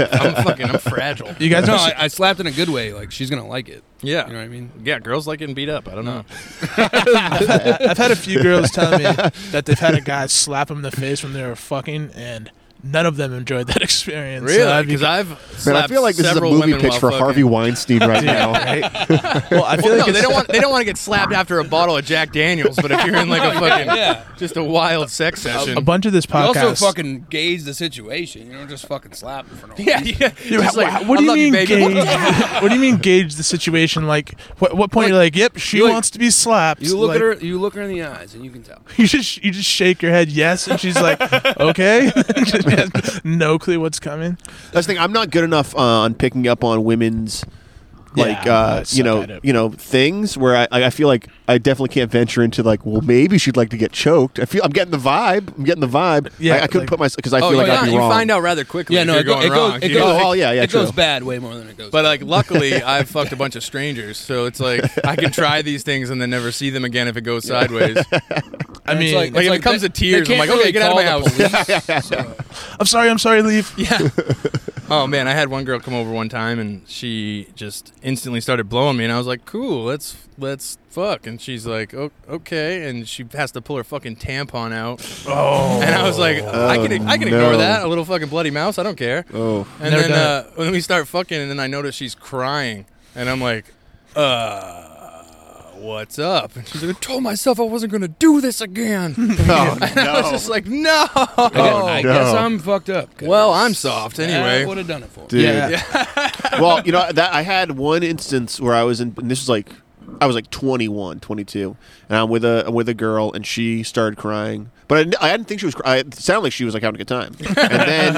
[SPEAKER 2] fucking I'm fragile.
[SPEAKER 1] you guys
[SPEAKER 3] No,
[SPEAKER 1] must-
[SPEAKER 3] I, I slapped in a good way. Like she's gonna like it.
[SPEAKER 2] Yeah,
[SPEAKER 3] You know what I mean?
[SPEAKER 2] yeah, girls like getting beat up. I don't know.
[SPEAKER 1] I've had a few girls tell me that they've had a guy slap them in the face when they were fucking, and none of them enjoyed that experience. So I'd be-
[SPEAKER 2] Because I've
[SPEAKER 6] Man, I
[SPEAKER 2] slapped
[SPEAKER 6] feel like this is a
[SPEAKER 2] several
[SPEAKER 6] movie
[SPEAKER 2] women
[SPEAKER 6] pitch
[SPEAKER 2] while
[SPEAKER 6] for
[SPEAKER 2] fucking.
[SPEAKER 6] Harvey Weinstein right now.
[SPEAKER 1] well, I feel
[SPEAKER 2] Well,
[SPEAKER 1] like
[SPEAKER 2] Oh, no, they
[SPEAKER 1] it's-
[SPEAKER 2] don't want they don't want to get slapped after a bottle of Jack Daniels. But if you're in like a fucking
[SPEAKER 3] Yeah.
[SPEAKER 2] just a wild sex session,
[SPEAKER 1] a bunch of this
[SPEAKER 3] You
[SPEAKER 1] podcast.
[SPEAKER 3] also fucking gauge the situation. You don't just fucking slap her for no
[SPEAKER 2] yeah,
[SPEAKER 3] reason.
[SPEAKER 2] yeah. Just
[SPEAKER 1] Wha-
[SPEAKER 2] like,
[SPEAKER 1] what
[SPEAKER 2] I
[SPEAKER 1] do you
[SPEAKER 2] love
[SPEAKER 1] mean
[SPEAKER 2] baby.
[SPEAKER 1] gauge? what do you mean gauge the situation? Like, what what point
[SPEAKER 3] Like,
[SPEAKER 1] you're like, yep, she
[SPEAKER 3] you like-
[SPEAKER 1] wants to be slapped.
[SPEAKER 3] You look
[SPEAKER 1] Like,
[SPEAKER 3] at her. You look her in the eyes, and you can tell.
[SPEAKER 1] You just you just shake your head yes, and she's like, okay, She has no clue what's coming.
[SPEAKER 6] That's the thing. I'm not good enough uh, on picking up on women's like
[SPEAKER 1] Yeah, I
[SPEAKER 6] uh,
[SPEAKER 1] suck
[SPEAKER 6] you know
[SPEAKER 1] at it.
[SPEAKER 6] you know things where I I I feel like I definitely can't venture into like well maybe she'd like to get choked. I feel I'm getting the vibe. I'm getting the vibe.
[SPEAKER 1] Yeah,
[SPEAKER 6] I, I couldn't
[SPEAKER 1] like-
[SPEAKER 6] put myself because I
[SPEAKER 2] Oh,
[SPEAKER 6] feel like
[SPEAKER 2] yeah,
[SPEAKER 6] I'd be
[SPEAKER 2] you
[SPEAKER 6] wrong.
[SPEAKER 2] find out rather quickly.
[SPEAKER 3] Yeah,
[SPEAKER 2] if
[SPEAKER 3] no,
[SPEAKER 2] you're
[SPEAKER 3] it, go-
[SPEAKER 2] going
[SPEAKER 3] it goes.
[SPEAKER 2] wrong.
[SPEAKER 3] It
[SPEAKER 2] You
[SPEAKER 3] goes,
[SPEAKER 2] know?
[SPEAKER 6] Oh, yeah, yeah,
[SPEAKER 3] It goes
[SPEAKER 6] true.
[SPEAKER 3] bad way more than it goes.
[SPEAKER 2] But
[SPEAKER 3] good.
[SPEAKER 2] like, luckily, I've fucked a bunch of strangers, so it's like I can try these things and then never see them again if it goes sideways. Like
[SPEAKER 1] I
[SPEAKER 3] It's
[SPEAKER 1] mean,
[SPEAKER 3] like,
[SPEAKER 2] if
[SPEAKER 3] it's
[SPEAKER 2] it comes
[SPEAKER 3] they-
[SPEAKER 2] to tears,
[SPEAKER 3] they
[SPEAKER 2] I'm like,
[SPEAKER 3] can't
[SPEAKER 2] okay,
[SPEAKER 3] really
[SPEAKER 2] get out of my house.
[SPEAKER 3] call the police, so-
[SPEAKER 1] I'm sorry, I'm sorry, leave.
[SPEAKER 2] yeah, Oh man, I had one girl come over one time and she just instantly started blowing me, and I was like, "Cool, let's let's fuck." And she's like, oh, "Okay," and she has to pull her fucking tampon out. Oh. And I was like, "I can I can
[SPEAKER 6] Oh, no.
[SPEAKER 2] ignore that. A little fucking bloody mouse. I don't care."
[SPEAKER 6] Oh.
[SPEAKER 2] And
[SPEAKER 1] Never
[SPEAKER 2] then
[SPEAKER 1] done
[SPEAKER 2] uh, when we start fucking, and then I notice she's crying, and I'm like, "Uh." What's up? And she's like, I told myself I wasn't gonna do this again.
[SPEAKER 6] Oh,
[SPEAKER 2] and I was
[SPEAKER 6] no.
[SPEAKER 2] just like, no.
[SPEAKER 3] I
[SPEAKER 6] no.
[SPEAKER 3] guess I'm fucked up.
[SPEAKER 2] Oh, well, I'm soft anyway.
[SPEAKER 3] would have done it for. me.
[SPEAKER 6] Dude. well, you know that I had one instance where I was in, and this was like, I was like 21, 22, and I'm with a I'm with a girl, and she started crying, but I, didn't- I didn't think she was. cry- I it sounded like she was like having a good time, and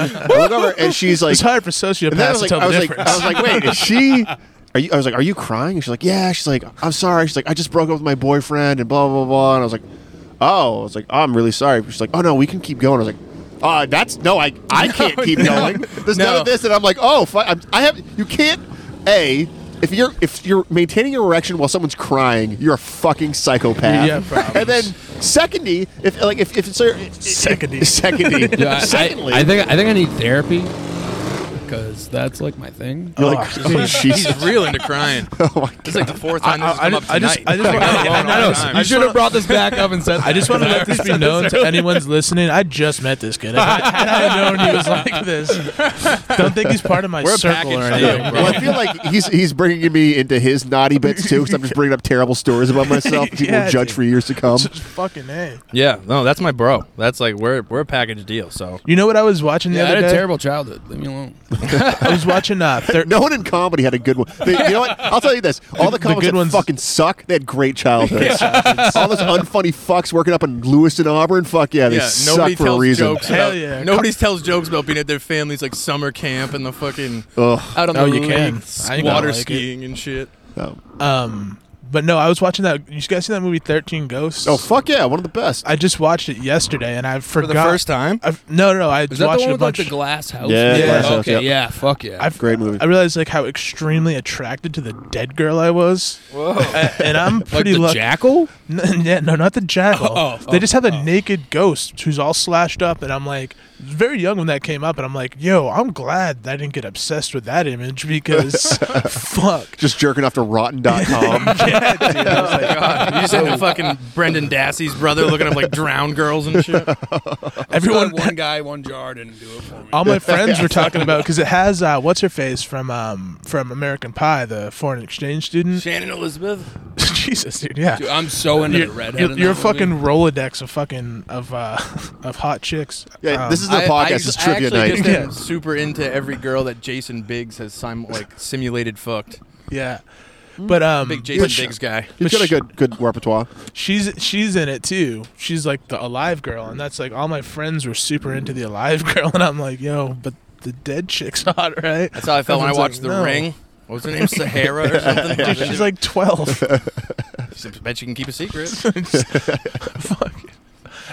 [SPEAKER 6] then I look over, and she's like,
[SPEAKER 1] it's hard for
[SPEAKER 6] and then
[SPEAKER 1] sociopaths
[SPEAKER 6] I was
[SPEAKER 1] to
[SPEAKER 6] like,
[SPEAKER 1] tell
[SPEAKER 6] I
[SPEAKER 1] the
[SPEAKER 6] was like,
[SPEAKER 1] difference.
[SPEAKER 6] I was like, wait, is she? Are you? I was like, are you crying? And she's like, yeah. She's like, I'm sorry. She's like, I just broke up with my boyfriend, and blah blah blah. And I was like, oh, I was like, I'm really sorry. She's like, oh no, we can keep going. I was like. Uh, that's no, I I can't keep going. There's none
[SPEAKER 2] no.
[SPEAKER 6] of this, and I'm like, oh, fu- I'm, I have you can't. A if you're if you're maintaining your erection while someone's crying, you're a fucking psychopath.
[SPEAKER 1] Yeah, problems.
[SPEAKER 6] and then secondy, if like if, if it's a,
[SPEAKER 1] Secondy.
[SPEAKER 6] secondy,
[SPEAKER 3] Yeah, I- I-
[SPEAKER 6] secondly,
[SPEAKER 3] I, think I think I need therapy because that's like my thing.
[SPEAKER 6] you're like, oh, Jesus.
[SPEAKER 2] She's real into crying.
[SPEAKER 6] Oh my
[SPEAKER 2] It's like the fourth time this has come up
[SPEAKER 1] I just,
[SPEAKER 2] tonight.
[SPEAKER 1] I just,
[SPEAKER 2] I've been
[SPEAKER 1] I
[SPEAKER 2] alone all the
[SPEAKER 1] know.
[SPEAKER 2] time.
[SPEAKER 1] I just wanna-
[SPEAKER 3] brought this back up and said.
[SPEAKER 1] I just want to let this be known to anyone's listening. I just met this kid. If I, had I known he was like this, don't think he's part of my
[SPEAKER 2] We're a
[SPEAKER 1] circle or
[SPEAKER 2] package deal,
[SPEAKER 1] anything.
[SPEAKER 6] Well, I feel like he's he's bringing me into his naughty bits too, because I'm just bringing up terrible stories about myself. that People
[SPEAKER 1] Yeah,
[SPEAKER 6] will judge
[SPEAKER 1] dude.
[SPEAKER 6] for years to come.
[SPEAKER 1] Just fucking a.
[SPEAKER 2] Yeah, no, that's my bro. That's like we're we're a package deal. So
[SPEAKER 1] You know what I was watching the
[SPEAKER 3] Yeah, I
[SPEAKER 1] other
[SPEAKER 3] had a
[SPEAKER 1] day?
[SPEAKER 3] terrible childhood. Leave me alone.
[SPEAKER 1] I was watching uh, thir-
[SPEAKER 6] No one in comedy had a good one. They- you know what? I'll tell you this: all
[SPEAKER 1] The-
[SPEAKER 6] the,
[SPEAKER 1] the
[SPEAKER 6] comics
[SPEAKER 1] good
[SPEAKER 6] that
[SPEAKER 1] ones-
[SPEAKER 6] fucking suck. They had great childhoods. all those unfunny fucks working up in Lewiston, Auburn. Fuck yeah, they
[SPEAKER 2] yeah,
[SPEAKER 6] suck
[SPEAKER 2] nobody
[SPEAKER 6] for a
[SPEAKER 2] tells
[SPEAKER 6] reason.
[SPEAKER 2] jokes.
[SPEAKER 1] Hell
[SPEAKER 2] about,
[SPEAKER 1] yeah.
[SPEAKER 2] Nobody tells jokes about being at their family's like summer camp and the fucking
[SPEAKER 6] Ugh.
[SPEAKER 2] out on
[SPEAKER 1] No,
[SPEAKER 2] the
[SPEAKER 1] you
[SPEAKER 2] lake,
[SPEAKER 1] can. I ain't gonna
[SPEAKER 2] water
[SPEAKER 1] like it.
[SPEAKER 2] skiing and shit.
[SPEAKER 6] Um,
[SPEAKER 1] Um, but no, I was watching that. You guys see that movie Thirteen Ghosts?
[SPEAKER 6] oh fuck yeah, one of the best.
[SPEAKER 1] I just watched it yesterday, and I
[SPEAKER 2] For
[SPEAKER 1] forgot.
[SPEAKER 2] the first time,
[SPEAKER 1] I've, no, no, I
[SPEAKER 3] Is that the
[SPEAKER 1] watched
[SPEAKER 3] one
[SPEAKER 1] it a
[SPEAKER 3] with like
[SPEAKER 1] bunch.
[SPEAKER 3] the glass house?
[SPEAKER 6] Yeah,
[SPEAKER 1] Yeah. glass
[SPEAKER 6] house,
[SPEAKER 3] okay,
[SPEAKER 6] yep.
[SPEAKER 3] yeah, fuck yeah.
[SPEAKER 1] I've-
[SPEAKER 6] Great movie.
[SPEAKER 1] I realized like how extremely attracted to the dead girl I was. Whoa! and I'm
[SPEAKER 3] like
[SPEAKER 1] pretty
[SPEAKER 3] the
[SPEAKER 1] lucky.
[SPEAKER 3] jackal.
[SPEAKER 1] N- yeah, no, not the jackal.
[SPEAKER 3] Oh, oh,
[SPEAKER 1] they just have a naked ghost who's all slashed up, and I'm like, very young when that came up, and I'm like, yo, I'm glad that I didn't get obsessed with that image because fuck.
[SPEAKER 6] Just jerking off to rotten.com.
[SPEAKER 1] Yeah, dude, I was like,
[SPEAKER 2] Oh, God, you just
[SPEAKER 6] Oh.
[SPEAKER 2] had the fucking Brendan Dassey's brother looking up like drowned girls and shit.
[SPEAKER 1] everyone,
[SPEAKER 3] one guy, one jar didn't do it for me.
[SPEAKER 1] all my friends were talking about because it has uh, what's her face from um, from American Pie, the foreign exchange student.
[SPEAKER 2] Shannon Elizabeth.
[SPEAKER 1] Jesus, dude, yeah.
[SPEAKER 3] Dude, I'm so into the
[SPEAKER 1] You're,
[SPEAKER 3] redhead.
[SPEAKER 1] you're,
[SPEAKER 3] in
[SPEAKER 1] you're a
[SPEAKER 3] that movie.
[SPEAKER 1] fucking Rolodex of fucking of uh of hot chicks.
[SPEAKER 6] yeah,
[SPEAKER 1] Um,
[SPEAKER 6] this is the
[SPEAKER 2] I-
[SPEAKER 6] podcast.
[SPEAKER 2] I,
[SPEAKER 6] it's trivia
[SPEAKER 2] actually
[SPEAKER 6] night.
[SPEAKER 2] Just
[SPEAKER 1] Yeah.
[SPEAKER 2] am super into every girl that Jason Biggs has sim- like simulated fucked.
[SPEAKER 1] yeah,
[SPEAKER 3] Mm-hmm.
[SPEAKER 1] but um,
[SPEAKER 2] Big
[SPEAKER 1] but
[SPEAKER 2] Jason
[SPEAKER 1] sh-
[SPEAKER 2] Biggs guy.
[SPEAKER 1] but
[SPEAKER 6] He's got a
[SPEAKER 1] sh-
[SPEAKER 6] good good repertoire.
[SPEAKER 1] she's she's in it too. She's like the alive girl, and that's like all my friends were super into the alive girl, and I'm like, yo, but the dead chick's hot, right?
[SPEAKER 2] That's how I felt when I
[SPEAKER 1] Everyone's like,
[SPEAKER 2] watched The
[SPEAKER 1] no.
[SPEAKER 2] Ring. What was her name? Sahara or something?
[SPEAKER 1] Dude, she's like twelve.
[SPEAKER 2] I bet you can keep a secret.
[SPEAKER 1] Fuck.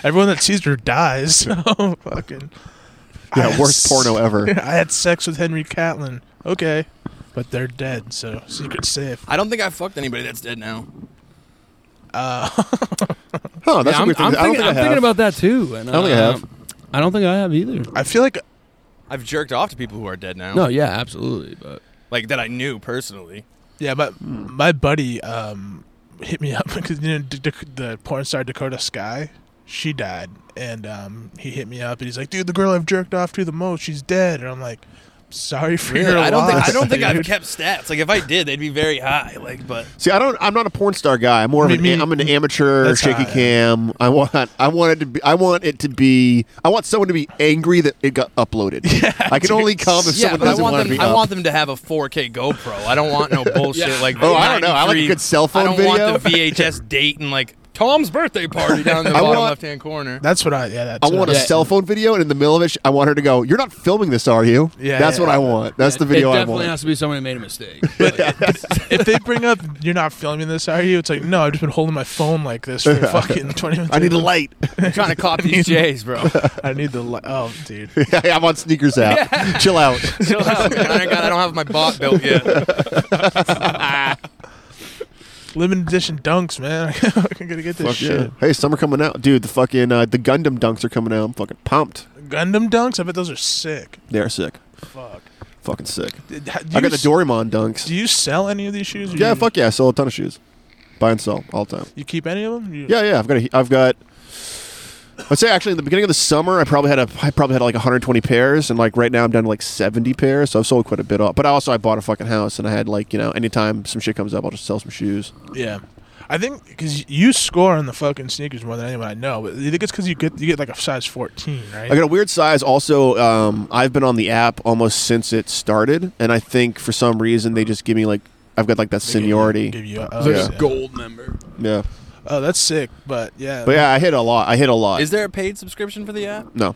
[SPEAKER 1] Everyone that sees her dies. So fucking. I
[SPEAKER 6] Yeah,
[SPEAKER 1] had
[SPEAKER 6] worst
[SPEAKER 1] s-
[SPEAKER 6] porno ever.
[SPEAKER 1] I had sex with Henry Catlin. Okay, but they're dead, so secret's safe.
[SPEAKER 2] I don't think I fucked anybody that's dead now.
[SPEAKER 6] Huh?
[SPEAKER 3] Yeah,
[SPEAKER 6] That's a
[SPEAKER 3] I'm,
[SPEAKER 6] weird thing.
[SPEAKER 3] I'm thinking,
[SPEAKER 6] I don't think I
[SPEAKER 3] I'm
[SPEAKER 6] have.
[SPEAKER 3] thinking about that too. And, I
[SPEAKER 6] don't think I have.
[SPEAKER 3] I don't think I have either.
[SPEAKER 1] I feel like
[SPEAKER 2] I've jerked off to people who are dead now.
[SPEAKER 3] No, yeah, absolutely. But
[SPEAKER 2] Like that I knew personally.
[SPEAKER 1] yeah, my my buddy um hit me up because you know D- D- the porn star Dakota Sky, she died, and um he hit me up and he's like, dude, the girl I've jerked off to the most, she's dead, and I'm like, sorry for your
[SPEAKER 2] I don't think
[SPEAKER 1] loss,
[SPEAKER 2] I don't think I've
[SPEAKER 1] dude."
[SPEAKER 2] kept stats. Like if I did, they'd be very high. Like but
[SPEAKER 6] See, I don't. I'm not a porn star guy. I'm more of
[SPEAKER 1] Me-
[SPEAKER 6] an.
[SPEAKER 1] me-
[SPEAKER 6] I'm an amateur
[SPEAKER 1] that's
[SPEAKER 6] shaky
[SPEAKER 1] hot.
[SPEAKER 6] cam. I want. I want it to be. I want it to be. I want someone to be angry that it got uploaded. I can only come if
[SPEAKER 2] yeah,
[SPEAKER 6] someone
[SPEAKER 2] but I
[SPEAKER 6] doesn't
[SPEAKER 2] want
[SPEAKER 6] want to
[SPEAKER 2] them
[SPEAKER 6] be.
[SPEAKER 2] I
[SPEAKER 6] up.
[SPEAKER 2] want them to have a 4K GoPro. I don't want no bullshit like
[SPEAKER 6] Oh, I don't know. I like a
[SPEAKER 2] 93
[SPEAKER 6] good cell phone
[SPEAKER 2] I don't
[SPEAKER 6] video.
[SPEAKER 2] want the VHS date and like Tom's birthday party down in the
[SPEAKER 6] I
[SPEAKER 2] bottom
[SPEAKER 6] want-
[SPEAKER 2] left hand corner.
[SPEAKER 1] That's what I yeah. That's
[SPEAKER 6] I
[SPEAKER 1] what
[SPEAKER 6] want a
[SPEAKER 3] Yeah.
[SPEAKER 6] cell phone video, and in the middle of it, sh- I want her to go. You're not filming this, are you?
[SPEAKER 1] Yeah,
[SPEAKER 6] That's
[SPEAKER 1] yeah.
[SPEAKER 6] what I want. That's the video
[SPEAKER 3] it
[SPEAKER 6] I
[SPEAKER 3] definitely
[SPEAKER 6] want.
[SPEAKER 3] has to be someone who made a mistake.
[SPEAKER 1] if they bring up you're not filming this, are you? It's like no, I've just been holding my phone like this for fucking twenty minutes.
[SPEAKER 6] I need a light.
[SPEAKER 2] I'm trying to cop these J's, bro.
[SPEAKER 1] I need the light. Oh, dude.
[SPEAKER 6] I'm on sneakers out. Chill out.
[SPEAKER 2] Chill out, man. I, ain't got- I don't have my bot built yet.
[SPEAKER 1] Limited edition dunks, man. I'm gonna get this
[SPEAKER 6] Fuck yeah.
[SPEAKER 1] shit.
[SPEAKER 6] Hey, summer coming out, dude. The fucking uh, the Gundam dunks are coming out. I'm fucking pumped.
[SPEAKER 1] Gundam dunks. I bet those are sick.
[SPEAKER 6] They're sick.
[SPEAKER 1] Fuck.
[SPEAKER 6] Fucking sick.
[SPEAKER 1] Do you
[SPEAKER 6] I got the
[SPEAKER 1] s-
[SPEAKER 6] Dorimon dunks.
[SPEAKER 1] Do you sell any of these shoes? or
[SPEAKER 6] yeah,
[SPEAKER 1] you,
[SPEAKER 6] fuck yeah. I sell a ton of shoes. Buy and sell all the time.
[SPEAKER 1] You keep any of them? You,
[SPEAKER 6] Yeah, yeah. I've got. A, I've got. I'd say actually in the beginning of the summer, I probably had a. I probably had like 120 pairs, and like right now I'm down to like 70 pairs. So I've sold quite a bit off. But also I bought a fucking house, and I had like you know anytime some shit comes up, I'll just sell some shoes.
[SPEAKER 1] Yeah. I think because you score on the fucking sneakers more than anyone I know, but you think it's because you get you get like a size fourteen, right?
[SPEAKER 6] I got a weird size. Also, um, I've been on the app almost since it started, and I think for some reason they just give me like I've got like that
[SPEAKER 1] They give you-
[SPEAKER 6] seniority.
[SPEAKER 1] give you- oh,
[SPEAKER 3] It's like
[SPEAKER 1] yeah.
[SPEAKER 3] a gold member.
[SPEAKER 6] Yeah,
[SPEAKER 1] Oh, that's sick. But yeah,
[SPEAKER 6] but yeah, I hit a lot. I hit a lot.
[SPEAKER 2] Is there a paid subscription for the app?
[SPEAKER 6] no,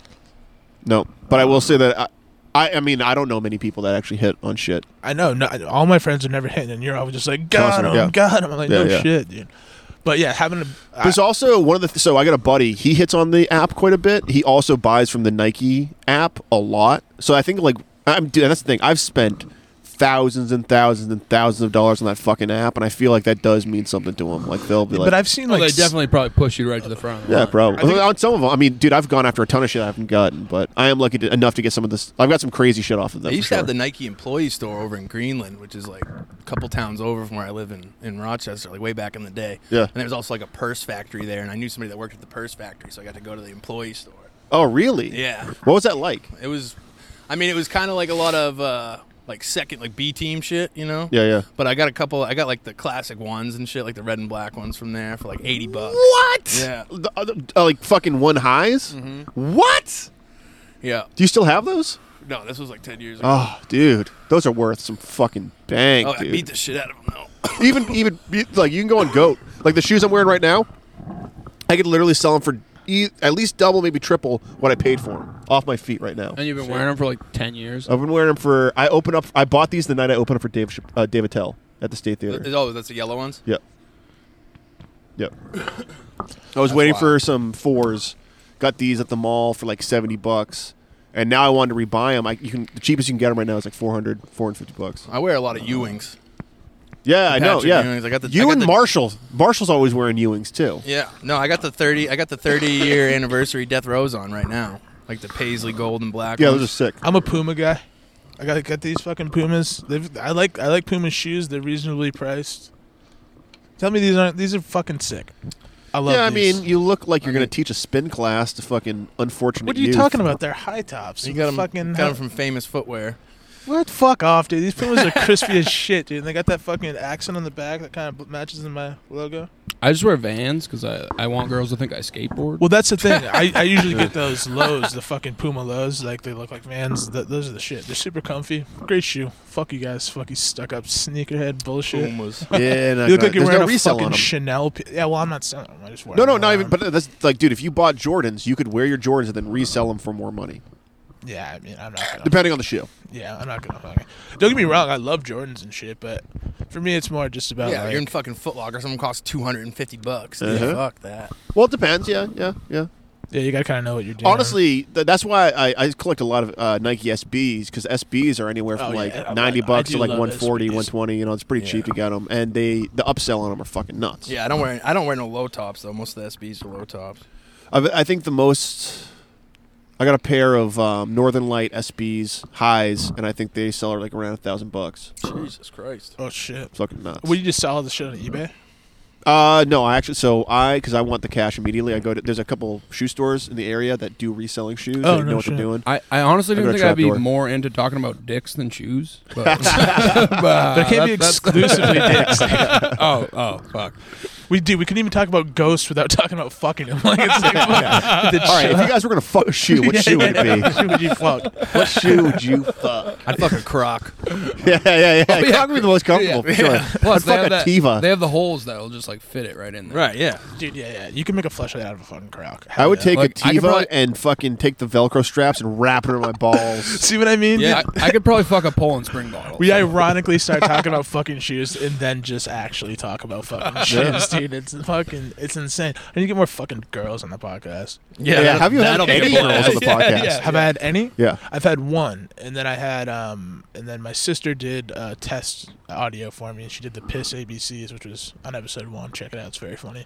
[SPEAKER 6] no. But I will say that I, I, I mean, I don't know many people that actually hit on shit.
[SPEAKER 1] I know. No, I- all my friends are never hitting, and you're always just like, God,
[SPEAKER 6] Constant,
[SPEAKER 1] him,
[SPEAKER 6] yeah.
[SPEAKER 1] God, him. I'm like,
[SPEAKER 6] Yeah,
[SPEAKER 1] no
[SPEAKER 6] yeah.
[SPEAKER 1] shit, dude. But yeah, having a I-
[SPEAKER 6] There's also one of the th- so I got a buddy. He hits on the app quite a bit. He also buys from the Nike app a lot. So I think like I'm dude, that's the thing. I've spent thousands and thousands and thousands of dollars on that fucking app, and I feel like that does mean something to him. Like they'll be like,
[SPEAKER 1] but I've seen
[SPEAKER 3] Well,
[SPEAKER 1] like
[SPEAKER 3] Oh, they
[SPEAKER 1] s-
[SPEAKER 3] definitely probably push you right to the front. of the
[SPEAKER 6] yeah,
[SPEAKER 3] line.
[SPEAKER 6] probably. on some of them, I mean, dude, I've gone after a ton of shit I haven't gotten, but I am lucky to, enough to get some of this. I've got some crazy shit off of them.
[SPEAKER 2] I used
[SPEAKER 6] for
[SPEAKER 2] to have the
[SPEAKER 6] sure.
[SPEAKER 2] Nike employee store over in Greenland, which is like a couple towns over from where I live in, in Rochester, like way back in the day.
[SPEAKER 6] Yeah.
[SPEAKER 2] And there was also like a purse factory there, and I knew somebody that worked at the purse factory, so I got to go to the employee store.
[SPEAKER 6] oh, really?
[SPEAKER 2] Yeah.
[SPEAKER 6] What was that like?
[SPEAKER 2] It was, I mean, it was kind of like a lot of uh, like second, like B team shit, you know?
[SPEAKER 6] Yeah, yeah.
[SPEAKER 2] But I got a couple, I got like the classic ones and shit, like the red and black ones from there for like 80 bucks.
[SPEAKER 6] What?
[SPEAKER 2] Yeah. Mm-hmm.
[SPEAKER 6] The other- uh, like fucking one highs. What?
[SPEAKER 2] Yeah.
[SPEAKER 6] Do you still have those?
[SPEAKER 2] No, this was like 10 years ago.
[SPEAKER 6] Oh, dude, those are worth some fucking bank,
[SPEAKER 2] oh, I
[SPEAKER 6] dude.
[SPEAKER 2] beat the shit out of them, though.
[SPEAKER 6] even even be- like you can go on Goat. Like the shoes I'm wearing right now, I could literally sell them for e- at least double, maybe triple what I paid for them off my feet right now.
[SPEAKER 3] And you've been wearing them for like ten years.
[SPEAKER 6] I've been wearing them for. I opened up. I bought these the night I opened up for Dave Chap- uh, Dave Attell at the State Theater.
[SPEAKER 2] Oh, that's the yellow ones?
[SPEAKER 6] Yep. Yep. I was waiting for some fours. Got these at the mall for like seventy bucks, and now I wanted to rebuy them. I, you can the cheapest you can get them right now is like 400, 450 bucks.
[SPEAKER 2] I wear a lot of Ewings.
[SPEAKER 6] Yeah, I know.
[SPEAKER 2] Patrick
[SPEAKER 6] Yeah,
[SPEAKER 2] Ewing's. I got the- I
[SPEAKER 6] you
[SPEAKER 2] got
[SPEAKER 6] and
[SPEAKER 2] the-
[SPEAKER 6] Marshall. Marshall's always wearing Ewings too.
[SPEAKER 2] Yeah. No, I got the 30 I got the 30 year anniversary Death Rose on right now. Like the paisley gold and black.
[SPEAKER 6] Yeah,
[SPEAKER 2] ones.
[SPEAKER 6] those are sick.
[SPEAKER 1] I'm a Puma guy. I got got these fucking Pumas. They've, I like I like Puma shoes. They're reasonably priced. Tell me these aren't these are fucking sick. I love.
[SPEAKER 6] Yeah, I
[SPEAKER 1] these.
[SPEAKER 6] mean, you look like you're going to teach a spin class to fucking unfortunate.
[SPEAKER 1] what are you
[SPEAKER 6] youth.
[SPEAKER 1] talking about? They're high tops.
[SPEAKER 2] You got them,
[SPEAKER 1] fucking
[SPEAKER 2] got 'em from Famous Footwear.
[SPEAKER 1] What? Fuck off, dude. These Pumas are crispy as shit, dude. And they got that fucking accent on the back that kind of matches in my logo.
[SPEAKER 3] I just wear Vans because I, I want girls to think I skateboard.
[SPEAKER 1] Well, that's the thing. I, I usually get those lows, the fucking Puma lows. Like they look like Vans. Th- those are the shit. They're super comfy. Great shoe. Fuck you guys. Fuck you stuck up sneakerhead bullshit.
[SPEAKER 2] Pumas.
[SPEAKER 6] Yeah, no,
[SPEAKER 1] You look like you're
[SPEAKER 6] there's
[SPEAKER 1] wearing
[SPEAKER 6] no
[SPEAKER 1] a
[SPEAKER 6] resell on
[SPEAKER 1] fucking
[SPEAKER 6] 'em.
[SPEAKER 1] Chanel. P- yeah, well, I'm not selling them. I just wear
[SPEAKER 6] no, no,
[SPEAKER 1] them
[SPEAKER 6] not even.
[SPEAKER 1] around.
[SPEAKER 6] But that's like, dude, if you bought Jordans, you could wear your Jordans and then resell them for more money,
[SPEAKER 1] yeah, I mean, I'm not. Gonna,
[SPEAKER 6] depending on the shoe.
[SPEAKER 1] yeah, I'm not gonna. fucking- Don't get me wrong. I love Jordans and shit, but for me, it's more just about.
[SPEAKER 2] Yeah,
[SPEAKER 1] like,
[SPEAKER 2] you're in fucking Foot Locker. Someone costs 250 bucks. Dude,
[SPEAKER 6] Oh, Uh-huh.
[SPEAKER 2] Fuck that.
[SPEAKER 6] Well, it depends. Yeah, yeah, yeah.
[SPEAKER 1] yeah, you gotta kind of know what you're doing.
[SPEAKER 6] Honestly, th- that's why I, I collect a lot of uh, Nike SBs because SBs are anywhere from
[SPEAKER 1] Oh,
[SPEAKER 6] like
[SPEAKER 1] yeah, I-
[SPEAKER 6] 90
[SPEAKER 1] I
[SPEAKER 6] bucks
[SPEAKER 1] do
[SPEAKER 6] to like
[SPEAKER 1] love
[SPEAKER 6] 140,
[SPEAKER 1] SBs.
[SPEAKER 6] 120. You know, it's pretty cheap to get them, and they the upsell on them are fucking nuts.
[SPEAKER 2] Yeah, I don't wear I don't wear no low tops though. Most of the SBs are low tops.
[SPEAKER 6] I've, I think the most. I got a pair of um, Northern Light SBs highs, and I think they sell are like around a thousand bucks.
[SPEAKER 2] Jesus Christ.
[SPEAKER 1] oh shit.
[SPEAKER 6] Fucking nuts.
[SPEAKER 1] Would you just sell all the shit on eBay?
[SPEAKER 6] Uh, no, I actually so I because I want the cash immediately. I go to there's a couple shoe stores in the area that do reselling shoes.
[SPEAKER 1] Oh,
[SPEAKER 6] I
[SPEAKER 1] no
[SPEAKER 6] know what
[SPEAKER 1] shit.
[SPEAKER 6] they're doing.
[SPEAKER 3] I, I honestly
[SPEAKER 6] I've
[SPEAKER 3] didn't
[SPEAKER 6] got a
[SPEAKER 3] think I'd be
[SPEAKER 6] trapdoor.
[SPEAKER 3] more into talking about dicks than shoes. But, but
[SPEAKER 1] But it can't be
[SPEAKER 3] that's-
[SPEAKER 1] exclusively dicks.
[SPEAKER 3] that's- oh, oh, fuck.
[SPEAKER 1] We do. We couldn't even talk about ghosts without talking about fucking them. Like it's like, fuck, did
[SPEAKER 6] All right,
[SPEAKER 1] shit-
[SPEAKER 6] if you guys were gonna fuck a shoe, what shoe would it
[SPEAKER 1] What
[SPEAKER 6] be?
[SPEAKER 1] shoe would you fuck?
[SPEAKER 6] What shoe would you fuck?
[SPEAKER 2] I'd fuck a croc.
[SPEAKER 6] Yeah, yeah, yeah.
[SPEAKER 3] Oh, yeah.
[SPEAKER 6] Cock would be the most comfortable. for Sure.
[SPEAKER 3] Plus, they
[SPEAKER 6] I'd fuck
[SPEAKER 3] have,
[SPEAKER 6] a
[SPEAKER 3] that,
[SPEAKER 6] Teva.
[SPEAKER 3] they have the holes that'll just like fit it right in there.
[SPEAKER 2] Right, yeah.
[SPEAKER 1] Dude, yeah, yeah. You can make a fleshlight out of a fucking croc.
[SPEAKER 6] I would take
[SPEAKER 3] Like,
[SPEAKER 6] a
[SPEAKER 3] I could
[SPEAKER 6] Teva
[SPEAKER 3] probably-
[SPEAKER 6] and fucking take the Velcro straps and wrap it around my balls.
[SPEAKER 1] See what I mean?
[SPEAKER 3] Yeah, I, I could probably fuck a Poland spring bottle.
[SPEAKER 1] We ironically start talking about fucking shoes and then just actually talk about fucking shoes, dude. It's fucking, it's insane. I need to get more fucking girls on the podcast.
[SPEAKER 6] yeah, have you had
[SPEAKER 2] that'll be
[SPEAKER 6] any
[SPEAKER 2] a blast.
[SPEAKER 6] girls on the podcast? Yeah,
[SPEAKER 1] Have I had any?
[SPEAKER 6] Yeah.
[SPEAKER 1] I've had one, and then I had, um, and then my sister did uh, test audio for me, and she did the piss ABCs, which was on episode one. Check it out; it's very funny.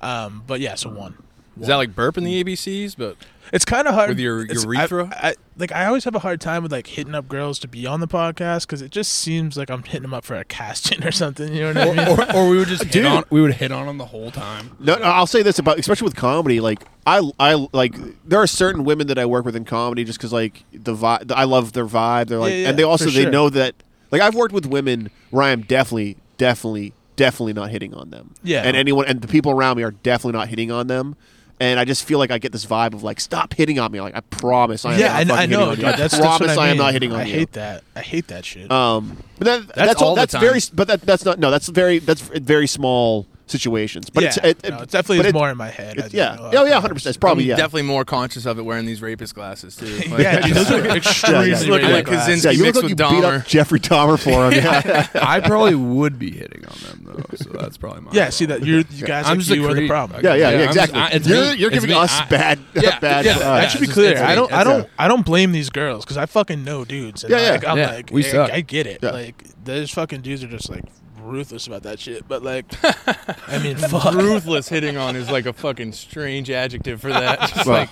[SPEAKER 1] Um, but yeah, so one.
[SPEAKER 2] Is that like burp in the ABCs? But
[SPEAKER 1] It's kind of hard
[SPEAKER 2] With your
[SPEAKER 1] it's-
[SPEAKER 2] urethra?
[SPEAKER 1] I, I, like I always have a hard time with like hitting up girls to be on the podcast because it just seems like I'm hitting them up for a casting or something. You know what I mean?
[SPEAKER 3] or, or we would just hit
[SPEAKER 6] Dude.
[SPEAKER 3] on, we would hit on him the whole time.
[SPEAKER 6] No, no, I'll say this about especially with comedy. Like I, I like there are certain women that I work with in comedy just because like the vibe. I love their vibe. They're like,
[SPEAKER 1] Yeah, yeah,
[SPEAKER 6] and they
[SPEAKER 1] for
[SPEAKER 6] also they
[SPEAKER 1] sure.
[SPEAKER 6] know that. Like I've worked with women where I am definitely, definitely, definitely not hitting on them.
[SPEAKER 1] Yeah.
[SPEAKER 6] and anyone and the people around me are definitely not hitting on them. And I just feel like I get this vibe of like, stop hitting on me. Like I promise, I am
[SPEAKER 1] yeah,
[SPEAKER 6] not
[SPEAKER 1] I,
[SPEAKER 6] fucking
[SPEAKER 1] I
[SPEAKER 6] hitting
[SPEAKER 1] know.
[SPEAKER 6] on
[SPEAKER 1] Dude,
[SPEAKER 6] you. I
[SPEAKER 1] that's, that's
[SPEAKER 6] promise,
[SPEAKER 1] what I, mean.
[SPEAKER 6] am not hitting on
[SPEAKER 1] I
[SPEAKER 6] you.
[SPEAKER 1] hate that. I hate that shit.
[SPEAKER 6] Um, but that, that's, all.
[SPEAKER 2] all the
[SPEAKER 6] that's
[SPEAKER 2] time.
[SPEAKER 6] very. But that, that's not. No, that's very. That's very small situations. But
[SPEAKER 1] yeah,
[SPEAKER 6] it's it,
[SPEAKER 1] no, it definitely
[SPEAKER 6] but
[SPEAKER 1] is
[SPEAKER 6] it-
[SPEAKER 1] more in my head. I just
[SPEAKER 6] It's, yeah.
[SPEAKER 1] know
[SPEAKER 6] Oh yeah,
[SPEAKER 1] how-
[SPEAKER 6] hundred percent. It's probably
[SPEAKER 2] I'm
[SPEAKER 6] yeah.
[SPEAKER 2] definitely more conscious of it wearing these rapist glasses too. Like,
[SPEAKER 1] Yeah, dude, those are
[SPEAKER 6] Yeah,
[SPEAKER 1] extremely
[SPEAKER 6] yeah.
[SPEAKER 2] look like
[SPEAKER 1] ridiculous.
[SPEAKER 2] Kaczynski
[SPEAKER 6] Yeah, you look
[SPEAKER 2] mixed
[SPEAKER 6] like you
[SPEAKER 2] with
[SPEAKER 6] beat
[SPEAKER 2] Dahmer.
[SPEAKER 6] up Jeffrey Dahmer for him. yeah.
[SPEAKER 7] I probably would be hitting on them though, so that's probably my.
[SPEAKER 1] Yeah, see that you're you guys
[SPEAKER 3] I'm
[SPEAKER 1] like,
[SPEAKER 3] just a
[SPEAKER 1] you are the
[SPEAKER 3] creep.
[SPEAKER 1] problem.
[SPEAKER 6] yeah, yeah, yeah,
[SPEAKER 3] I'm just-
[SPEAKER 6] exactly.
[SPEAKER 3] I- it's
[SPEAKER 6] you're
[SPEAKER 3] me.
[SPEAKER 6] you're
[SPEAKER 3] It's
[SPEAKER 6] giving
[SPEAKER 3] me.
[SPEAKER 6] us
[SPEAKER 3] I-
[SPEAKER 6] bad,
[SPEAKER 3] Yeah,
[SPEAKER 6] bad.
[SPEAKER 3] yeah,
[SPEAKER 6] uh,
[SPEAKER 1] That should be
[SPEAKER 3] it's-
[SPEAKER 1] clear.
[SPEAKER 3] it's-
[SPEAKER 1] I don't, I
[SPEAKER 6] it's a-
[SPEAKER 1] don't, I don't blame these girls because I fucking know dudes. And
[SPEAKER 6] Yeah, yeah.
[SPEAKER 1] Like, I'm
[SPEAKER 7] Yeah,
[SPEAKER 1] like,
[SPEAKER 7] we
[SPEAKER 1] I,
[SPEAKER 7] suck.
[SPEAKER 1] I get it.
[SPEAKER 6] Yeah.
[SPEAKER 1] Like, those fucking dudes are just like ruthless about that shit. But like, I mean, fuck.
[SPEAKER 2] Ruthless hitting on is like a fucking strange adjective for that. Just
[SPEAKER 6] Well,
[SPEAKER 2] like,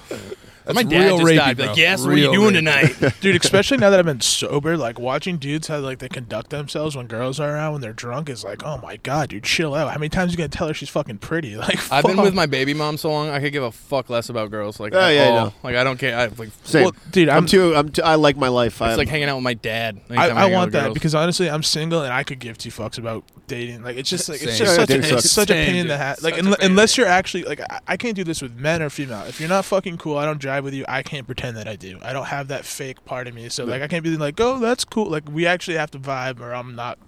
[SPEAKER 2] my dad
[SPEAKER 3] real
[SPEAKER 2] just
[SPEAKER 3] rapey,
[SPEAKER 2] died.
[SPEAKER 3] bro.
[SPEAKER 2] Like, yes, what are
[SPEAKER 3] Real
[SPEAKER 2] you doing
[SPEAKER 3] rapey.
[SPEAKER 2] tonight?
[SPEAKER 1] dude especially now that i've been sober like watching dudes how like they conduct themselves when girls are around when they're drunk is like oh my god dude chill out how many times you gonna tell her she's fucking pretty like
[SPEAKER 2] I've been
[SPEAKER 1] fuck.
[SPEAKER 2] with my baby mom so long, I could give a fuck less about girls. Like,
[SPEAKER 6] Oh,
[SPEAKER 2] at
[SPEAKER 6] yeah, I
[SPEAKER 2] all.
[SPEAKER 6] know.
[SPEAKER 2] like I don't care. I, like,
[SPEAKER 6] Same.
[SPEAKER 1] Well, dude
[SPEAKER 6] I'm,
[SPEAKER 1] i'm,
[SPEAKER 6] too. I'm. Too, I like my life.
[SPEAKER 2] it's
[SPEAKER 6] I'm,
[SPEAKER 2] like hanging out with my dad.
[SPEAKER 1] I,
[SPEAKER 2] anytime
[SPEAKER 1] I
[SPEAKER 2] hang out
[SPEAKER 1] want
[SPEAKER 2] with
[SPEAKER 1] that
[SPEAKER 2] girls.
[SPEAKER 1] because honestly, I'm single and I could give two fucks about dating. Like it's just like it's
[SPEAKER 3] Same.
[SPEAKER 1] just
[SPEAKER 6] Yeah,
[SPEAKER 1] such,
[SPEAKER 6] dating
[SPEAKER 1] a,
[SPEAKER 6] sucks.
[SPEAKER 1] it's such a
[SPEAKER 3] Same,
[SPEAKER 1] pain in the
[SPEAKER 3] dude.
[SPEAKER 1] hat. Like
[SPEAKER 3] Such a
[SPEAKER 1] unle-
[SPEAKER 3] pain in
[SPEAKER 1] unless
[SPEAKER 3] the
[SPEAKER 1] you're actually like I, I can't do this with men or female. If you're not fucking cool, I don't drive with you. I can't pretend that I do. I don't have that fake part of me. So like I can't be like oh that's cool. Like we actually have to vibe or I'm not.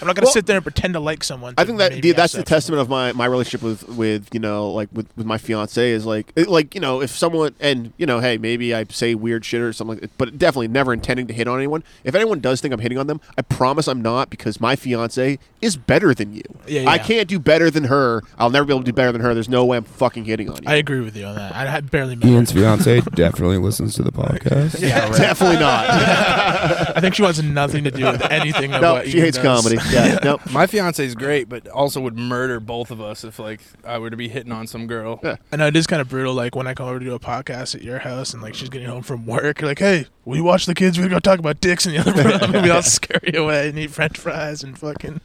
[SPEAKER 1] I'm not gonna
[SPEAKER 6] Well,
[SPEAKER 1] sit there and pretend to like someone.
[SPEAKER 6] I
[SPEAKER 1] to
[SPEAKER 6] think that
[SPEAKER 1] maybe
[SPEAKER 6] dude, that's the
[SPEAKER 1] accept someone.
[SPEAKER 6] testament of my, my relationship with, with you know like with, with my fiance is like it- like you know if someone and you know hey maybe I say weird shit or something like that, but definitely never intending to hit on anyone. If anyone does think I'm hitting on them, I promise I'm not because my fiance is better than you.
[SPEAKER 1] Yeah,
[SPEAKER 6] I
[SPEAKER 1] yeah.
[SPEAKER 6] can't do better than her. I'll never be able to do better than her. There's no way I'm fucking hitting on you.
[SPEAKER 1] I agree with you on that. I had barely met.
[SPEAKER 5] Ian's fiance definitely listens to the podcast.
[SPEAKER 1] Yeah, right.
[SPEAKER 6] definitely not.
[SPEAKER 1] I think she wants nothing to do with anything. of
[SPEAKER 6] no,
[SPEAKER 1] what
[SPEAKER 6] she
[SPEAKER 1] Ian
[SPEAKER 6] hates
[SPEAKER 1] does.
[SPEAKER 6] comedy. Yeah, no.
[SPEAKER 2] my fiance is great, but also would murder both of us if like I were to be hitting on some girl.
[SPEAKER 6] Yeah.
[SPEAKER 1] I know it is kind of brutal. Like when I come over to do a podcast at your house, and like she's getting home from work, you're like, "Hey, will you watch the kids? We're gonna talk about dicks in the other room, and we all scurry away and eat French fries and fucking."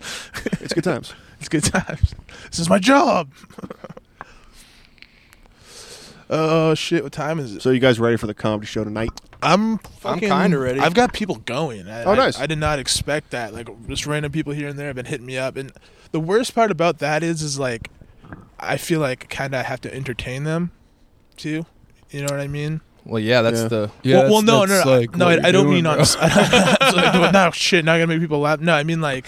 [SPEAKER 6] It's good times.
[SPEAKER 1] It's good times. This is my job. oh shit! What time is it?
[SPEAKER 6] So you guys ready for the comedy show tonight?
[SPEAKER 1] I'm fucking.
[SPEAKER 2] kinda ready.
[SPEAKER 1] I've got people going. I,
[SPEAKER 6] Oh,
[SPEAKER 1] I-
[SPEAKER 6] nice.
[SPEAKER 1] I, did not expect that. Like just random people here and there have been hitting me up, and the worst part about that is, is like, I feel like kind of have to entertain them, too. You know what I mean?
[SPEAKER 2] Well, yeah, that's
[SPEAKER 6] Yeah.
[SPEAKER 2] the
[SPEAKER 7] Yeah,
[SPEAKER 1] well, well, no,
[SPEAKER 7] that's- that's,
[SPEAKER 1] no, no,
[SPEAKER 7] like,
[SPEAKER 1] no.
[SPEAKER 7] what
[SPEAKER 1] I,
[SPEAKER 7] you're
[SPEAKER 1] I don't
[SPEAKER 7] doing,
[SPEAKER 1] mean on.
[SPEAKER 7] bro.
[SPEAKER 1] I don't, so, like, no shit. Not gonna make people laugh. No, I mean like,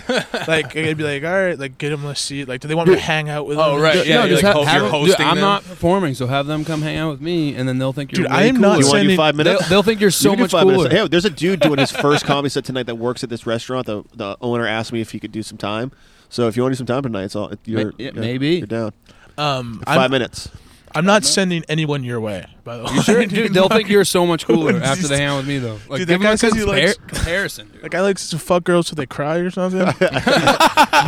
[SPEAKER 1] like I'd be like, all right, like get them a seat. Like, do they want me to hang out with?
[SPEAKER 2] Oh,
[SPEAKER 1] them?
[SPEAKER 2] right,
[SPEAKER 1] Dude,
[SPEAKER 2] yeah,
[SPEAKER 1] no,
[SPEAKER 2] you're
[SPEAKER 1] just have-
[SPEAKER 2] like, hope you're
[SPEAKER 1] have-
[SPEAKER 2] hosting
[SPEAKER 7] Dude, I'm
[SPEAKER 2] them.
[SPEAKER 7] not performing, so have them come hang out with me, and then they'll think you're.
[SPEAKER 1] Dude,
[SPEAKER 7] way
[SPEAKER 1] I am
[SPEAKER 7] cooler.
[SPEAKER 1] not
[SPEAKER 6] You want to do
[SPEAKER 1] Sending-
[SPEAKER 6] five minutes?
[SPEAKER 7] They'll, they'll think you're so
[SPEAKER 6] You can do
[SPEAKER 7] much
[SPEAKER 6] five minutes.
[SPEAKER 7] cooler.
[SPEAKER 6] Hey, there's a dude doing his first comedy set tonight that works at this restaurant. The the owner asked me if he could do some time. So if you want to do some time tonight, it's all you're,
[SPEAKER 7] yeah,
[SPEAKER 6] you're-
[SPEAKER 7] maybe.
[SPEAKER 6] you're down.
[SPEAKER 1] Um,
[SPEAKER 6] 5
[SPEAKER 1] I'm,
[SPEAKER 6] minutes.
[SPEAKER 1] I'm not sending anyone your way. By the way,
[SPEAKER 3] Sure, dude, they'll think you're so much cooler
[SPEAKER 1] Wouldn't
[SPEAKER 3] after
[SPEAKER 1] you
[SPEAKER 3] they
[SPEAKER 1] say-
[SPEAKER 3] hang out with me though. Like,
[SPEAKER 1] Dude, that
[SPEAKER 3] give
[SPEAKER 1] guy
[SPEAKER 3] them a
[SPEAKER 1] says he
[SPEAKER 3] compar-
[SPEAKER 1] likes-
[SPEAKER 3] comparison, dude.
[SPEAKER 1] Like I like to fuck girls till they cry or something.
[SPEAKER 2] I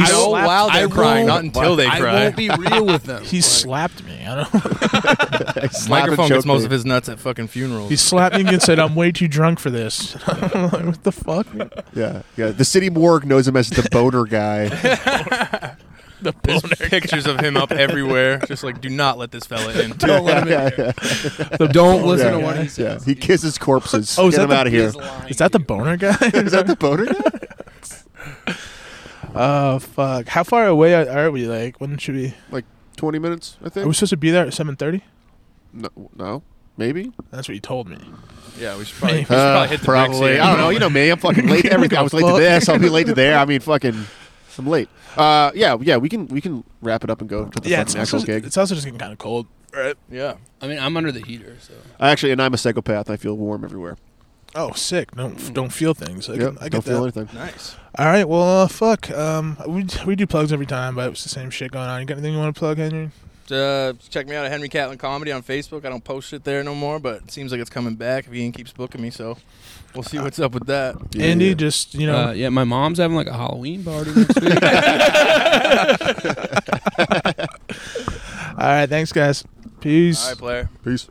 [SPEAKER 1] slapped-
[SPEAKER 2] while
[SPEAKER 3] I
[SPEAKER 2] they're crying, not
[SPEAKER 3] won't-
[SPEAKER 2] until they
[SPEAKER 3] I
[SPEAKER 2] cry.
[SPEAKER 3] won't be real with them.
[SPEAKER 1] He slapped me. I don't.
[SPEAKER 6] Slap and
[SPEAKER 2] Microphone
[SPEAKER 6] choke
[SPEAKER 2] gets most
[SPEAKER 6] me.
[SPEAKER 2] of his nuts at fucking funerals.
[SPEAKER 1] He slapped me and said, "I'm way too drunk for this." I'm like, what the fuck?
[SPEAKER 6] Yeah, yeah. The city morgue knows him as the boater guy.
[SPEAKER 1] The
[SPEAKER 2] There's
[SPEAKER 1] boner.
[SPEAKER 2] pictures of him up everywhere. Just like, do not let this fella in.
[SPEAKER 3] Don't let him in Don't listen
[SPEAKER 6] yeah,
[SPEAKER 3] to what he
[SPEAKER 6] yeah.
[SPEAKER 3] says.
[SPEAKER 6] He kisses corpses.
[SPEAKER 1] Oh, is
[SPEAKER 6] Get
[SPEAKER 1] that
[SPEAKER 6] him
[SPEAKER 1] the-
[SPEAKER 6] out of here.
[SPEAKER 3] He's lying
[SPEAKER 1] Is that the
[SPEAKER 3] to you.
[SPEAKER 1] boner guy?
[SPEAKER 6] Is that the boater guy?
[SPEAKER 1] Oh fuck! How far away are, are we? Like, when should we?
[SPEAKER 6] Like 20 minutes,
[SPEAKER 1] Are
[SPEAKER 6] I
[SPEAKER 1] we
[SPEAKER 6] think.
[SPEAKER 1] supposed to be there at seven thirty?
[SPEAKER 6] No, no, maybe.
[SPEAKER 1] That's what you told me.
[SPEAKER 2] Yeah, we should probably, we should
[SPEAKER 6] Uh,
[SPEAKER 2] probably hit the bricks
[SPEAKER 6] probably.
[SPEAKER 2] here.
[SPEAKER 6] I don't know. You know me. I'm fucking late. to Everything. I was late to this. I'll be late to there. I mean, fucking. I'm late. Uh, yeah, yeah. We can we can wrap it up and go to the
[SPEAKER 1] yeah, it's
[SPEAKER 6] fucking actual
[SPEAKER 1] also,
[SPEAKER 6] gig.
[SPEAKER 1] it's also just getting kind of cold. Right?
[SPEAKER 2] Yeah.
[SPEAKER 3] I mean, I'm under the heater, so
[SPEAKER 6] Actually, and I'm a psychopath. I feel warm everywhere.
[SPEAKER 1] Oh, sick! Don't don't feel things. I,
[SPEAKER 6] Yep,
[SPEAKER 1] can, I get
[SPEAKER 6] don't feel
[SPEAKER 1] that.
[SPEAKER 6] anything.
[SPEAKER 2] Nice.
[SPEAKER 1] All right. Well, uh, fuck. Um, we we do plugs every time, but it's the same shit going on. You got anything you want to plug, Henry?
[SPEAKER 2] Uh, check me out at Henry Catlin Comedy on Facebook. I don't post shit there no more, but it seems like it's coming back if Ian keeps booking me, so we'll see what's up with that.
[SPEAKER 6] Yeah,
[SPEAKER 1] Andy,
[SPEAKER 6] yeah.
[SPEAKER 1] just you know,
[SPEAKER 3] uh, yeah, my mom's having like a Halloween party next week.
[SPEAKER 1] All right, thanks, guys. Peace.
[SPEAKER 2] All right, player.
[SPEAKER 6] Peace.